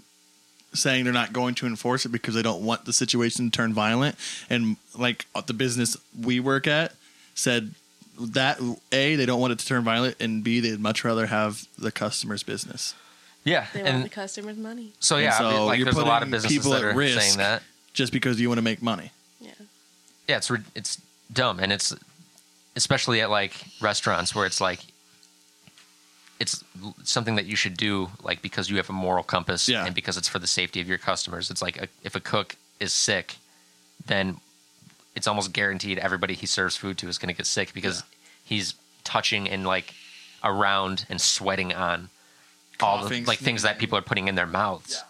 G: saying they're not going to enforce it because they don't want the situation to turn violent. And like the business we work at said that a they don't want it to turn violent, and b they'd much rather have the customer's business.
F: Yeah,
H: They want
F: and
H: the customer's money.
F: so
G: And
F: yeah,
G: so
F: like
G: you're
F: there's a lot of
G: putting
F: businesses
G: people at
F: that are
G: risk
F: saying that.
G: just because you want to make money.
F: Yeah, it's rid- it's dumb and it's especially at like restaurants where it's like it's l- something that you should do like because you have a moral compass and because it's for the safety of your customers. It's like a, if a cook is sick, then it's almost guaranteed everybody he serves food to is going to get sick because he's touching and like around and sweating on all the
G: Coughing,
F: like things that people are putting in their mouths.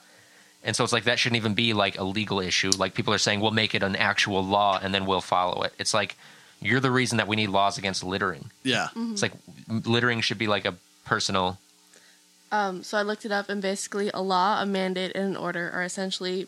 F: And so it's like that shouldn't even be like a legal issue. Like people are saying we'll make it an actual law and then we'll follow it. It's like you're the reason that we need laws against littering.
G: Yeah.
F: It's like littering should be like a personal
H: Um, so I looked it up, and basically, a law, a mandate, and an order are essentially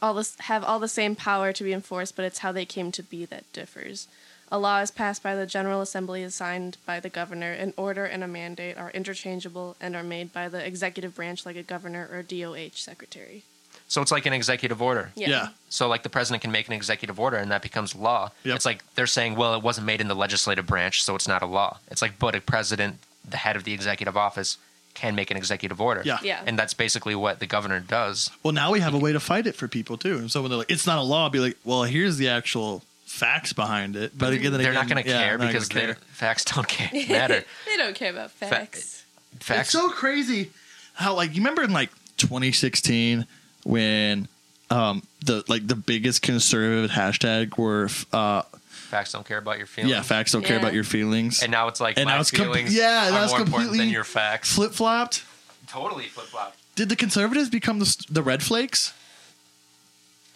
H: all this have all the same power to be enforced, but it's how they came to be that differs. A law is passed by the General Assembly, is signed by the governor. An order and a mandate are interchangeable and are made by the executive branch, like a governor or DOH secretary.
F: So it's like an executive order.
H: Yeah. Yeah.
F: So like the president can make an executive order and that becomes law. It's like they're saying, well, it wasn't made in the legislative branch, so it's not a law. It's like, but a president, the head of the executive office, can make an executive order.
G: Yeah. Yeah.
F: And that's basically what the governor does.
G: Well, now we have a way to fight it for people too. And so when they're like, "It's not a law," I'll be like, "Well, here's the actual facts behind it." But again,
F: they're not
G: again,
F: going to
G: yeah,
F: care
G: not gonna
F: because
G: care.
F: their facts don't care matter.
H: they don't care about
F: Fa-
H: facts.
F: Facts.
G: It's so crazy how like you remember in like 2016 when um the like the biggest conservative hashtag were f- uh
F: facts don't care about your feelings.
G: yeah facts don't care about your feelings
F: And now it's like
G: And
F: my
G: now it's com-
F: feelings
G: yeah,
F: are
G: now it's
F: more important than
G: completely
F: your facts.
G: flip flopped.
F: Totally flip flop.
G: Did the conservatives become the, s- the red flakes?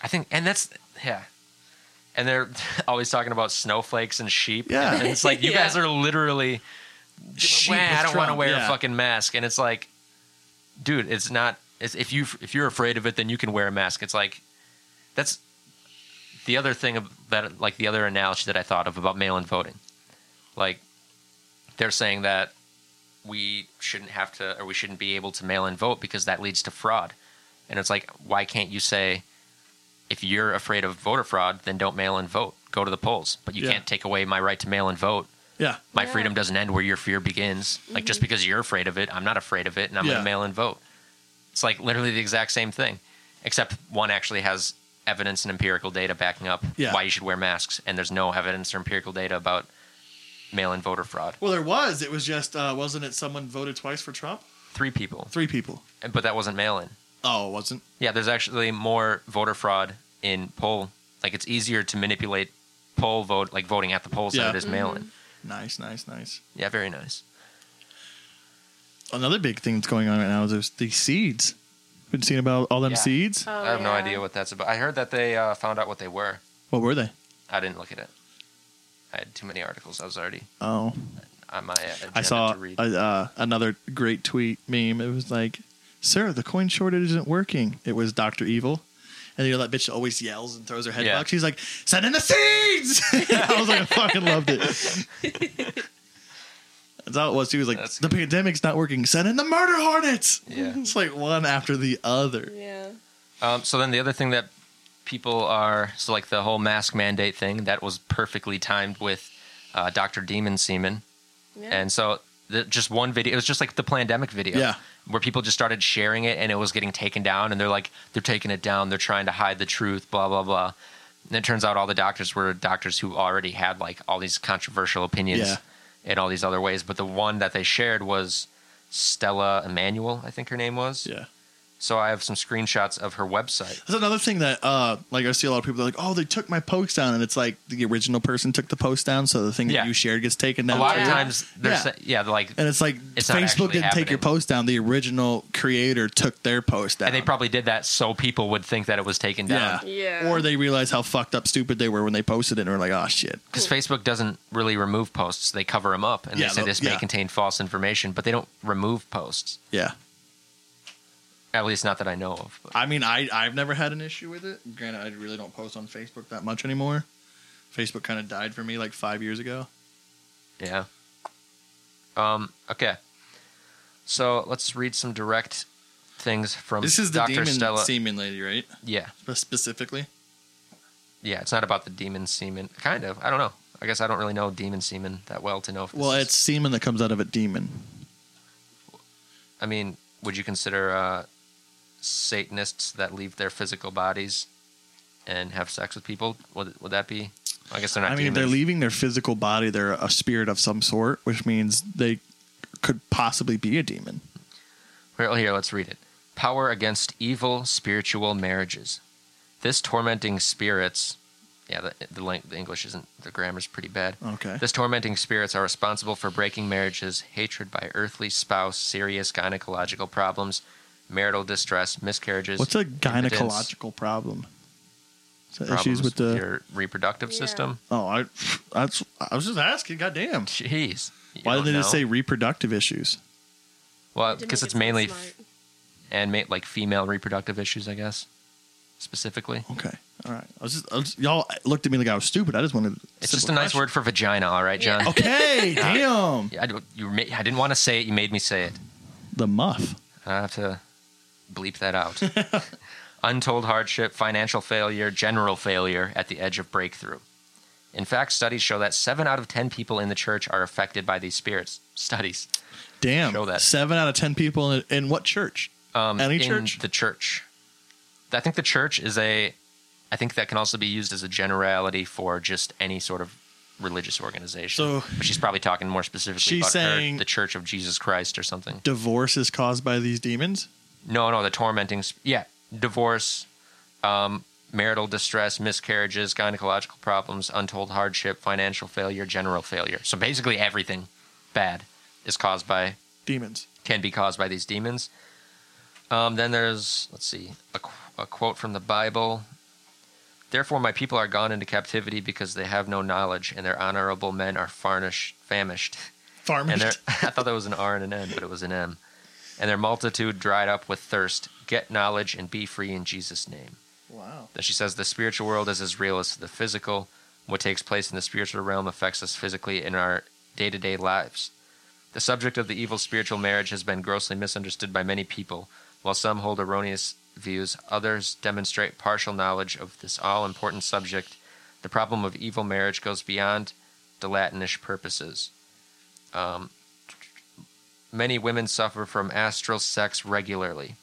F: I think, and that's yeah. And they're always talking about snowflakes and sheep.
G: Yeah.
F: and it's like you
G: Yeah.
F: guys are literally.
G: Sheep
F: "Wah,
G: with
F: I don't want to
G: Trump,
F: wear
G: yeah.
F: a fucking mask, and it's like, dude, it's not. It's, if you if you're afraid of it, then you can wear a mask. It's like, that's the other thing of that like the other analogy that I thought of about mail-in voting. Like, they're saying that we shouldn't have to or we shouldn't be able to mail-in vote because that leads to fraud. And it's like, why can't you say? if you're afraid of voter fraud, then don't mail in vote. Go to the polls. But you
G: Yeah.
F: can't take away my right to mail in vote.
G: Yeah.
F: My
G: Yeah.
F: freedom doesn't end where your fear begins. Like just because you're afraid of it, I'm not afraid of it, and I'm
G: Yeah.
F: gonna mail in vote. It's like literally the exact same thing, except one actually has evidence and empirical data backing up
G: Yeah.
F: why you should wear masks, and there's no evidence or empirical data about mail in voter fraud.
G: Well, there was. It was just uh wasn't it someone voted twice for Trump?
F: Three people.
G: Three people.
F: But that wasn't mail in.
G: Oh, it wasn't.
F: Yeah, there's actually more voter fraud in poll. Like it's easier to manipulate poll vote, like voting at the polls,
G: Yeah. Mm-hmm.
F: than it is mail in.
G: Nice, nice, nice.
F: Yeah, very nice.
G: Another big thing that's going on right now is there's these seeds. Been seeing about all them
F: Yeah. Uh,
G: seeds.
F: I have
H: Oh,
F: no idea what that's about. I heard that they uh, found out what they were.
G: What were they?
F: I didn't look at it. I had too many articles. I was already
G: Oh.
F: on my. Agenda
G: I saw
F: to read.
G: a, uh, another great tweet meme. It was like, "Sir, the coin shortage isn't working." It was Doctor Evil, and you know that bitch always yells and throws her head
F: Yeah.
G: back. She's like, "Send in the seeds!" I was like, "I fucking loved it." That's how it was. She was like, "The pandemic's not working. Send in the murder hornets."
F: Yeah.
G: it's like one after the other.
H: Yeah.
F: Um, so then the other thing that people are so like the whole mask mandate thing that was perfectly timed with uh, Dr. Demon Seaman,
H: Yeah.
F: and so the, just one video. It was just like the pandemic video,
G: Yeah.
F: where people just started sharing it, and it was getting taken down, and they're like they're taking it down. They're trying to hide the truth, blah blah blah. And it turns out all the doctors were doctors who already had like all these controversial opinions
G: Yeah.
F: in all these other ways, but the one that they shared was Stella Emanuel, I think her name was.
G: Yeah.
F: So I have some screenshots of her website.
G: That's another thing that, uh, like, I see a lot of people they're like, oh, they took my post down, and it's like the original person took the post down, so the thing that you shared gets taken down.
F: a lot
G: too.
F: of times they're
G: Yeah.
F: sa- yeah, they're like
G: and it's like
F: it's not actually
G: Facebook didn't take your
F: happening.
G: post down. The original creator took their post down.
F: and they probably did that so people would think that it was taken down.
H: Yeah.
G: Or they realize how fucked up, stupid they were when they posted it, and were like, oh shit.
F: Because Facebook doesn't really remove posts; they cover them up, and
G: Yeah,
F: they say
G: the-
F: this may
G: yeah.
F: contain false information, but they don't remove posts.
G: Yeah.
F: At least, not that I know of.
G: I mean, I I've never had an issue with it. Granted, I really don't post on Facebook that much anymore. Facebook kind of died for me like five years ago.
F: Yeah. Um. Okay. So let's read some direct things from
G: this is the
F: Dr.
G: demon
F: Stella.
G: semen lady, right?
F: Yeah.
G: Spe- Specifically,
F: Yeah, it's not about the demon semen. Kind of. I don't know. I guess I don't really know demon semen that well to know. If this
G: well,
F: is-
G: it's semen that comes out of a demon.
F: I mean, would you consider uh, Satanists that leave their physical bodies and have sex with people? Would, would that be? I guess they're
G: I
F: not.
G: mean, if
F: demons.
G: they're leaving their physical body, they're a spirit of some sort, which means they could possibly be a demon.
F: Well, here, let's read it. Power against evil spiritual marriages. This tormenting spirits. Yeah, the, the, lang- the English isn't. The grammar's pretty bad.
G: Okay.
F: This tormenting spirits are responsible for breaking marriages, hatred by earthly spouse, serious gynecological problems, marital distress, miscarriages.
G: What's a
F: impotence,
G: gynecological problem? Is that
F: problems
G: issues with the?
F: your reproductive system.
G: oh, I that's I was just asking. Goddamn.
F: Jeez. You
G: Why did
F: don't
G: they just
F: know?
G: say reproductive issues?
F: Well,
H: To
F: because it's
H: make it sound
F: mainly
H: smart.
F: f- and ma- like female reproductive issues, I guess, specifically.
G: Okay. All right. I was just, I was, y'all looked at me like I was stupid. I just wanted.
F: It's just a nice word for vagina, all right, John.
G: Okay. damn.
F: I, don't- you, ma- I didn't want to say it. You made me say it.
G: The muff.
F: I have to bleep that out. Untold hardship, financial failure, general failure at the edge of breakthrough. In fact, studies show that seven out of ten people in the church are affected by these spirits. Studies.
G: Damn.
F: Show that.
G: Seven out of ten people in, in what church?
F: um,
G: Any
F: in
G: church?
F: The church. I think the church is a. I think that can also be used as a generality for just any sort of religious organization.
G: So-
F: but she's probably talking more specifically
G: She's
F: about her-
G: saying-
F: the Church of Jesus Christ or something.
G: Divorce is caused by these demons.
F: No, no, the tormenting. sp- Yeah, divorce, um, marital distress, miscarriages, gynecological problems, untold hardship, financial failure, general failure. So basically, everything bad is caused by
G: Demons.
F: can be caused by these demons. Um, then there's, let's see, a, qu- a quote from the Bible. Therefore, my people are gone into captivity because they have no knowledge, and their honorable men are farnish, famished.
G: Farmers.
F: And their, I thought that was an R and an N, but it was an M. And their multitude dried up with thirst. Get knowledge and be free in Jesus' name.
G: wow.
F: Then she says the spiritual world is as real as the physical. What takes place in the spiritual realm affects us physically in our day to day lives. The subject of the evil spiritual marriage has been grossly misunderstood by many people. While some hold erroneous views, others demonstrate partial knowledge of this all important subject. The problem of evil marriage goes beyond Delatinish purposes. Um, many women suffer from astral sex regularly.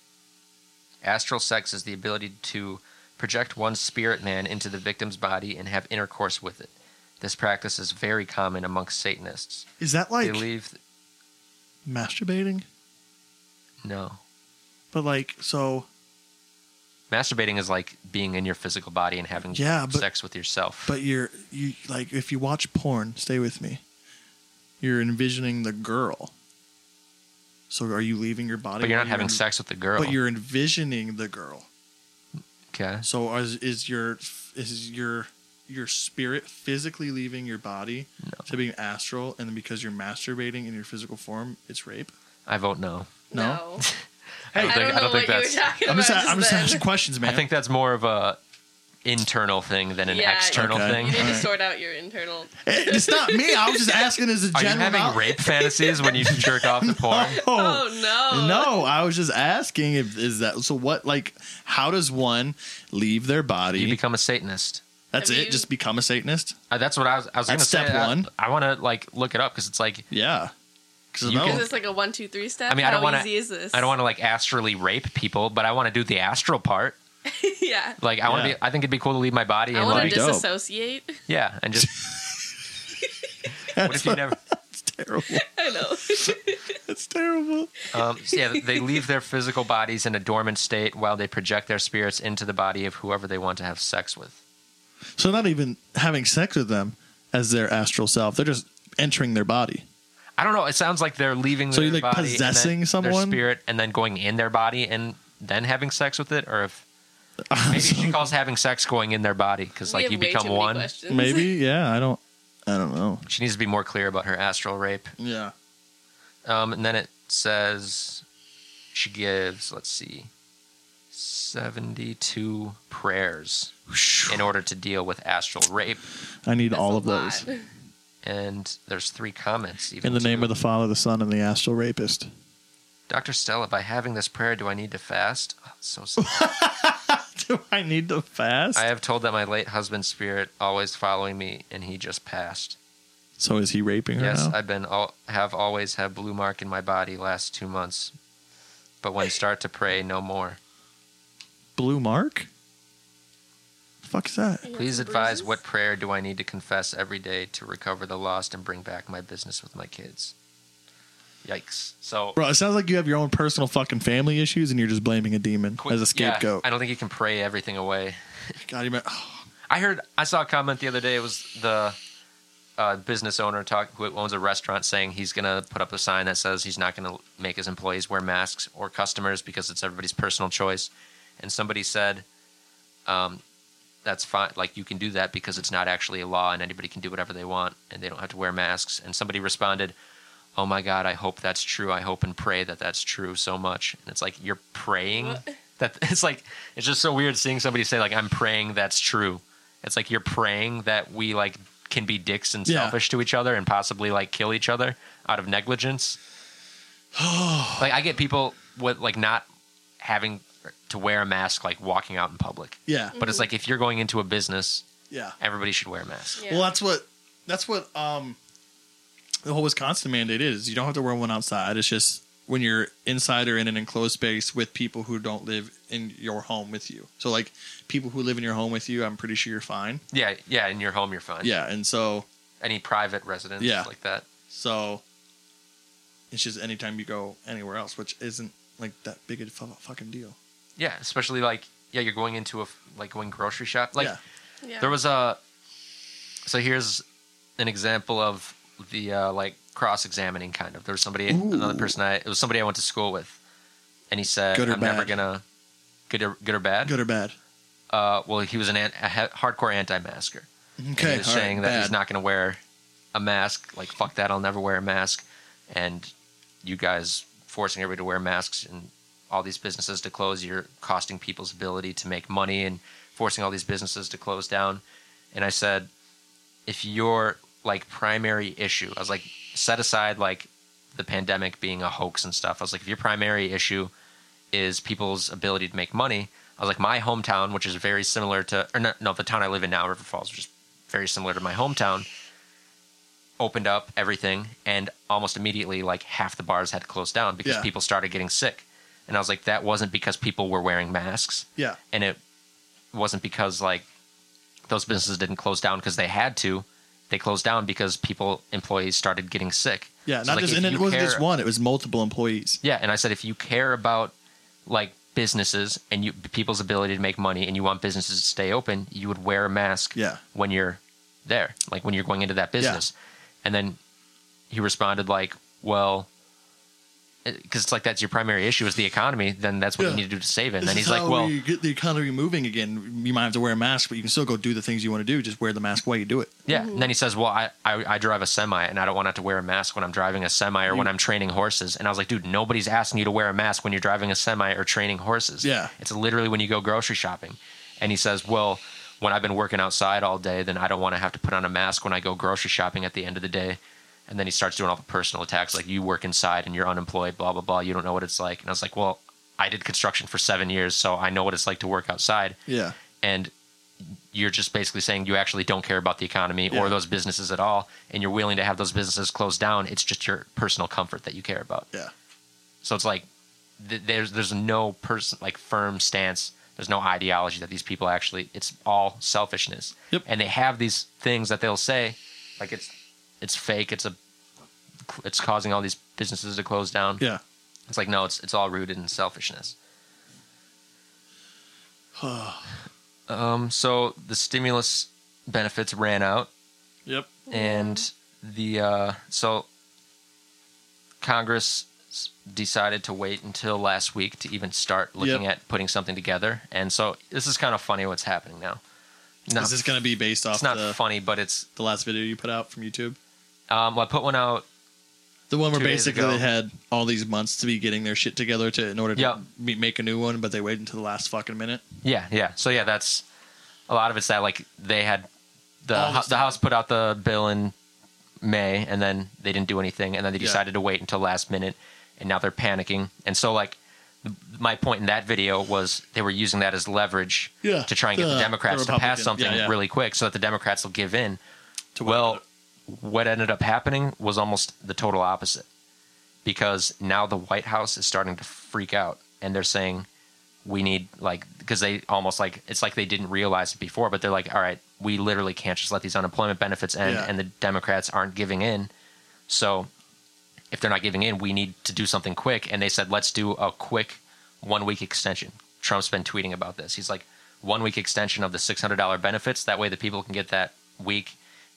F: Astral sex is the ability to project one's spirit man into the victim's body and have intercourse with it. This practice is very common amongst Satanists.
G: Is that like
F: they leave
G: masturbating?
F: no.
G: But like so.
F: Masturbating is like being in your physical body and having
G: Yeah, but-
F: sex with yourself.
G: But you're you like if you watch porn, stay with me. You're envisioning the girl. So are you leaving your body?
F: But you're
G: while
F: not having
G: en-
F: sex with the girl.
G: But you're envisioning the girl.
F: okay.
G: So is, is your is your your spirit physically leaving your body to being astral, and then because you're masturbating in your physical form, it's rape?
F: I vote no.
G: No.
H: I don't know what you were talking
G: I'm just,
H: about.
G: I'm just
H: then.
G: asking questions, man.
F: I think that's more of a internal thing than an
H: Yeah,
F: external
H: you-
F: thing.
H: You need to sort out your internal.
G: It's not me. I was just asking as a
F: Are you
G: general.
F: having
G: knowl-
F: rape fantasies when you jerk off to porn?
H: Oh,
G: No, I was just asking if is that so what like how does one leave their body? You
F: become a Satanist.
G: That's
F: Have
G: it,
F: you-
G: just become a Satanist?
F: Uh, that's what I was. I was
G: That's
F: gonna
G: step
F: say, I-
G: one.
F: I, want to like look it up because it's like
G: yeah.
H: Is this like a one, two, three step?
F: I mean, I don't
H: How
F: want
H: easy is
F: to.
H: this?
F: I don't want to like astrally rape people, but I want to do the astral part.
H: yeah.
F: Like I want to
H: Yeah.
F: be. I think it'd be cool to leave my body
H: I
F: and
H: want
F: like
H: to disassociate.
F: Yeah, and just. what if you never?
H: I know.
G: That's terrible.
F: Um, so yeah, they leave their physical bodies in a dormant state while they project their spirits into the body of whoever they want to have sex with.
G: So not even having sex with them as their astral self. They're just entering their body.
F: I don't know. It sounds like they're leaving.
G: So
F: their
G: you're, like,
F: body and then
G: possessing
F: their
G: someone?
F: spirit, and then going in their body and then having sex with it, or if maybe she calls having sex going in their body because
H: We
F: like
H: have
F: you
H: way
F: become
H: too many
F: one.
H: questions.
G: Maybe, yeah, I don't I don't know.
F: She needs to be more clear about her astral rape.
G: Yeah.
F: Um, and then it says she gives, let's see, 72 prayers in order to deal with astral rape.
G: I need all of those.
F: And there's three comments. Even
G: In the name
F: too.
G: of the Father, the Son, and the astral rapist.
F: Dr. Stella, by having this prayer, do I need to fast? Oh, it's so sad.
G: Do I need to fast?
F: I have told that my late husband's spirit always following me, and he just passed.
G: So is he raping her
F: Yes,
G: now?
F: I've been all, have always had blue mark in my body last two months, but when start to pray, no more.
G: Blue mark? The fuck is that?
F: Please advise what prayer do I need to confess every day to recover the lost and bring back my business with my kids? Yikes. So,
G: Bro, it sounds like you have your own personal fucking family issues and you're just blaming a demon as a
F: Yeah,
G: scapegoat.
F: I don't think you can pray everything away.
G: God, you oh, meant,
F: I heard, I saw a comment the other day. It was the uh, business owner talk who owns a restaurant saying he's going to put up a sign that says he's not going to make his employees wear masks or customers because it's everybody's personal choice. And somebody said, um, that's fine. Like you can do that because it's not actually a law, and anybody can do whatever they want, and they don't have to wear masks. And somebody responded, "Oh my God, I hope that's true. I hope and pray that that's true so much." And it's like you're praying that it's like it's just so weird seeing somebody say like I'm praying that's true. It's like you're praying that we like can be dicks and
G: Yeah.
F: selfish to each other and possibly like kill each other out of negligence. like I get people with like not having to wear a mask like walking out in public.
G: Yeah.
F: But it's like if you're going into a business,
G: Yeah.
F: everybody should wear a mask.
G: Well, that's what that's what um the whole Wisconsin mandate is. You don't have to wear one outside. It's just when you're inside or in an enclosed space with people who don't live in your home with you. So like people who live in your home with you, I'm pretty sure you're fine.
F: Yeah, yeah, in your home you're fine.
G: Yeah, and so
F: Any private residence
G: Yeah.
F: like that.
G: so it's just anytime you go anywhere else, which isn't like that big a fu- fucking deal.
F: Yeah, especially like yeah, you're going into a f- like going grocery shop. Like
G: Yeah.
H: Yeah.
F: there was a so here's an example of the uh, like cross examining kind of. There was somebody another person I it was somebody I went to school with, and he said
G: Good or
F: I'm never
G: bad?
F: gonna good or good or bad.
G: Good or bad?
F: Uh, well, he was an an, a ha- hardcore anti-masker. And
G: Okay,
F: he was
G: all right,
F: saying that he's
G: bad.
F: not going to wear a mask. Like fuck that, I'll never wear a mask. And you guys forcing everybody to wear masks and all these businesses to close, you're costing people's ability to make money and forcing all these businesses to close down. And I said, if your like primary issue, I was like, set aside like the pandemic being a hoax and stuff. I was like, if your primary issue is people's ability to make money, I was like, my hometown, which is very similar to, or no, no the town I live in now, River Falls, which is very similar to my hometown, opened up everything, and almost immediately, like half the bars had to close down because
G: Yeah.
F: people started getting sick. And I was like, that wasn't because people were wearing masks
G: Yeah.
F: and it wasn't because like those businesses didn't close down because they had to. They closed down because people employees started getting sick.
G: Yeah,
F: So,
G: not
F: like,
G: just
F: if
G: and it
F: you
G: wasn't
F: care-
G: just one, it was multiple employees.
F: Yeah, and I said if you care about like businesses and you people's ability to make money and you want businesses to stay open, you would wear a mask
G: Yeah.
F: when you're there, like when you're going into that business. And then he responded like, "Well, because it's like that's your primary issue is the economy. Then that's what
G: Yeah.
F: you need to do to save it." And
G: This
F: then he's
G: is
F: like,
G: how
F: "Well,
G: we get the economy moving again. You might have to wear a mask, but you can still go do the things you want to do. Just wear the mask while you do it.
F: Yeah. And then he says, Well, I, I, I drive a semi and I don't want to have to wear a mask when I'm driving a semi or when
G: Mm.
F: I'm training horses. And I was like, Dude, nobody's asking you to wear a mask when you're driving a semi or training horses.
G: Yeah.
F: It's literally when you go grocery shopping. And he says, Well, when I've been working outside all day, then I don't want to have to put on a mask when I go grocery shopping at the end of the day. And then he starts doing all the personal attacks like you work inside and you're unemployed, blah blah blah. You don't know what it's like. And I was like, well, I did construction for seven years, so I know what it's like to work outside.
G: Yeah.
F: And you're just basically saying you actually don't care about the economy or
G: Yeah.
F: those businesses at all, and you're willing to have those businesses closed down. It's just your personal comfort that you care about.
G: Yeah.
F: So it's like th- there's there's no person like firm stance. There's no ideology that these people actually. It's all selfishness. Yep. And they have these things that they'll say, like it's it's fake. It's a it's causing all these businesses to close down.
G: Yeah.
F: It's like no, it's it's all rooted in selfishness. Um. So the stimulus benefits ran out.
G: Yep.
F: And the uh, so Congress s- decided to wait until last week to even start looking
G: Yep.
F: at putting something together. And so this is kind of funny what's happening now. No,
G: Is this going to be based off?
F: it's not
G: the,
F: funny, but it's
G: the last video you put out from YouTube.
F: Um, well, I put one out.
G: The one where
F: two days
G: basically
F: ago.
G: they had all these months to be getting their shit together to in order to
F: Yep.
G: me- make a new one, but they waited until the last fucking minute.
F: Yeah, yeah. So yeah, that's a lot of it's that like they had the
G: All the
F: hou- the House put out the bill in May, and then they didn't do anything, and then they
G: Yeah.
F: decided to wait until last minute, and now they're panicking. And so like th- my point in that video was they were using that as leverage
G: Yeah,
F: to try and get the,
G: the-
F: Democrats
G: the
F: to pass
G: Republican-
F: something
G: yeah, yeah.
F: really quick so that the Democrats will give in. well, what ended up happening was almost the total opposite because now the White House is starting to freak out and they're saying we need like because they almost like it's like they didn't realize it before, but they're like, all right, we literally can't just let these unemployment benefits end,
G: Yeah.
F: and the Democrats aren't giving in. So if they're not giving in, we need to do something quick. And they said, let's do a quick one week extension. Trump's been tweeting about this. He's like, one week extension of the six hundred dollar benefits. That way, the people can get that week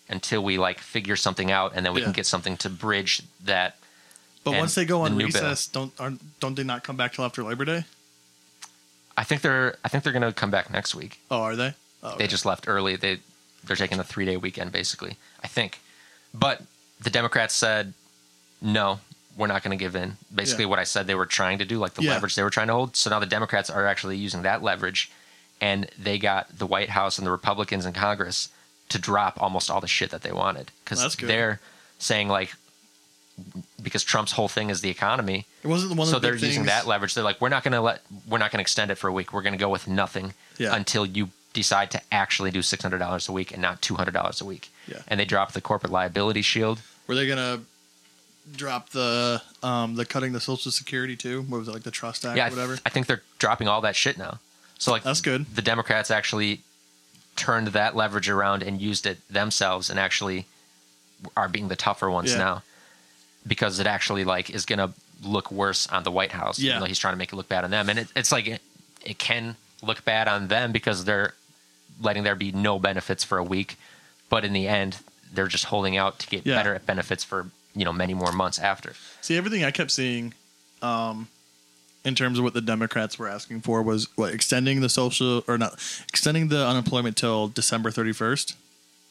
F: until we like figure something out, and then we
G: Yeah.
F: can get something to bridge that.
G: But
F: and
G: once they go on
F: the new bill.
G: recess, don't aren't, don't they not come back till after Labor Day?
F: I think they're I think they're going to come back next week.
G: Oh, are they? Oh,
F: They just left early. They they're taking a three day weekend basically. I think, but the Democrats said no. We're not going to give in. Basically,
G: Yeah.
F: what I said they were trying to do, like the
G: Yeah.
F: leverage they were trying to hold. So now the Democrats are actually using that leverage, and they got the White House and the Republicans in Congress to drop almost all the shit that they wanted because
G: That's good.
F: they're saying like because Trump's whole thing is the economy.
G: It wasn't the one.
F: So
G: of the
F: they're
G: big
F: using
G: things-
F: that leverage. They're like, we're not going to let, we're not going to extend it for a week. We're going to go with nothing
G: Yeah.
F: until you decide to actually do six hundred dollars a week and not two hundred dollars a week.
G: Yeah.
F: And they dropped the corporate liability shield.
G: Were they gonna drop the um the cutting the Social Security too? What was it like the Trust Act?
F: yeah, I
G: or
F: th-
G: whatever.
F: I think they're dropping all that shit now. So like,
G: That's good.
F: The Democrats actually turned that leverage around and used it themselves, and actually are being the tougher ones
G: Yeah.
F: now because it actually like is going to look worse on the White House. even
G: Yeah.
F: though he's trying to make it look bad on them, and it, it's like it, it can look bad on them because they're letting there be no benefits for a week, but in the end, they're just holding out to get
G: Yeah.
F: better at benefits for you know many more months after.
G: See, everything I kept seeing, um, in terms of what the Democrats were asking for was what extending the social or not extending the unemployment till December thirty first,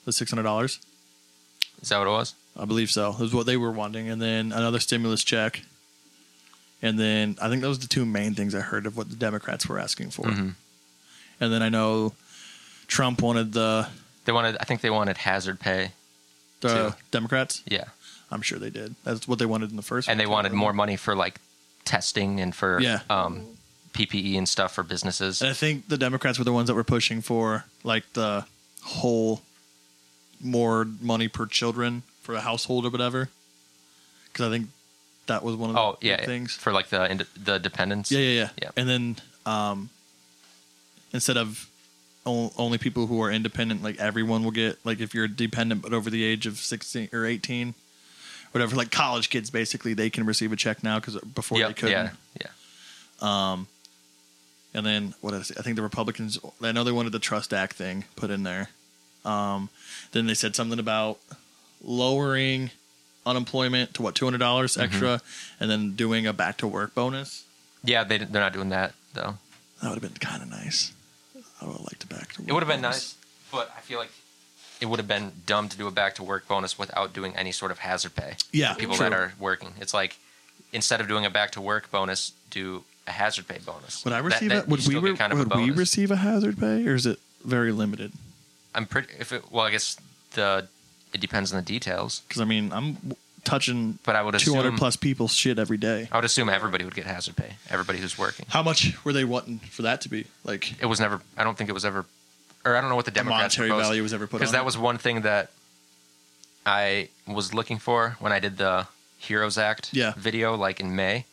G: the six hundred dollars.
F: Is that what it was?
G: I believe so. Is what they were wanting, and then another stimulus check, and then I think those are the two main things I heard of what the Democrats were asking for.
F: Mm-hmm.
G: And then I know Trump wanted the
F: They wanted, I think they wanted hazard pay.
G: the
F: Two.
G: Democrats.
F: Yeah.
G: I'm sure they did. That's what they wanted in the first.
F: and they
G: one, too,
F: wanted
G: wasn't
F: more
G: it?
F: money for like testing and for
G: Yeah.
F: um, PPE and stuff for businesses.
G: And I think the Democrats were the ones that were pushing for like the whole more money per children for a household or whatever. Because I think that was one of the
F: Oh
G: big
F: yeah,
G: things.
F: for like the ind- the dependents.
G: Yeah, yeah, yeah.
F: Yeah.
G: And then um, instead of o- only people who are independent, like everyone will get like if you're dependent but over the age of sixteen or eighteen, whatever. Like college kids, basically, they can receive a check now because before
F: Yep,
G: they couldn't.
F: yeah, yeah.
G: Um, and then what else? I think the Republicans. I know they wanted the Trust Act thing put in there. Um, then they said something about lowering unemployment to what two hundred dollars
F: Mm-hmm.
G: extra, and then doing a back to work bonus.
F: Yeah, they they're not doing that though.
G: That would have been kind of nice. I would have liked to back to.
F: It would have been
G: bonus.
F: nice, but I feel like it would have been dumb to do a back to work bonus without doing any sort of hazard pay.
G: Yeah,
F: for people
G: true.
F: that are working. It's like instead of doing a back to work bonus, do a hazard pay bonus.
G: Would I
F: That-
G: receive
F: that
G: that?
F: you
G: Would we
F: still get
G: re- would we receive a hazard pay, or is it very limited.
F: I'm pretty. If it, well, I guess the it depends on the details.
G: Because I mean, I'm w- touching
F: But I would
G: 200
F: assume-
G: plus people's shit every day.
F: I would assume everybody would get hazard pay. Everybody who's working.
G: How much were they wanting for that to be? Like
F: It was never. I don't think it was ever, or I don't know what the Democrats
G: monetary value was ever put
F: because
G: on
F: that
G: it?
F: was one thing that I was looking for when I did the Heroes Act
G: Yeah.
F: video, like in May,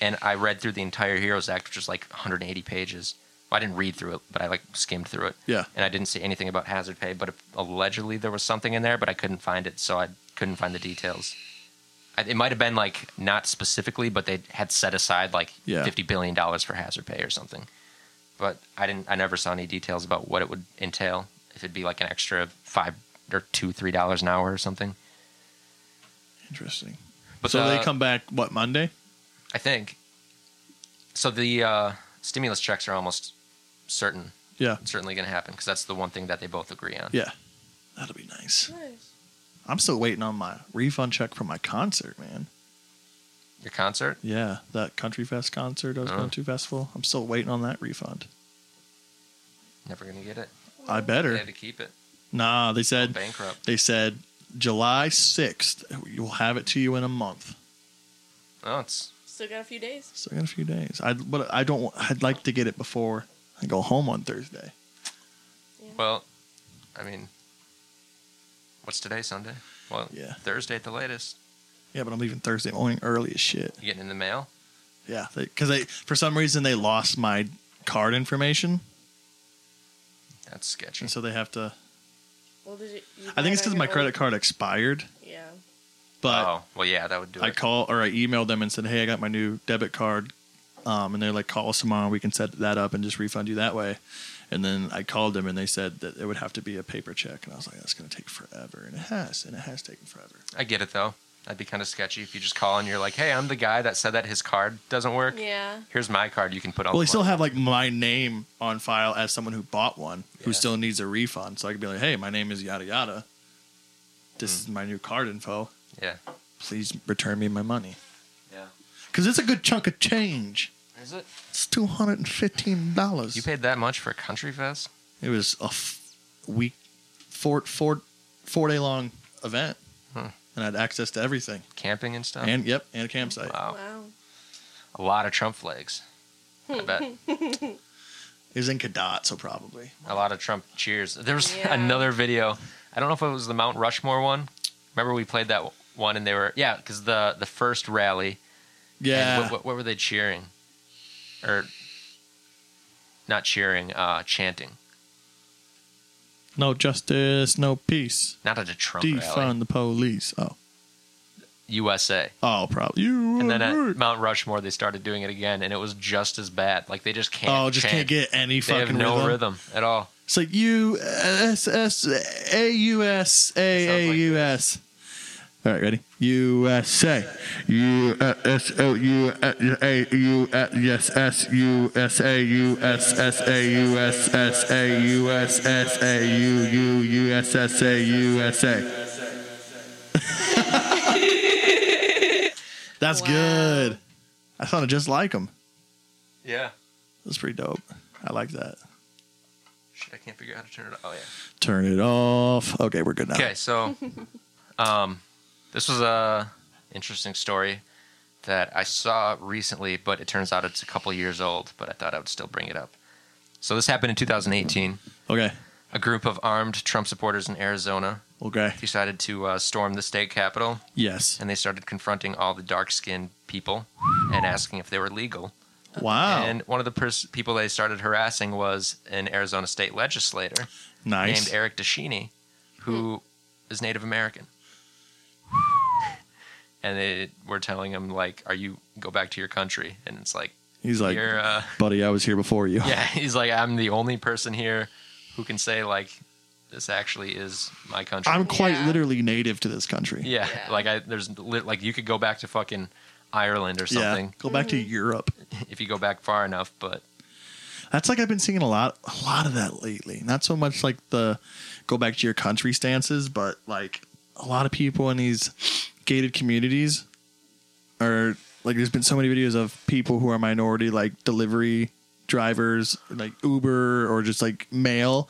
F: and I read through the entire Heroes Act, which was like 180 pages. Well, I didn't read through it, but I like skimmed through it.
G: Yeah.
F: and I didn't see anything about hazard pay, but allegedly there was something in there, but I couldn't find it, so I couldn't find the details. I- It might have been like not specifically, but they had set aside like
G: Yeah.
F: fifty billion dollars for hazard pay or something. But I didn't. I never saw any details about what it would entail. If it'd be like an extra five or two, three dollars an hour or something.
G: interesting.
F: But,
G: so
F: uh,
G: they come back what Monday?
F: I think. So the uh, stimulus checks are almost certain.
G: Yeah.
F: certainly going to happen because that's the one thing that they both agree on.
G: Yeah, that'll be nice. I'm still waiting on my refund check from my concert, man.
F: Your concert.
G: Yeah, that Country Fest concert I was
F: Oh.
G: going to festival. I'm still waiting on that refund.
F: Never going to get it.
G: I better.
F: They had to keep it.
G: Nah, they said
F: bankrupt.
G: They said July 6th. You'll have it to you in a month.
F: Oh, it's
H: Still got a few days.
G: So I got a few days. I but I don't. want- I'd like to get it before I go home on Thursday.
F: well. I mean, what's today? Sunday. Well, yeah. Thursday at the latest.
G: Yeah, but I'm leaving Thursday morning early as shit.
F: You getting in the mail?
G: Yeah, because they, for some reason they lost my card information,
F: That's sketchy.
G: and so they have to.
H: Well, did you? you
G: I think it's
H: got
G: because
H: on
G: my
H: your
G: credit
H: old-
G: card expired.
H: Yeah.
G: But
F: oh, well, yeah, that would do
G: I
F: it.
G: call or I emailed them and said, "Hey, I got my new debit card," um, and they're like, "Call us tomorrow. We can set that up and just refund you that way." And then I called them and they said that it would have to be a paper check, and I was like, "That's going to take forever," and it has, and it has taken forever.
F: I get it though. That'd be kind of sketchy if you just call and you're like, "Hey, I'm the guy that said that his card doesn't work.
H: Yeah.
F: Here's my card. You can put on."
G: well,
F: the
G: they still
F: money."
G: have like my name on file as someone who bought one who still needs a refund, so I could be like, "Hey, my name is yada yada.
F: Hmm.
G: This is my new card info.
F: Yeah.
G: Please return me my money."
F: Yeah.
G: Because it's a good chunk of change.
F: Is it?
G: It's two hundred and fifteen dollars.
F: You paid that much for a country fest?
G: It was a f- week, four, four, four day long event, and I had access to everything.
F: Camping and stuff.
G: And yep, and a campsite.
F: Wow.
H: Wow.
F: A lot of Trump flags. I bet.
G: It was in Cadott, so probably.
F: A lot of Trump cheers. There was
G: Yeah.
F: another video. I don't know if it was the Mount Rushmore one. Remember we played that one and they were yeah because the the first rally. and
G: Yeah.
F: What, what, what were they cheering? Or not cheering, uh, chanting.
G: No justice, no peace.
F: Not at a Trump
G: Defund
F: rally.
G: the police. Oh,
F: USA.
G: oh, probably. You
F: And then
G: are
F: at
G: right.
F: Mount Rushmore, they started doing it again, and it was just as bad. Like they just can't.
G: Oh, just can't
F: chant.
G: get any
F: They have
G: fucking
F: no
G: rhythm.
F: at all.
G: It's like U S S A U S A A U S. All right, ready? USA. U S O U A U S S U S A U S S A U S S A U S S A U U U S S A U S A. That's good. I sounded just like him.
F: Yeah.
G: That's pretty dope. I like that.
F: Shit, I can't figure out how to turn it. off. Oh yeah.
G: Turn it off. Okay, we're good now.
F: Okay, so, um, this was a interesting story that I saw recently, but it turns out it's a couple years old. But I thought I would still bring it up. So this happened in 2018.
G: Okay.
F: A group of armed Trump supporters in Arizona
G: Okay.
F: decided to uh, storm the state capitol.
G: Yes.
F: And they started confronting all the dark-skinned people and asking if they were legal.
G: Wow.
F: uh, And one of the pers- people they started harassing was an Arizona state legislator
G: Nice.
F: named Eric Deshini, who is Native American. And they were telling him like, "Are you go back to your country?" And it's like
G: He's like,
F: "You're, uh,
G: buddy, I was here before you.
F: yeah." He's like, "I'm the only person here who can say like this actually is my country."
G: I'm quite literally native to this country.
F: yeah. Like I there's li- like you could go back to fucking Ireland or something.
G: Yeah. Go back to Europe.
F: if you go back far enough, but
G: That's like I've been seeing a lot, a lot of that lately. Not so much like the go back to your country stances, but like a lot of people in these gated communities are like. There's been so many videos of people who are minority, like delivery drivers like Uber or just like mail,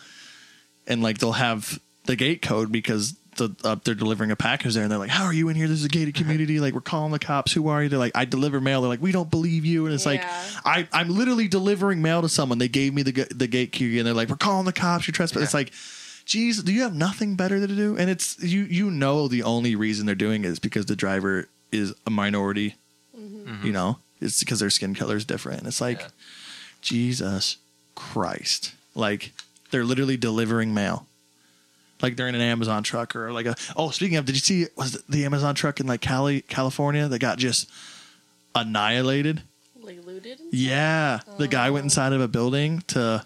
G: and like they'll have the gate code because the uh, they're delivering a package there, and they're like, "How are you in here? This is a gated community. Like we're calling the cops. Who are you?" They're like, "I deliver mail." They're like, "We don't believe you," and it's
H: Yeah.
G: like, "I I'm literally delivering mail to someone. They gave me the ga- the gate key, and they're like, "We're calling the cops. You're trespassing." It's like. Geez, do you have nothing better to do? And it's you. You know the only reason they're doing it is because the driver is a minority you know it's because their skin color is different it's like jesus christ like they're literally delivering mail like they're in an amazon truck or like a oh speaking of did you see was it the amazon truck in like cali california that got just annihilated
H: Like looted?
G: yeah the guy went inside of a building to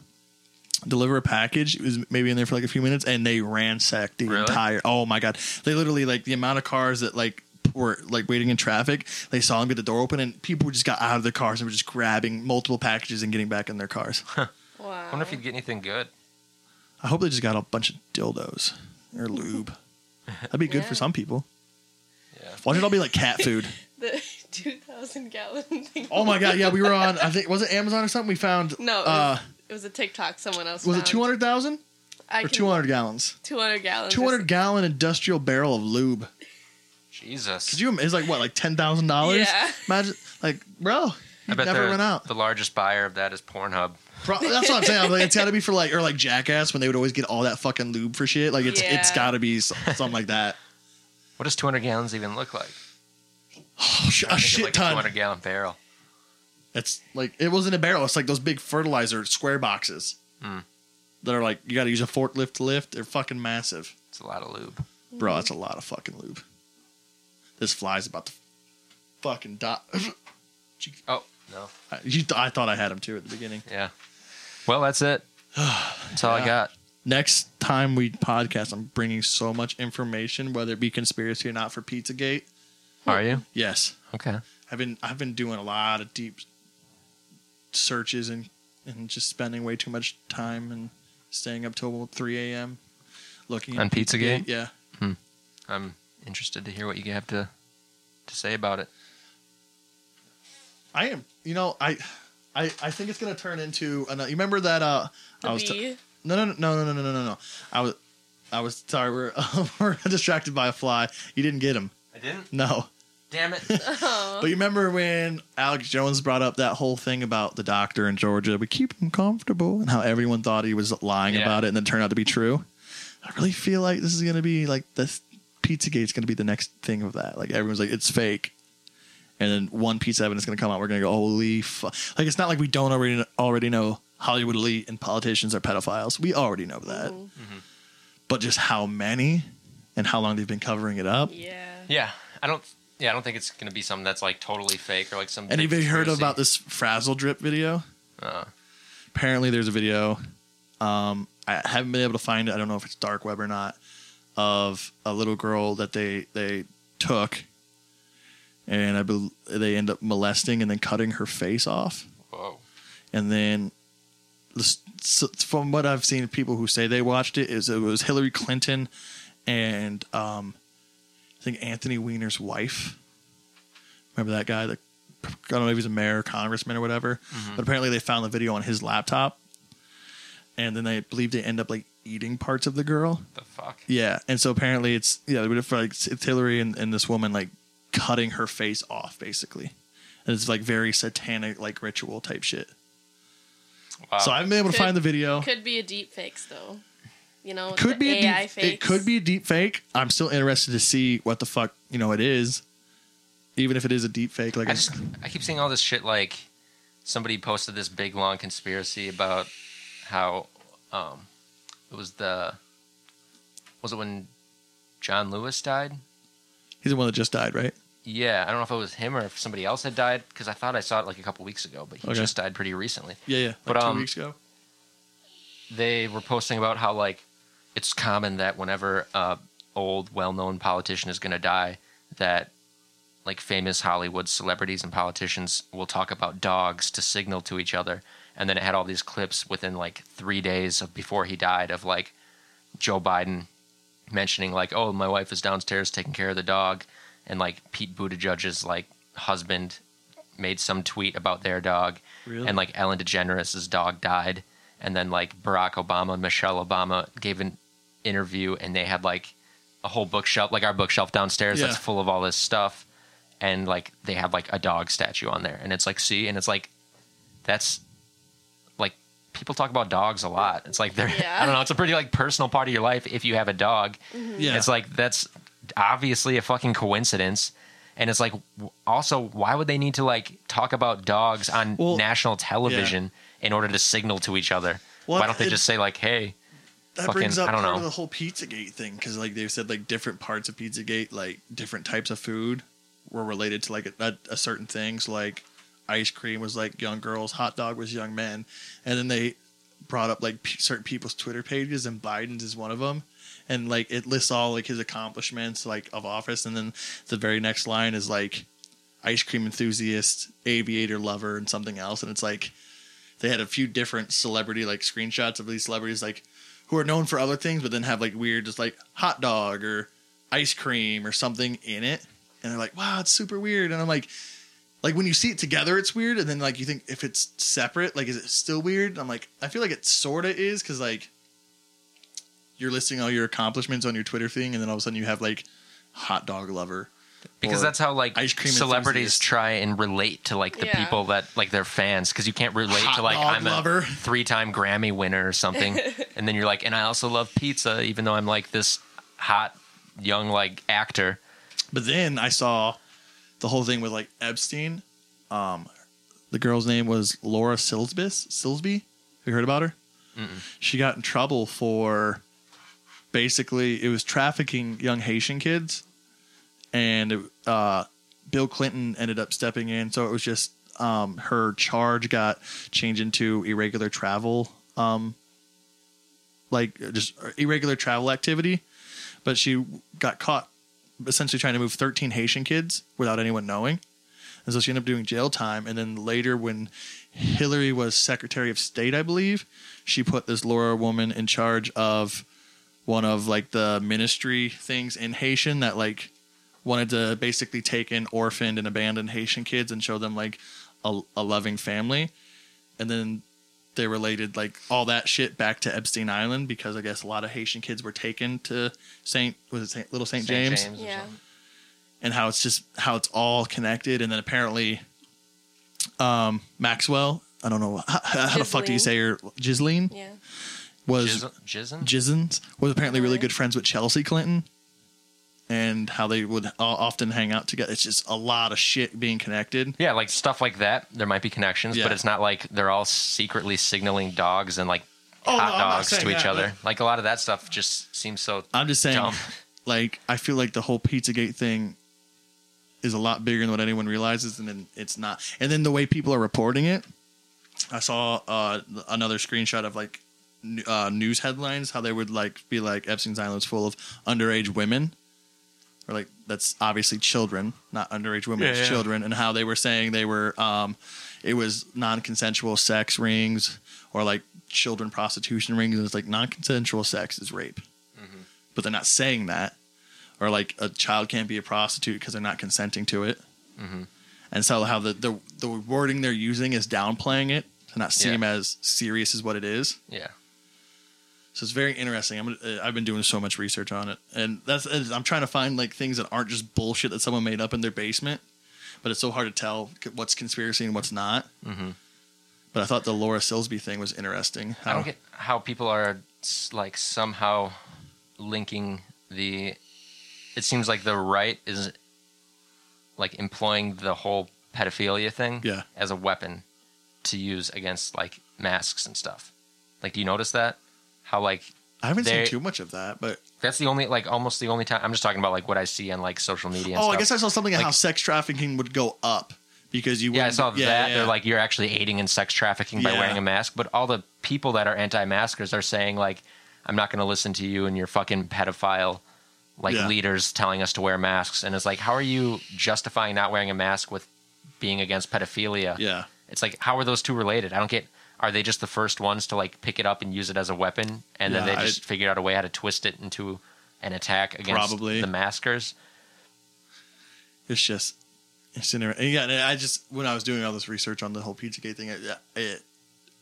G: deliver a package it was maybe in there for like a few minutes and they ransacked the entire oh my god they literally like the amount of cars that like were like waiting in traffic they saw him get the door open and people just got out of their cars and were just grabbing multiple packages and getting back in their cars
F: I wonder if you'd get anything good.
G: i hope they just got a bunch of dildos or lube that'd be good for some people yeah. why should it all be like cat food
H: The 2,000 gallon thing.
G: oh my god yeah we were on i think was it amazon or something we found
H: No, it was,
G: uh
H: it was a TikTok someone else
G: was it
H: found.
G: 200000
H: I
G: or
H: can-
G: 200 gallons
H: 200 gallons.
G: 200 gallon industrial barrel of lube.
F: Jesus.
G: Could you? It's like what, like ten thousand dollars?
H: Yeah.
G: Imagine, like, bro,
F: I
G: you
F: bet
G: never
F: the,
G: run out.
F: the largest buyer of that is Pornhub.
G: Pro- that's what I'm saying. Like, it's got to be for like, or like Jackass when they would always get all that fucking lube for shit. Like, it's it's
F: Yeah.
G: got to be so- something like that.
F: What does 200 gallons even look like?
G: Oh, sh- a shit
F: like
G: ton.
F: A 200 gallon barrel.
G: It's like it wasn't a barrel. It's like those big fertilizer square boxes
F: Hmm.
G: that are like you got to use a forklift to lift. They're fucking massive.
F: It's a lot of lube,
G: bro. That's a lot of fucking lube. This fly's about to fucking die.
F: oh no!
G: I, you th- I thought I had him too at the beginning.
F: Yeah. Well, that's it. That's all I got.
G: Next time we podcast, I'm bringing so much information, whether it be conspiracy or not, for Pizzagate.
F: Are you?
G: Yes,
F: Okay.
G: I've been I've been doing a lot of deep searches and and just spending way too much time and staying up till 3 a.m. looking
F: On
G: at
F: Pizzagate?
G: Yeah,
F: Hmm. I'm interested to hear what you have to to say about it.
G: I am. You know, I, I, I think it's gonna turn into. Another, you remember that? Uh,
H: The
G: I was.
H: bee?
G: no, no, no, no, no, no, no, no, no. I was. I was sorry. We're we're distracted by a fly. You didn't get him.
F: I didn't.
G: No.
F: Damn it.
G: But you remember when Alex Jones brought up that whole thing about the doctor in Georgia? We keep him comfortable, and how everyone thought he was lying
F: Yeah.
G: about it, and then turned out to be true. I really feel like this is gonna be like this. Pizzagate's gonna be the next thing of that. Like everyone's like, it's fake, and then one piece of evidence gonna come out. We're gonna go, holy fuck! Like it's not like we don't already already know Hollywood elite and politicians are pedophiles. We already know that,
F: Mm-hmm.
G: but just how many and how long they've been covering it up.
F: Yeah, I don't. Yeah, I don't think it's gonna be something that's like totally fake or like some.
G: And
F: big
G: have you heard
F: conspiracy.
G: about this frazzle drip video?
F: Uh,
G: Apparently, there's a video. Um, I haven't been able to find it. I don't know if it's dark web or not. Of a little girl that they they took, and I bel they end up molesting and then cutting her face off.
F: Whoa.
G: And then, the s- so from what I've seen, people who say they watched it is it was Hillary Clinton and um, I think Anthony Weiner's wife. Remember that guy? That I don't know if he's a mayor, or congressman, or whatever.
M: Mhm.
G: But apparently, they found the video on his laptop, and then they believe they end up like eating parts of the girl.
F: The fuck.
G: Yeah, and so apparently it's yeah, but if like it's Hillary and, and this woman like cutting her face off basically, and it's like very satanic like ritual type shit.
F: Wow.
G: So I haven't been able to
H: Could-
G: find the video. Could,
H: Could be a deep fakes, though. You know, the
G: be a
H: AI
G: deep,
H: fakes.
G: it could be a deep fake. I'm still interested to see what the fuck you know it is, even if it is a deep fake. Like
F: I
G: I'm-
F: just I keep seeing all this shit like somebody posted this big long conspiracy about how um it was the was it when John Lewis died?
G: he's the one that just died, right?
F: Yeah, I don't know if it was him or if somebody else had died because I thought I saw it like a couple weeks ago, but he
G: Okay.
F: just died pretty recently.
G: Yeah, yeah. Like
F: But,
G: two
F: um,
G: weeks ago.
F: They were posting about how like it's common that whenever a old well-known politician is going to die that like famous Hollywood celebrities and politicians will talk about dogs to signal to each other. And then it had all these clips within like three days of before he died of like Joe Biden mentioning like, "Oh, my wife is downstairs taking care of the dog," and like Pete Buttigieg's like husband made some tweet about their dog,
G: Really?
F: and like Ellen DeGeneres' dog died, and then like Barack Obama and Michelle Obama gave an interview, and they had like a whole bookshelf, like our bookshelf downstairs, that's
G: Yeah.
F: full of all this stuff, and like they have like a dog statue on there, and it's like see, and it's like that's like people talk about dogs a lot. It's like they're I don't know, it's a pretty like personal part of your life if you have a dog.
G: Mhm. Yeah.
F: It's like that's obviously a fucking coincidence. And it's like w- also why would they need to like talk about dogs on national television in order to signal to each other?
G: Well,
F: why don't they
G: it-
F: just say like, "Hey,
G: That
F: fucking
G: brings up
F: I don't
G: part
F: know."
G: of the whole Pizzagate thing because like they've said like different parts of Pizzagate, like different types of food were related to like a, a certain things. Like ice cream was like young girls, hot dog was young men, and then they brought up like p- certain people's Twitter pages, and Biden's is one of them. And like it lists all like his accomplishments like of office, and then the very next line is like ice cream enthusiast, aviator lover, and something else. And it's like they had a few different celebrity like screenshots of these celebrities like who are known for other things, but then have like weird just like hot dog or ice cream or something in it. And they're like, wow, it's super weird. And I'm like, like when you see it together, it's weird. And then like you think if it's separate, like is it still weird? And I'm like, I feel like it sorta is because like you're listing all your accomplishments on your Twitter thing, and then all of a sudden you have like hot dog lover.
F: Because
G: or
F: that's how like
G: ice cream
F: celebrities try and relate to like the
G: Yeah.
F: people that like their fans because you can't relate
G: Hot
F: to like
G: dog
F: I'm
G: lover.
F: a three-time Grammy winner or something, and then you're like, and I also love pizza, even though I'm like this hot young like actor.
G: But then I saw the whole thing with like Epstein. Um, the girl's name was Laura Silsbis. Silsby. Have you heard about her? She got in trouble for basically it was trafficking young Haitian kids, and uh, Bill Clinton ended up stepping in. So it was just um, her charge got changed into irregular travel um, like just irregular travel activity, but she got caught essentially trying to move 13 Haitian kids without anyone knowing. And so she ended up doing jail time. And then later, when Hillary was Secretary of State, I believe, she put this Laura woman in charge of one of like the ministry things in Haitian that like wanted to basically take in orphaned and abandoned Haitian kids and show them like a, a loving family. And then they related like all that shit back to Epstein Island because I guess a lot of Haitian kids were taken to Saint was it Saint Little Saint,
F: Saint
G: James,
F: James or Yeah. something.
G: and how it's just how it's all connected. And then apparently, um, Maxwell, I don't know how, how the fuck do you
F: Ghislaine.
G: say her Ghislaine?
H: Yeah.
G: was
F: Jism?
G: Jisons was apparently really good friends with Chelsea Clinton, and how they would o- often hang out together. It's just a lot of shit being connected.
F: Yeah, like stuff like that. There might be connections,
G: Yeah.
F: but it's not like they're all secretly signaling dogs and like
G: Oh,
F: hot
G: no, I'm not
F: dogs
G: saying
F: to each
G: that,
F: other.
G: but-
F: Like a lot of that stuff just seems so.
G: I'm just saying,
F: dumb.
G: like I feel like the whole PizzaGate thing is a lot bigger than what anyone realizes, and then it's not. And then the way people are reporting it, I saw uh, another screenshot of like n- uh, news headlines how they would like be like Epstein's Island is full of underage women, or like that's obviously children, not underage women,
M: Yeah,
G: it's
M: yeah.
G: children, and how they were saying they were um, it was non-consensual sex rings or like children prostitution rings, and it's like non-consensual sex is rape, but they're not saying that, or like a child can't be a prostitute because they're not consenting to it and so how the, the the wording they're using is downplaying it to not seem as serious as what it is.
F: Yeah.
G: So it's very interesting. I'm, uh, I've been doing so much research on it, and that's is- I'm trying to find like things that aren't just bullshit that someone made up in their basement. But it's so hard to tell c- what's conspiracy and what's not.
F: Mm-hmm.
G: But I thought the Laura Silsby thing was interesting.
F: I
G: How-
F: don't get how people are s- like somehow linking the. It seems like the right is like employing the whole pedophilia thing
G: Yeah.
F: as a weapon to use against like masks and stuff. Like, do you notice that? How like
G: I haven't
F: they-
G: seen too much of that, but
F: That's the only like almost the only time. I'm just talking about like what I see on like social media. And
G: oh, I
F: stuff.
G: guess I saw something on
F: Like,
G: how sex trafficking would go up because you.
F: Yeah, I
G: wouldn't-
F: saw
G: yeah,
F: that.
G: yeah.
F: They're like, you're actually aiding in sex trafficking by
G: Yeah.
F: wearing a mask. But all the people that are anti-maskers are saying like, I'm not going to listen to you and your fucking pedophile like
G: Yeah.
F: leaders telling us to wear masks. And it's like, how are you justifying not wearing a mask with being against pedophilia?
G: Yeah.
F: It's like, how are those two related? I don't get. Are they just the first ones to like pick it up and use it as a weapon, and then
G: Yeah,
F: they
G: I-
F: just figure out a way how to twist it into an attack against
G: Probably.
F: the maskers?
G: it's just It's in there. And yeah, and I just when I was doing all this research on the whole PizzaGate thing, it, it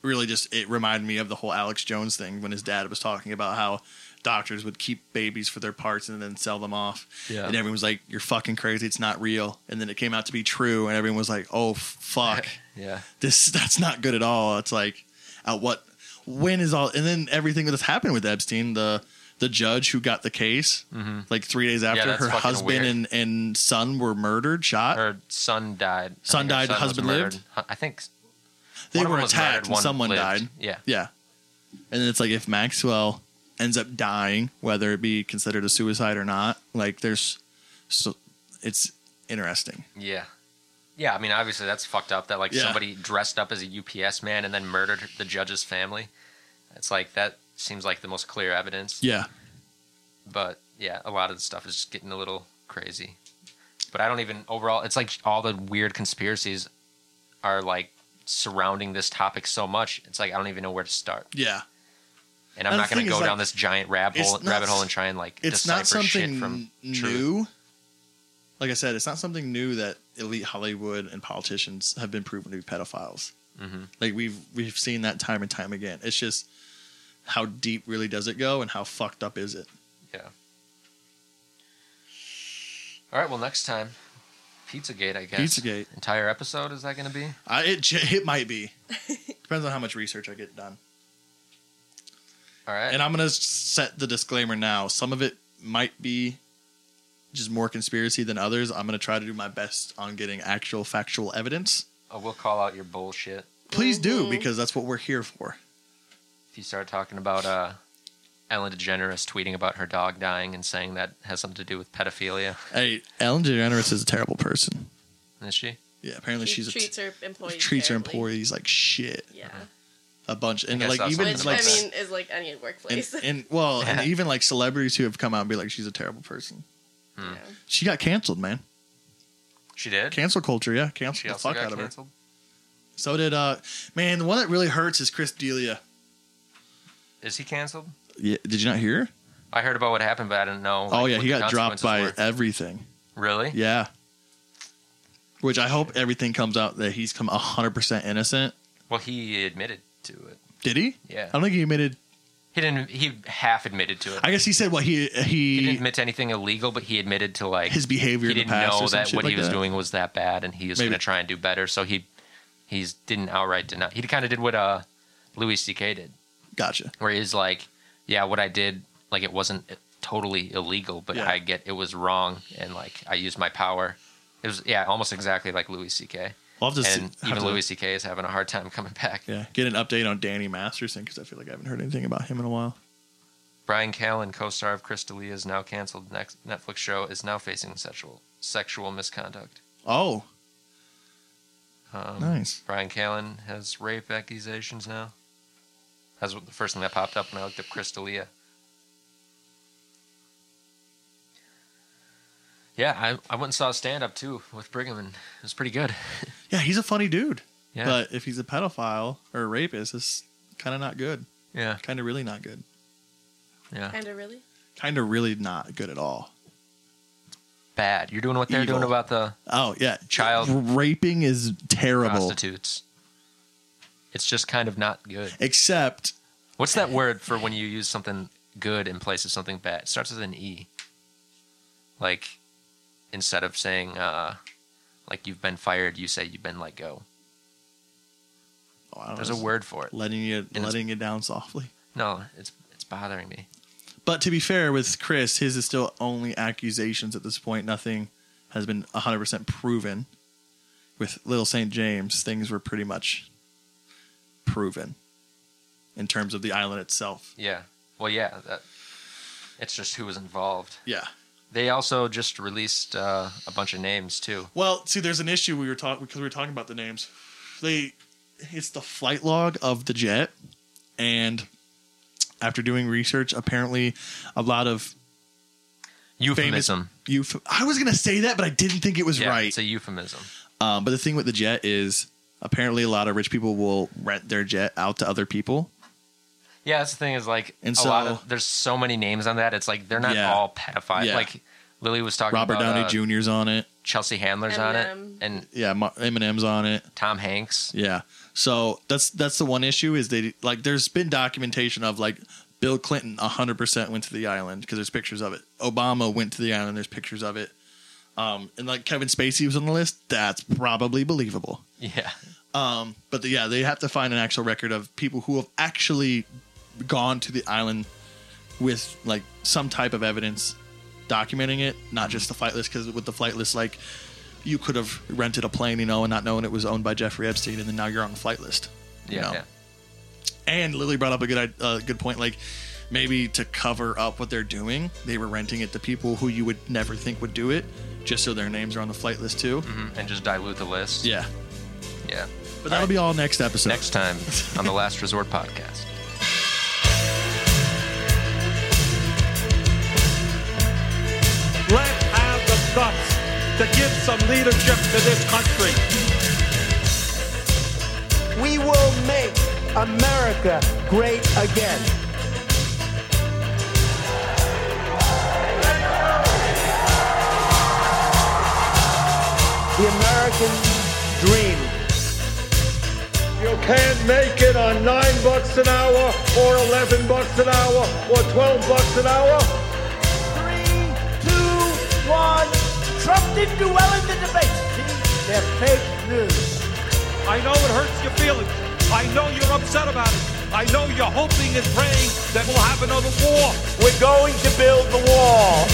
G: really just it reminded me of the whole Alex Jones thing when his dad was talking about how doctors would keep babies for their parts and then sell them off.
M: Yeah.
G: And everyone was like, "You're fucking crazy. It's not real." And then it came out to be true, and everyone was like, "Oh fuck,
F: Yeah.
G: this that's not good at all." It's like, at what when is all? And then everything that's happened with Epstein, the the judge who got the case,
F: Mhm.
G: like three days
F: Yeah,
G: after
F: that's
G: her
F: fucking
G: husband
F: weird.
G: and and son were murdered, shot.
F: Her son died. I
G: Son
F: think her
G: died,
F: was
G: husband
F: murdered.
G: lived?
F: Hu- I think
G: they
F: one of
G: were
F: them was murdered,
G: attacked and
F: one
G: someone
F: lived.
G: died.
F: Yeah.
G: Yeah. And then it's like if Maxwell ends up dying, whether it be considered a suicide or not, like there's so it's interesting.
F: Yeah. Yeah, I mean, obviously that's fucked up that like
G: Yeah.
F: somebody dressed up as a UPS man and then murdered the judge's family. It's like that seems like the most clear evidence.
G: Yeah.
F: But yeah, a lot of the stuff is just getting a little crazy. But I don't even overall. It's like all the weird conspiracies are like surrounding this topic so much. It's like I don't even know where to start.
G: Yeah.
F: And I'm
G: And
F: not
G: the
F: going
G: thing
F: to
G: is,
F: go
G: like,
F: down this giant rabbit
G: it's
F: hole,
G: not
F: rabbit hole
G: s-
F: and try and like
G: it's
F: decipher
G: not something
F: shit from
G: new.
F: truth.
G: Like I said, it's not something new that elite Hollywood and politicians have been proven to be pedophiles.
F: Mhm.
G: Like we've we've seen that time and time again. It's just how deep really does it go and how fucked up is it?
F: Yeah. All right. Well, next time, Pizzagate, I guess.
G: Pizzagate.
F: Entire episode is that going to be?
G: I, it j- it might be depends on how much research I get done.
F: All right.
G: And I'm gonna s- set the disclaimer now. Some of it might be just more conspiracy than others. I'm gonna try to do my best on getting actual factual evidence.
F: Oh, we'll call out your bullshit
G: Please do because that's what we're here for.
F: if you start talking about uh, Ellen DeGeneres tweeting about her dog dying and saying that has something to do with pedophilia.
G: Hey, Ellen DeGeneres is a terrible person.
F: Is she?
G: Yeah, apparently
H: She
G: she's a
H: treats her employees
G: treats her
H: terribly.
G: employees like shit.
H: Yeah.
G: A bunch and
F: guess
G: like
F: that's
G: even
F: what
H: Which,
G: like
H: I mean, is like any
G: and,
H: workplace.
G: and well and even like celebrities who have come out and be like she's a terrible person. She got canceled, man.
F: She did.
G: Cancel culture, yeah, canceled
F: She
G: the
F: also
G: fuck
F: got
G: out of her.
F: canceled.
G: So did uh man, the one that really hurts is Chris Delia.
F: Is he canceled?
G: Yeah, did you not hear?
F: I heard about what happened, but I didn't know.
G: oh
F: like,
G: yeah,
F: what
G: he
F: the
G: got dropped by
F: consequences
G: everything.
F: were. Really?
G: Yeah. Which I hope everything comes out that he's come 100% innocent.
F: Well, he admitted to it.
G: Did he?
F: Yeah.
G: I don't think he admitted.
F: He didn't. He half admitted to it.
G: I guess he said what he he,
F: he didn't admit to anything illegal, but he admitted to like
G: His behavior
F: He
G: in the
F: didn't
G: past
F: know
G: or some
F: that
G: shit
F: what he
G: like
F: was
G: that.
F: doing was that bad, and he was
G: Maybe.
F: going to try and do better. So he he's didn't outright deny. He kind of did what uh Louis C.K. did,
G: Gotcha.
F: where he's like, "Yeah, what I did, like it wasn't uh, totally illegal, but
G: Yeah.
F: I get it was wrong, and like I used my power." It was yeah, almost exactly like Louis C.K.
G: I'll have to see-
F: and
G: have
F: even
G: to-
F: Louis C.K. is having a hard time coming back.
G: Yeah. Get an update on Danny Masterson because I feel like I haven't heard anything about him in a while.
F: Brian Callen, co-star of Chris D'Elia's now canceled next Netflix show, is now facing sexual sexual misconduct.
G: Oh,
F: Um,
G: Nice.
F: Brian Callen has rape accusations now. That's what- the first thing that popped up when I looked up Chris D'Elia. Yeah, I, I went and saw a stand up too with Brigham, and it was pretty good.
G: yeah, he's a funny dude.
F: Yeah.
G: But if he's a pedophile or a rapist, it's kind of not good.
F: Yeah.
G: Kind of really not good.
F: Yeah.
H: kind of really.
G: Kind of really not good at all.
F: Bad. You're doing what they're
G: Evil.
F: doing about the
G: Oh, yeah.
F: Child-
G: raping is terrible.
F: prostitutes. It's just kind of not good.
G: Except
F: What's that word for when you use something good in place of something bad? It starts with an E. Like, instead of saying, uh, like, you've been fired, you say you've been let go.
G: Oh, I don't
F: There's
G: know,
F: a word for it.
G: letting you
F: it's-
G: letting you down softly.
F: No, it's it's bothering me.
G: But to be fair with Chris, his is still only accusations at this point. Nothing has been 100% proven. With Little St. James, things were pretty much proven in terms of the island itself.
F: Yeah. Well, yeah. That, it's just who was involved.
G: Yeah.
F: They also just released uh, a bunch of names, too.
G: Well, see, there's an issue we were talking because we were talking about the names. They, it's the flight log of the jet, and after doing research, apparently a lot of famous
F: Euphemism.
G: euph- I was gonna say that, but I didn't think it was
F: yeah,
G: right.
F: It's a euphemism.
G: Um, but the thing with the jet is apparently a lot of rich people will rent their jet out to other people.
F: Yeah, that's the thing is like
G: And
F: a lot
G: so-
F: of there's so many names on that. It's like they're not
G: Yeah.
F: all pedophiles.
G: Yeah.
F: Like Lily was talking
G: Robert
F: about
G: Downey
F: uh,
G: Jr.'s on it.
F: Chelsea Handler's on it, and
G: Yeah, Ma- Eminem's on it.
F: Tom Hanks.
G: Yeah. So that's that's the one issue is they like there's been documentation of like Bill Clinton 100% went to the island because there's pictures of it. Obama went to the island, there's pictures of it. Um, and like Kevin Spacey was on the list, that's probably believable.
F: Yeah.
G: Um, but the, yeah, they have to find an actual record of people who have actually gone to the island with like some type of evidence documenting it, not just the flight list. Because with the flight list, like you could have rented a plane, you know, and not knowing it was owned by Jeffrey Epstein, and then now you're on the flight list. you
F: Yeah,
G: know?
F: yeah.
G: And Lily brought up a good uh, good point, like. Maybe to cover up what they're doing, they were renting it to people who you would never think would do it, just so their names are on the flight list too.
F: Mhm, and just dilute the list.
G: Yeah,
F: yeah.
G: but that'll be all next episode.
F: Next time on the Last Resort podcast.
C: Let's have the guts to give some leadership to this country.
B: We will make America great again. The American dream.
C: You can't make it on nine bucks an hour, or eleven bucks an hour, or twelve bucks an hour.
B: Two, one. Trump didn't do well in the debate. See, they're fake news.
C: I know it hurts your feelings. I know you're upset about it. I know you're hoping and praying that we'll have another war.
B: We're going to build the wall.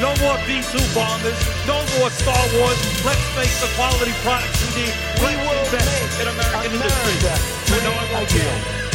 C: No more B-2 bombers. No more Star Wars. Let's make the quality products we need. We will invest in American industry. You know I won't deal.